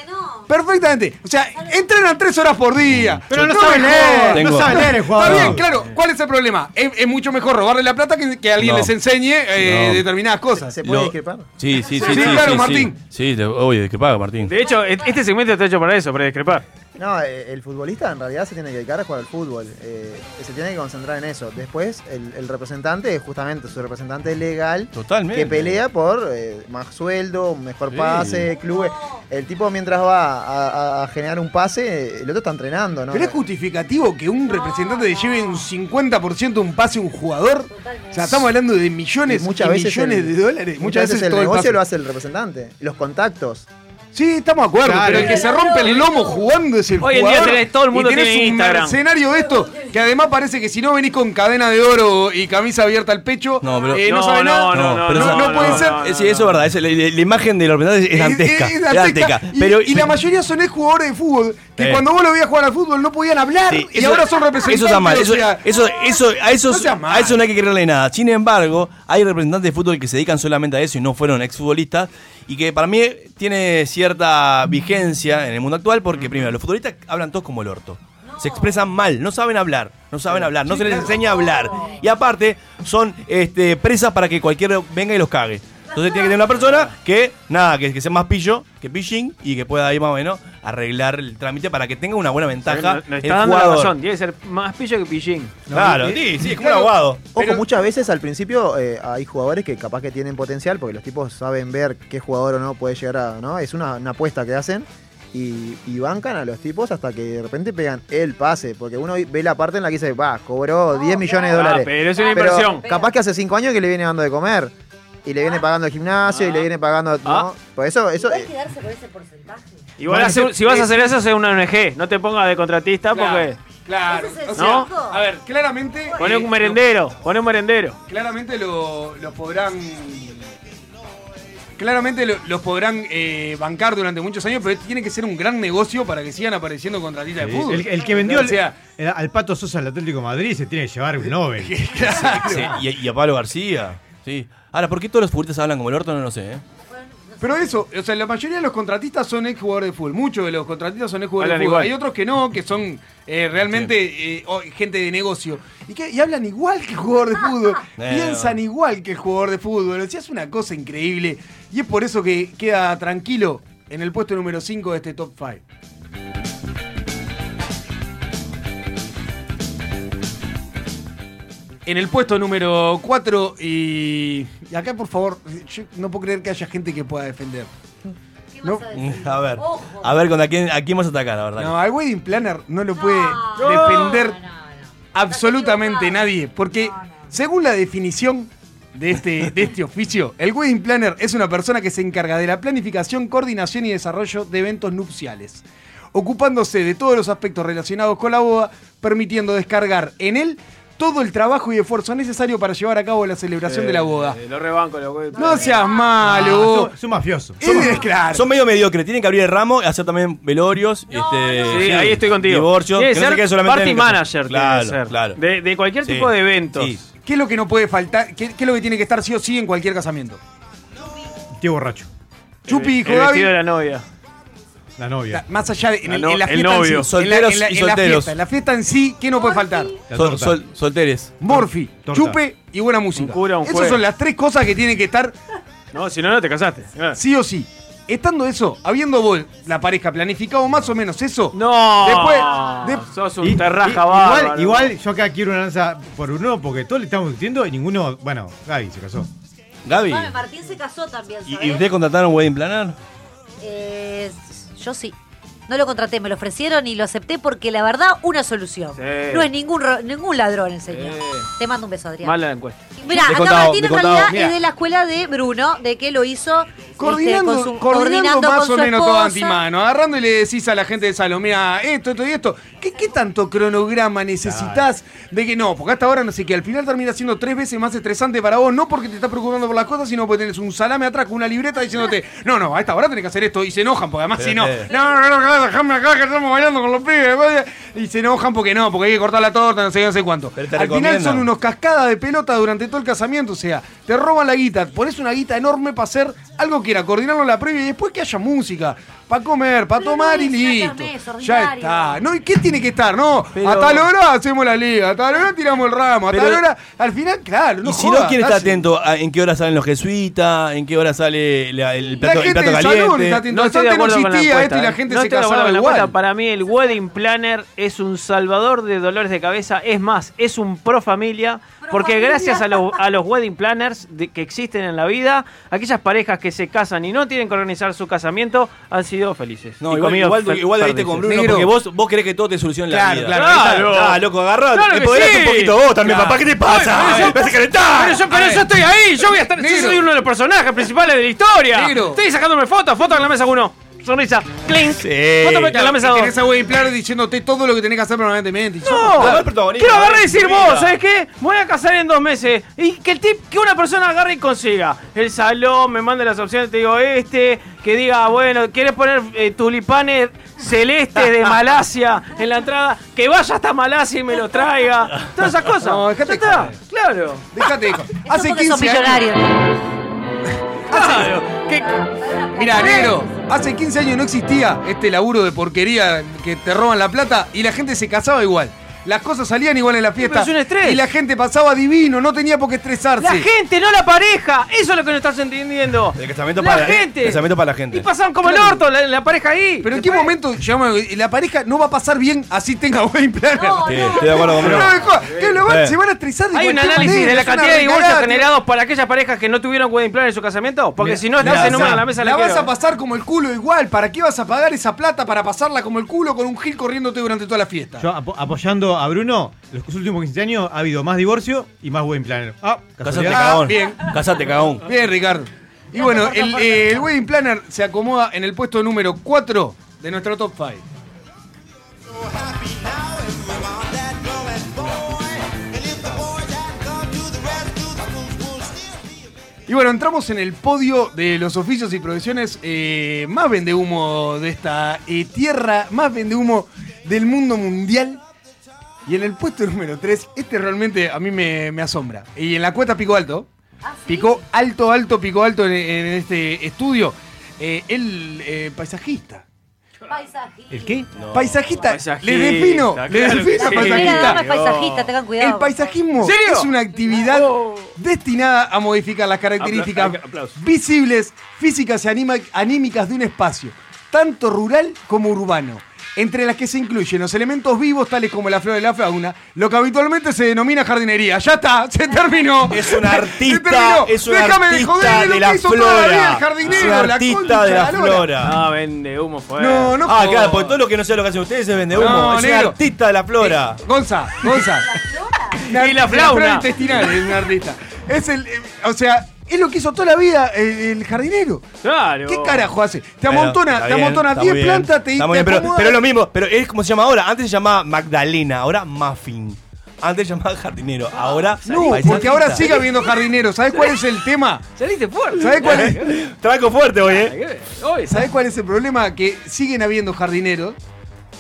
D: perfectamente. O sea, entrenan tres horas por día.
C: Pero no saben leer, Tengo- no saben leer el jugador.
D: Está bien, claro. ¿Cuál es el problema? Es, es mucho mejor robarle la plata que, que alguien
B: No.
D: les enseñe eh,
B: No.
D: determinadas cosas. ¿Se
B: puede Lo- discrepar? Sí, sí, sí. Sí,
D: claro,
B: sí,
D: Martín.
B: Sí, Sí, te- obvio, que paga, Martín.
C: este De hecho, e- este segmento está hecho para eso, para discrepar.
T: No, eh, el futbolista en realidad se tiene que dedicar a jugar al fútbol. eh, se tiene que concentrar en eso. Después, el, el representante, justamente su representante legal,
B: Totalmente.
T: que pelea por eh, más sueldo, mejor
B: Sí.
T: pase, clubes. El tipo mientras va a, a- a generar un pase, el otro está entrenando, ¿no?
D: Pero es justificativo que un representante le lleve un 50% un pase a un jugador. O sea, estamos hablando de millones
T: Y
D: y,
T: muchas veces
D: millones
T: el-
D: de dólares. Muchas, veces,
T: el
D: todo el
T: negocio
D: pase.
T: lo hace el representante. Los contactos.
D: Sí, estamos de acuerdo,
T: Claro.
D: pero el que se rompe el lomo jugando es el
T: Hoy en día
D: jugador.
T: tenés- todo el mundo
D: y tenés
T: tiene
D: un
T: Instagram.
D: mercenario de esto, que además parece que si no venís con cadena de oro y camisa abierta al pecho, eh, no,
B: No, pero-
D: sabés nada.
B: pero eso-
D: no puede ser.
B: Eh, sí, eso es verdad. es- la, la- la imagen de la organización es, es dantesca.
D: Es
B: Es
D: dantesca.
B: dantesca.
D: Y,
B: Pero,
D: y la mayoría son ex jugadores de fútbol que
B: Sí.
D: cuando vos lo veías jugar al fútbol no podían hablar
B: Sí,
D: y ahora son representantes.
B: Eso está mal. Eso,
D: o sea,
B: eso, eso- a, eso,
D: No sea
B: a eso no hay que creerle nada. Sin embargo, hay representantes de fútbol que se dedican solamente a eso y no fueron exfutbolistas. Y que para mí tiene cierta vigencia en el mundo actual
D: Mm.
B: porque, primero, los futbolistas hablan todos como el orto. Se expresan mal, no saben hablar, no saben hablar, no se les enseña a hablar. Y aparte, son este, presas para que cualquiera venga y los cague. Entonces tiene que tener una persona que, nada, que, que sea más pillo, que pillín, y que pueda ahí más o menos arreglar el trámite para que tenga una buena ventaja.
C: No
B: el
C: estás dando la
B: jugador.
C: razón. Tiene que ser más pillo que pillín.
B: Claro, sí, sí, es como un abogado.
T: Ojo, muchas veces al principio eh, hay jugadores que capaz que tienen potencial porque los tipos saben ver qué jugador o no puede llegar a. ¿no? Es una, una apuesta que hacen y, y bancan a los tipos hasta que de repente pegan el pase. Porque uno ve la parte en la que dice, va, cobró 10 millones de
C: Ah,
T: dólares.
C: pero es una inversión.
T: Capaz que hace 5 años que le viene dando de comer. Y le viene
C: Ah.
T: pagando el gimnasio y le viene pagando. ¿no? Por eso. eso
E: Hay que darse por ese porcentaje.
C: Igual
T: Bueno,
C: hace-
T: eso-
C: si vas a
T: eh,
C: hacer eso, es una ONG. No te pongas de contratista
D: Claro. Claro,
E: Ese es el
D: o
C: ¿No?
D: sea, a ver, claramente.
C: porque. Poné
D: eh,
C: un merendero. Poné un merendero.
D: Claramente lo, lo podrán. Claramente lo- los podrán eh, bancar durante muchos años, pero tiene que ser un gran negocio para que sigan apareciendo contratistas de fútbol.
F: El, el que vendió
D: O sea,
F: el- el- eh, al Pato Sosa al Atlético de Madrid se tiene que llevar un Nobel.
B: Sí, y, y a Pablo García. Sí. Ahora, ¿por qué todos los futbolistas hablan como el orto? No lo sé, ¿eh?
D: pero eso, o sea, la mayoría de los contratistas son ex jugadores de fútbol. Muchos de los contratistas son ex jugadores
B: Hablan
D: de fútbol.
B: igual.
D: Hay otros que no, que son eh, realmente eh, o- gente de negocio. ¿Y, qué? y hablan igual que el jugador de fútbol.
B: Eh,
D: piensan igual que el jugador de fútbol. O sea, es una cosa increíble. Y es por eso que queda tranquilo en el puesto número 5 de este top 5. En el puesto número 4 y, y acá por favor, yo no puedo creer que haya gente que pueda defender. No,
B: A ver, a ver, ¿con a quién, a quién vas a atacar, la verdad?
D: no, al Wedding Planner no lo puede defender absolutamente nadie, porque según la definición de este, de este oficio, el Wedding Planner es una persona que se encarga de la planificación, coordinación y desarrollo de eventos nupciales, ocupándose de todos los aspectos relacionados con la boda, permitiendo descargar en él todo el trabajo y esfuerzo necesario para llevar a cabo la celebración de la boda.
C: Eh, Lo rebanco, lo voy-
D: No seas
B: Ah,
D: malo, vos.
F: Es un mafioso.
D: Es claro.
B: Son medio mediocres, tienen que abrir el ramo, hacer también velorios, este,
C: Sí, ahí estoy contigo.
B: divorcios,
C: Tiene que
B: que no se
C: ser
B: quede solamente
C: party
B: en el-
C: manager, tiene que
B: claro,
C: ser.
B: claro.
C: De, de cualquier
B: Sí,
C: tipo de eventos.
B: sí.
D: ¿Qué es lo que no puede faltar? ¿Qué, qué es lo que tiene que estar sí o sí en cualquier casamiento?
F: Tío borracho.
D: Chupi, hijo
C: El
D: Gaby.
C: vestido de la novia.
F: La novia.
D: Más allá de en,
F: La
D: el-
F: no-
D: en la
F: el
D: fiesta
F: novio.
D: en sí, en la-
F: Solteros
D: en la,
F: y
D: en la
F: solteros.
D: fiesta, en la fiesta en sí, ¿qué no puede faltar?
B: Sol, sol- solteres.
D: Morfi,
B: Torta.
D: chupe y buena música.
C: un
D: Esas
C: juez.
D: son las tres cosas que tienen que estar
C: No, si no, no te casaste. Claro.
D: sí o sí. Estando eso, habiendo vos la pareja planificado más o menos eso.
C: No.
D: Después,
C: sos
F: Y-
C: un terraja
F: y-
C: bárbaro.
F: igual, igual yo acá quiero una lanza por uno, porque todos le estamos discutiendo y ninguno. Bueno, Gaby se casó.
B: Gaby.
E: Dame, Martín se casó también,
B: ¿Y,
E: ¿sabés?
B: y ustedes contrataron wedding planner?
E: Eh, yo sí. No lo contraté, me lo ofrecieron y lo acepté porque la verdad, una solución. No es ningún ro- ningún ladrón el señor. Te mando un beso, Adrián.
C: Mala la encuesta.
E: Mira, acá
C: Descontado,
E: Martín en
C: descontado.
E: realidad
C: Mirá.
E: es de la escuela de Bruno, de que lo hizo este,
D: Coordinando,
E: con
D: coordinando
E: su- coordinando
D: más
E: con
D: o
E: su
D: menos todo
E: esposa.
D: antimano, agarrando y le decís a la gente de Salomé, mira, esto, esto y esto. ¿Qué, qué tanto cronograma necesitas de que no? Porque hasta ahora no sé qué, al final termina siendo tres veces más estresante para vos, no porque te estás preocupando por las cosas, sino porque tenés un salame atrás con una libreta diciéndote, no, no, a esta hora tenés que hacer esto, y se enojan, porque además
B: Pero,
D: si no,
B: eh.
D: no, no, no, no, dejame acá que estamos bailando con los pibes, vaya". y se enojan porque no, porque hay que cortar la torta, no sé qué, no sé cuánto.
B: te
D: Al final
B: recomiendan.
D: son unos cascadas de pelota durante todo el casamiento. O sea, te roban la guita, pones una guita enorme para hacer algo que era coordinarlo en la previa y después que haya música. para comer, para tomar y listo.
E: carne es
D: Ya
E: ordinario.
D: está. No, ¿y qué tiene que estar? No,
B: Pero-
D: a tal hora hacemos la liga, a tal hora tiramos el ramo, a tal
B: Pero-
D: hora. Al final, claro, no
B: Y si
D: jodas,
B: no quiere estar
D: hace-
B: atento a en qué hora salen los jesuitas, en qué hora sale la- el plato, el plato caliente.
C: No estoy de acuerdo con la encuesta,
D: y la
C: ¿eh?
D: gente
C: No
D: se
C: estoy de
D: casaba
C: acuerdo con la
D: igual.
C: encuesta. Para mí el wedding planner es un salvador de dolores de cabeza. Es más, es un pro familia. Porque gracias a los, a los wedding planners de- que existen en la vida, aquellas parejas que se casan y no tienen que organizar su casamiento han sido felices.
B: No,
C: Y
B: igual,
C: comido
B: igual,
C: fel-
B: igual debiste
C: perdices.
B: con Bruno porque vos, vos querés que todo te solucione
C: Claro,
B: la vida.
C: claro, Claro. ahí está.
B: Ah, loco, agarrá.
C: Claro que
B: empoderate
C: sí.
B: un poquito vos también,
C: Claro.
B: papá. ¿Qué te pasa?
C: Ay,
B: Me hace calentar.
C: Pero yo, pero
B: A ver.
C: yo estoy ahí, yo voy a estar. Yo soy uno de los personajes principales de la historia.
D: Negro.
C: Estoy sacándome fotos, fotos en la mesa uno. Sonrisa, clink. Foto en la mesa
D: Y
C: dos.
D: tenés a Wayne Planer diciéndote todo lo que tenés que hacer permanentemente. Y somos- claro.
C: No, quiero agarrar y decir vos, eh. ¿sabes qué? Me Voy a casar en dos meses. Y que el tip que una persona agarre y consiga. El salón, me mande las opciones, te digo este, que diga, bueno, ¿quieres poner eh, tulipanes celestes de Malasia en la entrada? Que vaya hasta Malasia y me lo traiga. Todas esas cosas. Ya está, claro.
D: Déjate, Hace
C: porque sos
D: 15
C: millonario.
D: años. Claro. Mirá, negro, hace 15 años no existía este laburo de porquería que te roban la plata y la gente se casaba igual. Las cosas salían igual en la fiesta.
C: pero es un estrés.
D: Y la gente pasaba divino, no tenía por qué estresarse.
C: La gente, no la pareja. Eso es lo que no estás entendiendo.
B: El casamiento
C: La
B: para
C: gente.
B: El casamiento para la gente.
C: Y pasaban como el orto la, la pareja ahí.
D: Pero en qué momento llegamos a- la pareja no va a pasar bien así tenga buen planner.
B: Sí, estoy de acuerdo con
D: Pero
B: Bruno.
D: no me jodas, que lo van-
B: Eh.
D: se van a estresar de
C: Hay un
D: cualquier
C: análisis
D: manera,
C: de la
D: es una
C: cantidad de divorcios
D: regalada,
C: generados para aquellas parejas que no tuvieron wedding plan en su casamiento. Porque si no
D: Mirá,
C: está ese
D: mirá,
C: número en la mesa,
D: la
C: la
D: vas
C: quiero.
D: a pasar como el culo igual. ¿Para qué vas a pagar esa plata para pasarla como el culo con un gil corriéndote durante toda la fiesta?
F: Yo apo- apoyando a Bruno, los últimos 15 años ha habido más divorcio y más buen planero. Ah,
B: Casate,
F: casualidad.
B: cagón.
D: bien.
B: Casate, cagón.
D: Bien, Ricardo. Y bueno, el, eh, el wedding planner se acomoda en el puesto número 4 de nuestro top 5. Y bueno, entramos en el podio de los oficios y profesiones eh, más vendehumo de esta eh, tierra, más vendehumo del mundo mundial. Y en el puesto número 3, este realmente a mí me, me asombra. Y en la cuota picó alto. Picó alto, alto, picó alto en, en este estudio. Eh, el eh, paisajista.
E: Paisajista.
F: ¿El qué?
D: Paisajista.
F: Paisajista,
D: Le defino.
F: claro
D: le
F: que
D: defino
F: sí.
E: Primera
D: paisajista.
E: dama es paisajista, tengan cuidado.
D: Oh. El paisajismo
E: ¿En serio?
D: es una actividad
F: Oh.
D: destinada a modificar las características
C: Apla- aplauso.
D: visibles, físicas y anima- anímicas de un espacio, tanto rural como urbano, entre las que se incluyen los elementos vivos tales como la flora y la fauna, lo que habitualmente se denomina jardinería. Ya está, se terminó.
B: Es un
D: Se
B: artista,
D: terminó.
B: es un
D: Déjame de
B: artista
D: joder, es lo
B: de la
D: que hizo toda la vida el
B: flora.
D: jardinero,
B: Es un
D: la
B: artista
D: concha
B: de la
D: lora.
B: flora.
C: Ah, vende humo fuerte.
B: Ah, claro, porque todo lo que no sea lo que hacen ustedes es vende humo.
D: No,
B: es un
D: negro.
B: artista de la flora.
D: Gonza, Gonza.
C: Y la
D: flora
C: flauna.
D: intestinal es un artista. Es el, eh, o sea, es lo que hizo toda la vida el, el jardinero.
C: Claro.
D: ¿Qué carajo hace? Te
B: Bueno,
D: amontona,
B: está
D: te
B: bien,
D: amontona
B: está muy
D: 10
B: bien,
D: plantas, te,
B: está muy
D: te
B: bien, pero,
D: acomoda-
B: pero es lo mismo, pero es como se llama ahora. Antes se llamaba Magdalena, ahora Muffin. Antes se llamaba jardinero, ahora.
D: No, porque ahora sigue habiendo jardineros. ¿Sabes cuál es el tema?
C: Saliste fuerte.
D: ¿Sabes cuál es?
B: Trabajo fuerte hoy, ¿eh?
D: ¿Sabes cuál es el problema? Que siguen habiendo jardineros.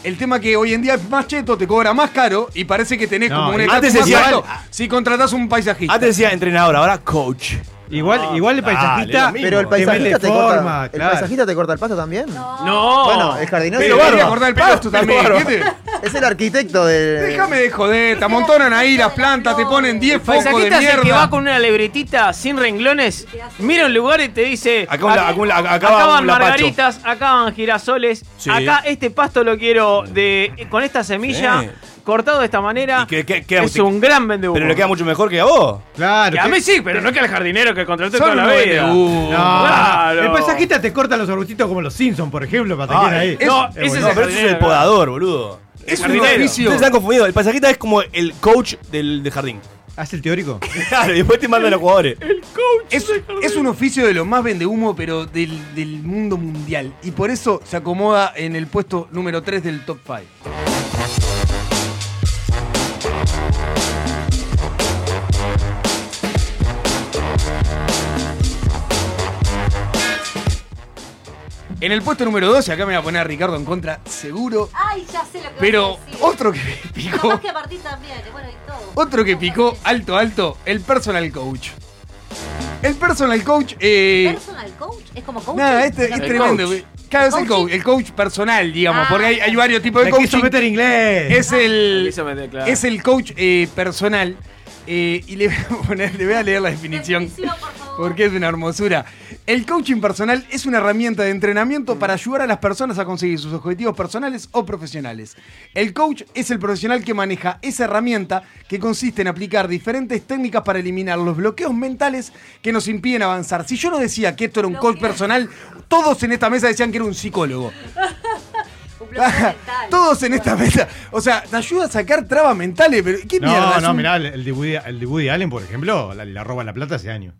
D: El tema que hoy en día es más cheto, te cobra más caro y parece que tenés
B: No,
D: como un
B: antes
D: estatus más
B: decía-
D: alto si contratás un paisajista.
B: Antes decía entrenador, ahora coach. Ah,
F: Igual, igual el
B: paisajista-
T: Pero el
B: Te
T: paisajista
B: mete
T: te, corta,
B: forma,
T: el
B: claro.
T: paisajista te corta el pasto también.
C: No.
T: Bueno, el jardinero
D: Pero
T: se-
D: barba, cortar el pasto
T: pero
D: también,
T: barba.
D: ¿viste?
T: Es el arquitecto de.
D: Déjame de joder, te amontonan ahí las plantas, te ponen 10 focos de
C: Paisajista es el que va
D: mierda.
C: con una lebretita sin renglones, mira un lugar y te dice:
B: Acá un la- acá un la- acá
C: acá
B: va
C: van
B: un lapacho".
C: margaritas, acá van girasoles,
B: Sí.
C: acá este pasto lo quiero de con esta semilla,
B: Sí.
C: cortado de esta manera.
B: Que- que- que-
C: es un gran vendehumo.
B: Pero le queda mucho mejor que a vos.
F: Claro.
C: Que
B: Ah,
C: a mí sí, pero no que al jardinero que contraté
F: Son
C: toda la
F: unos
C: vida.
F: vendehumo. No,
C: Claro.
F: El paisajista te corta los arbustitos como los Simpsons, por ejemplo, para tener ahí.
B: No,
F: Eh,
B: ese Ah, es,
F: boludo.
B: el, pero ese es el podador, boludo.
F: Es
B: El
F: un
B: jardinero.
F: oficio.
B: Ustedes están confundidos. El paisajista es como el coach del, del jardín.
F: ¿Hace el teórico?
B: Claro, y después te mandan a los jugadores.
D: Es, es un oficio de los más vendehumo, pero del, del mundo mundial. Y por eso se acomoda en el puesto número 3 del top 5. En el puesto número 12, acá me va a poner a Ricardo en contra, seguro.
E: Ay, ya sé lo que
D: Pero oh, otro que
E: vas a
D: picó.
E: Capaz que a Martín también, y bueno, y todo.
D: Otro que picó alto, alto, el personal coach. El personal coach. eh,
E: Personal coach, es como coach.
D: nada, este Eh, es tremendo. güey. Claro, es el coach, el coach personal, digamos,
C: Ah.
D: porque hay, hay varios tipos de
C: Me
D: coaching.
C: quiso meter
D: inglés. Es
E: Ah,
C: Me
D: el,
C: quiso meter, claro.
D: es el coach eh, personal. eh, y le voy, a poner- le voy a leer la definición, porque es una hermosura. El coaching personal es una herramienta de entrenamiento para ayudar a las personas a conseguir sus objetivos personales o profesionales. El coach es el profesional que maneja esa herramienta que consiste en aplicar diferentes técnicas para eliminar los bloqueos mentales que nos impiden avanzar. Si yo no decía que esto era un coach personal, todos en esta mesa decían que era un psicólogo. Todos en esta mesa. O sea, te ayuda a sacar trabas mentales, pero ¿qué mierda?
F: No,
D: Es
F: no,
D: un-
F: mirá, el, el de Woody, el de Woody Allen, por ejemplo, la, la roba la plata hace años.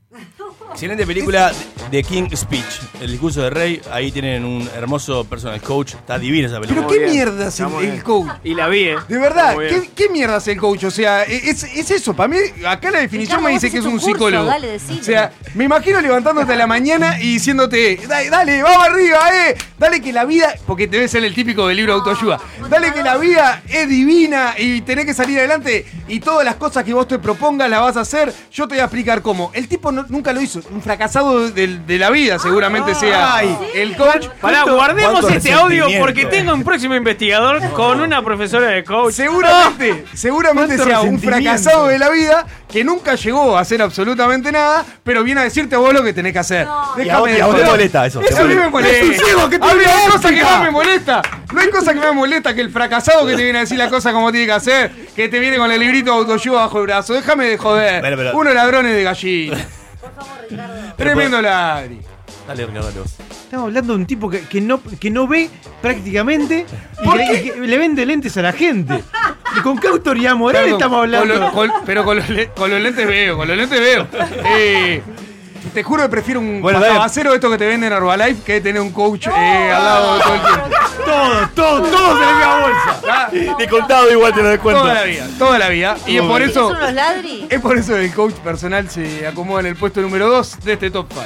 B: Excelente película de King Speech, El discurso del rey. Ahí tienen un hermoso personal coach. Está divina esa película.
D: Pero qué mierda es el, el coach.
C: Y la vi, ¿eh?
D: De verdad,
B: Muy bien.
D: ¿qué, qué mierda es el coach? O sea, e- es, es eso. Para mí, acá la definición
E: Ricardo,
D: me
E: vos
D: dice que es
E: hiciste
D: un,
E: un curso,
D: psicólogo.
E: dale, decilo.
D: o sea, me imagino levantándote a la mañana y diciéndote, dale, dale, vamos arriba, eh. Dale que la vida, porque debe ser el típico del libro de autoayuda. Dale que la vida es divina y tenés que salir adelante y todas las cosas que vos te propongas las vas a hacer. Yo te voy a explicar cómo. El tipo no- nunca lo hizo. Un fracasado de, de la vida seguramente sea
C: Ah, Ay,
D: el coach.
C: Pará,
D: Justo-
C: guardemos
D: ¿Cuánto
C: este audio
D: resentimiento?
C: porque tengo un próximo investigador con una profesora de coach.
D: Seguramente, seguramente
C: Cuánto
D: sea un
C: resentimiento.
D: fracasado de la vida que nunca llegó a hacer absolutamente nada, pero viene a decirte a vos lo que tenés que hacer.
B: Y a vos- y a vos te molesta eso, te
D: a mí me
B: molesta.
D: molesta.
B: Es un ciego que
D: A mí
B: tiene
D: hay cosa
B: óptica.
D: que más me molesta. No hay cosa que más me molesta que el fracasado que te viene a decir la cosa como tiene que hacer, que te viene con el librito de autoayuda bajo el brazo. Déjame de joder.
B: Bueno, pero-
D: Uno ladrones de gallina.
B: pues,
D: Tremendo ladri.
B: Dale, Ricardo, dale vos.
F: Estamos hablando de un tipo que, que no, que no ve prácticamente y que, y que le vende lentes a la gente. ¿Y ¿Con qué autoridad moral
D: Perdón,
F: estamos hablando?
D: con lo- con- pero con los, le- con los lentes veo, con los lentes veo. Eh, te juro que prefiero un
B: Bueno, dale.
D: pasabacero de estos que te venden en Herbalife que tener un coach eh, al lado todo el tiempo.
F: Todo, todo, todo se le ve a
D: bolsa.
B: Te contado igual te lo descuento.
D: Toda la vida, toda la vida. Y es por eso.
E: ¿Son unos ladri?
D: Es por eso que el coach personal se acomoda en el puesto número 2 de este top 5.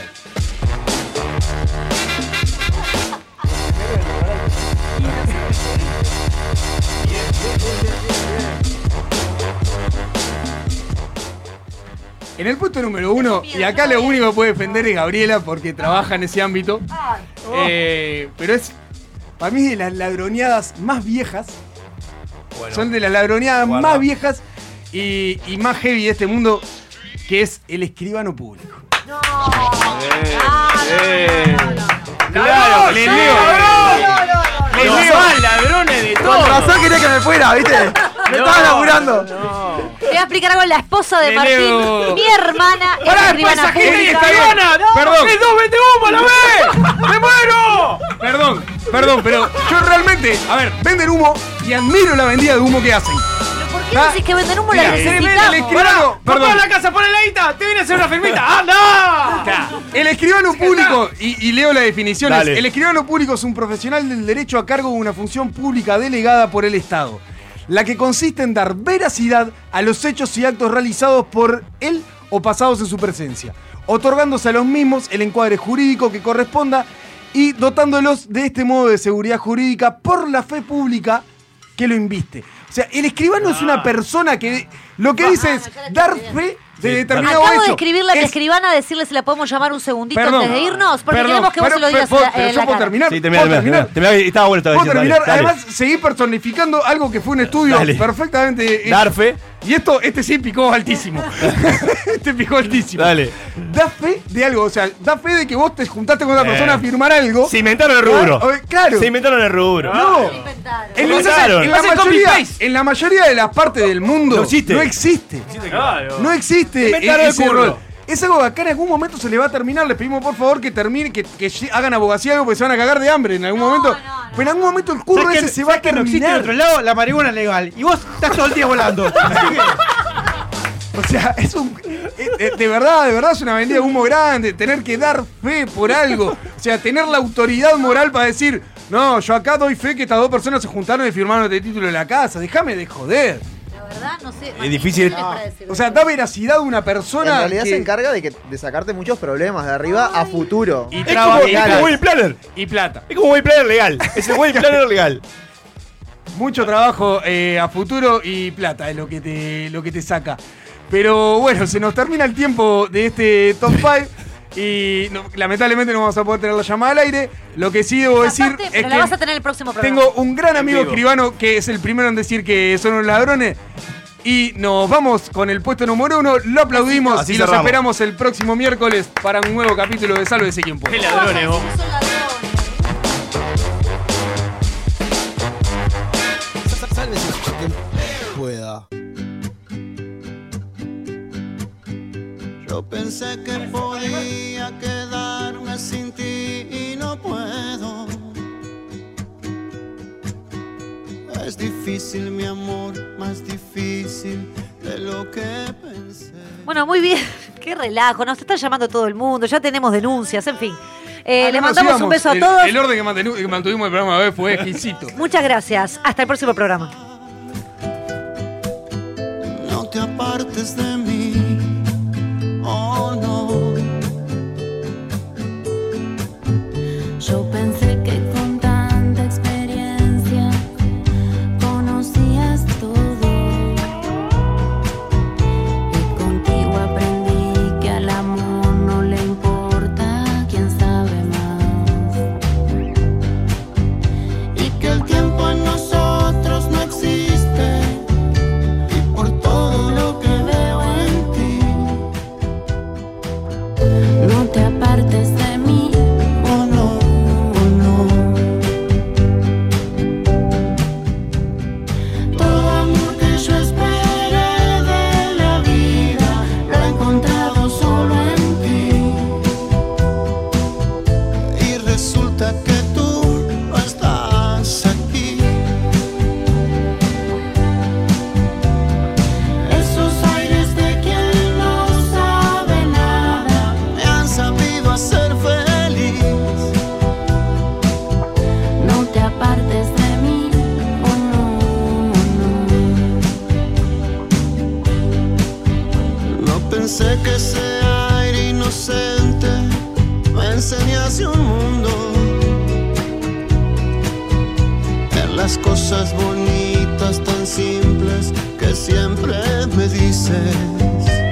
D: En el puesto número 1, y acá lo único que puede defender es Gabriela porque trabaja en ese ámbito. Eh, pero es, para mí, es de las ladroneadas más viejas. Son de las ladroneadas
B: guarda.
D: más viejas y, y más heavy de este mundo, que es el escribano público. Ah,
C: Claro, les leo. Les
D: No,
C: leo.
D: son
C: ladrones de todo.
D: Con razón quería que me fuera, ¿viste?
C: Me
D: estaba laburando.
E: Te voy a explicar algo la esposa de
D: Le
E: Martín.
D: leo.
E: Mi hermana es
C: Pará, después
E: escribana
C: esa gente
E: pública.
C: escribana.
D: Perdón.
C: ¡Es dos, vete vos, la vez! ¡Me muero!
D: Perdón, perdón, pero yo realmente, a ver, venden humo y admiro la vendida de humo que hacen.
E: ¿Por qué decís que vender humo la
D: El
E: necesitamos?
D: escribano,
C: Papá
D: perdón.
C: a la casa, pon la guita. Te viene a hacer una firmita. ¡Anda!
D: El escribano público, y, y leo la definición, es,
B: Dale.
D: el escribano público es un profesional del derecho a cargo de una función pública delegada por el Estado, la que consiste en dar veracidad a los hechos y actos realizados por él o pasados en su presencia, otorgándose a los mismos el encuadre jurídico que corresponda y dotándolos de este modo de seguridad jurídica por la fe pública que lo inviste. O sea, el escribano es
E: Ah.
D: una persona que lo que dice es dar fe de determinado
E: Acabo de
D: hecho.
E: escribirle a mi
D: Es-
E: escribana a decirle si la podemos llamar un segundito
D: Perdón.
E: antes de irnos, porque
D: Perdón,
E: queremos que vos
D: pero-
E: se lo digas
D: pero-
E: a-
D: pero
E: en
D: yo
E: la
D: puedo
E: cara.
D: terminar.
B: Sí, termina,
D: ¿Puedo
B: termina.
D: terminar?
B: Termina, Estaba bueno, estaba
D: Puedo
B: diciendo.
D: terminar,
B: dale, dale.
D: además seguí personificando algo que fue un estudio
B: Dale.
D: perfectamente.
B: Dar fe.
D: Y esto, este sí picó altísimo. este picó altísimo.
B: Dale.
D: Da fe de algo, o sea, da fe de que vos te juntaste con una
B: Eh.
D: persona a firmar algo.
B: Se inventaron el rubro.
D: Ah, eh, Claro.
B: Se inventaron el rubro.
D: No. En,
B: Lo
D: esas-
B: inventaron.
D: en la
B: Hacen
D: mayoría,
B: copy-paste.
D: en la mayoría de las partes del mundo
B: No existe.
D: No existe. No existe
B: Inventaron
D: ese
B: el curro.
D: rol. Es algo que acá en algún momento se le va a terminar. Les pedimos por favor que termine, que, que lle- hagan abogacía algo porque se van a cagar de hambre en algún momento. Pero en algún momento el curro
F: ¿Sabés
D: ese
F: que-
D: se va a
F: sabés que no existe
D: terminar.
F: en otro lado? La marihuana es legal. Y vos estás todo el día volando.
D: O sea, es un. eh, eh, De verdad, de verdad es una vendida de humo grande. Tener que dar fe por algo. O sea, tener la autoridad moral para decir. No, yo acá doy fe que estas dos personas se juntaron y firmaron este título de la casa. Déjame de joder.
E: ¿Verdad? No sé.
B: Es difícil.
D: O sea, da veracidad a una persona.
T: En realidad
D: que-
T: se encarga de, que, de sacarte muchos problemas de arriba a futuro.
D: Y
T: Es
D: traba-
T: como-
D: y
T: claro.
D: traba-
B: Planner.
D: Y plata.
B: Es como Way Planner legal. Es el Way Planner legal.
D: Mucho trabajo eh, a futuro y plata es lo que, te, lo que te saca. Pero bueno, se nos termina el tiempo de este top 5. Y no- lamentablemente no vamos a poder tener la llamada al aire. Lo que sí debo decir
E: Aparte,
D: es
E: pero la
D: que
E: vas a tener el próximo programa.
D: tengo un gran
E: En
D: amigo
E: vivo.
D: escribano que es el primero en decir que son unos ladrones. Y nos vamos con el puesto número uno. Lo aplaudimos
C: Así
D: y los
C: cerramos.
D: esperamos el próximo miércoles para un nuevo capítulo de Salve ese quien puede.
X: Qué ladrones, vos.
I: Sálvese quien pueda. Yo pensé que podía quedarme sin ti y no puedo. Es difícil, mi amor, más difícil de lo que pensé.
E: Bueno, muy bien. Qué relajo. Nos está llamando todo el mundo. Ya tenemos denuncias, en fin. Eh,
D: Acá
E: le
D: nos
E: mandamos un
D: íbamos.
E: beso a
D: El-
E: todos.
D: El orden que mantenu- que mantuvimos el programa de hoy fue exquisito.
E: Muchas gracias. Hasta el próximo programa.
I: no te apartes de mí. Oh no.
Y: Yo pensé que con tanta experiencia conocías todo. Y contigo aprendí que al amor no le importa quién sabe más.
I: Y que el tiempo en nosotros no existe. Y por todo lo que veo en ti.
Y: No te apartes de mí.
I: Oh no, oh no. Todo amor que yo esperé de la vida lo he encontrado solo en ti. Y resulta que tú no estás aquí. Esos aires de quien no sabe nada me han sabido hacer feliz.
Y: No te apartes de mí, oh no,
I: No pensé que ese aire inocente me enseñase un mundo. De las cosas bonitas tan simples que siempre me dices. oh, oh, Ah, oh, oh,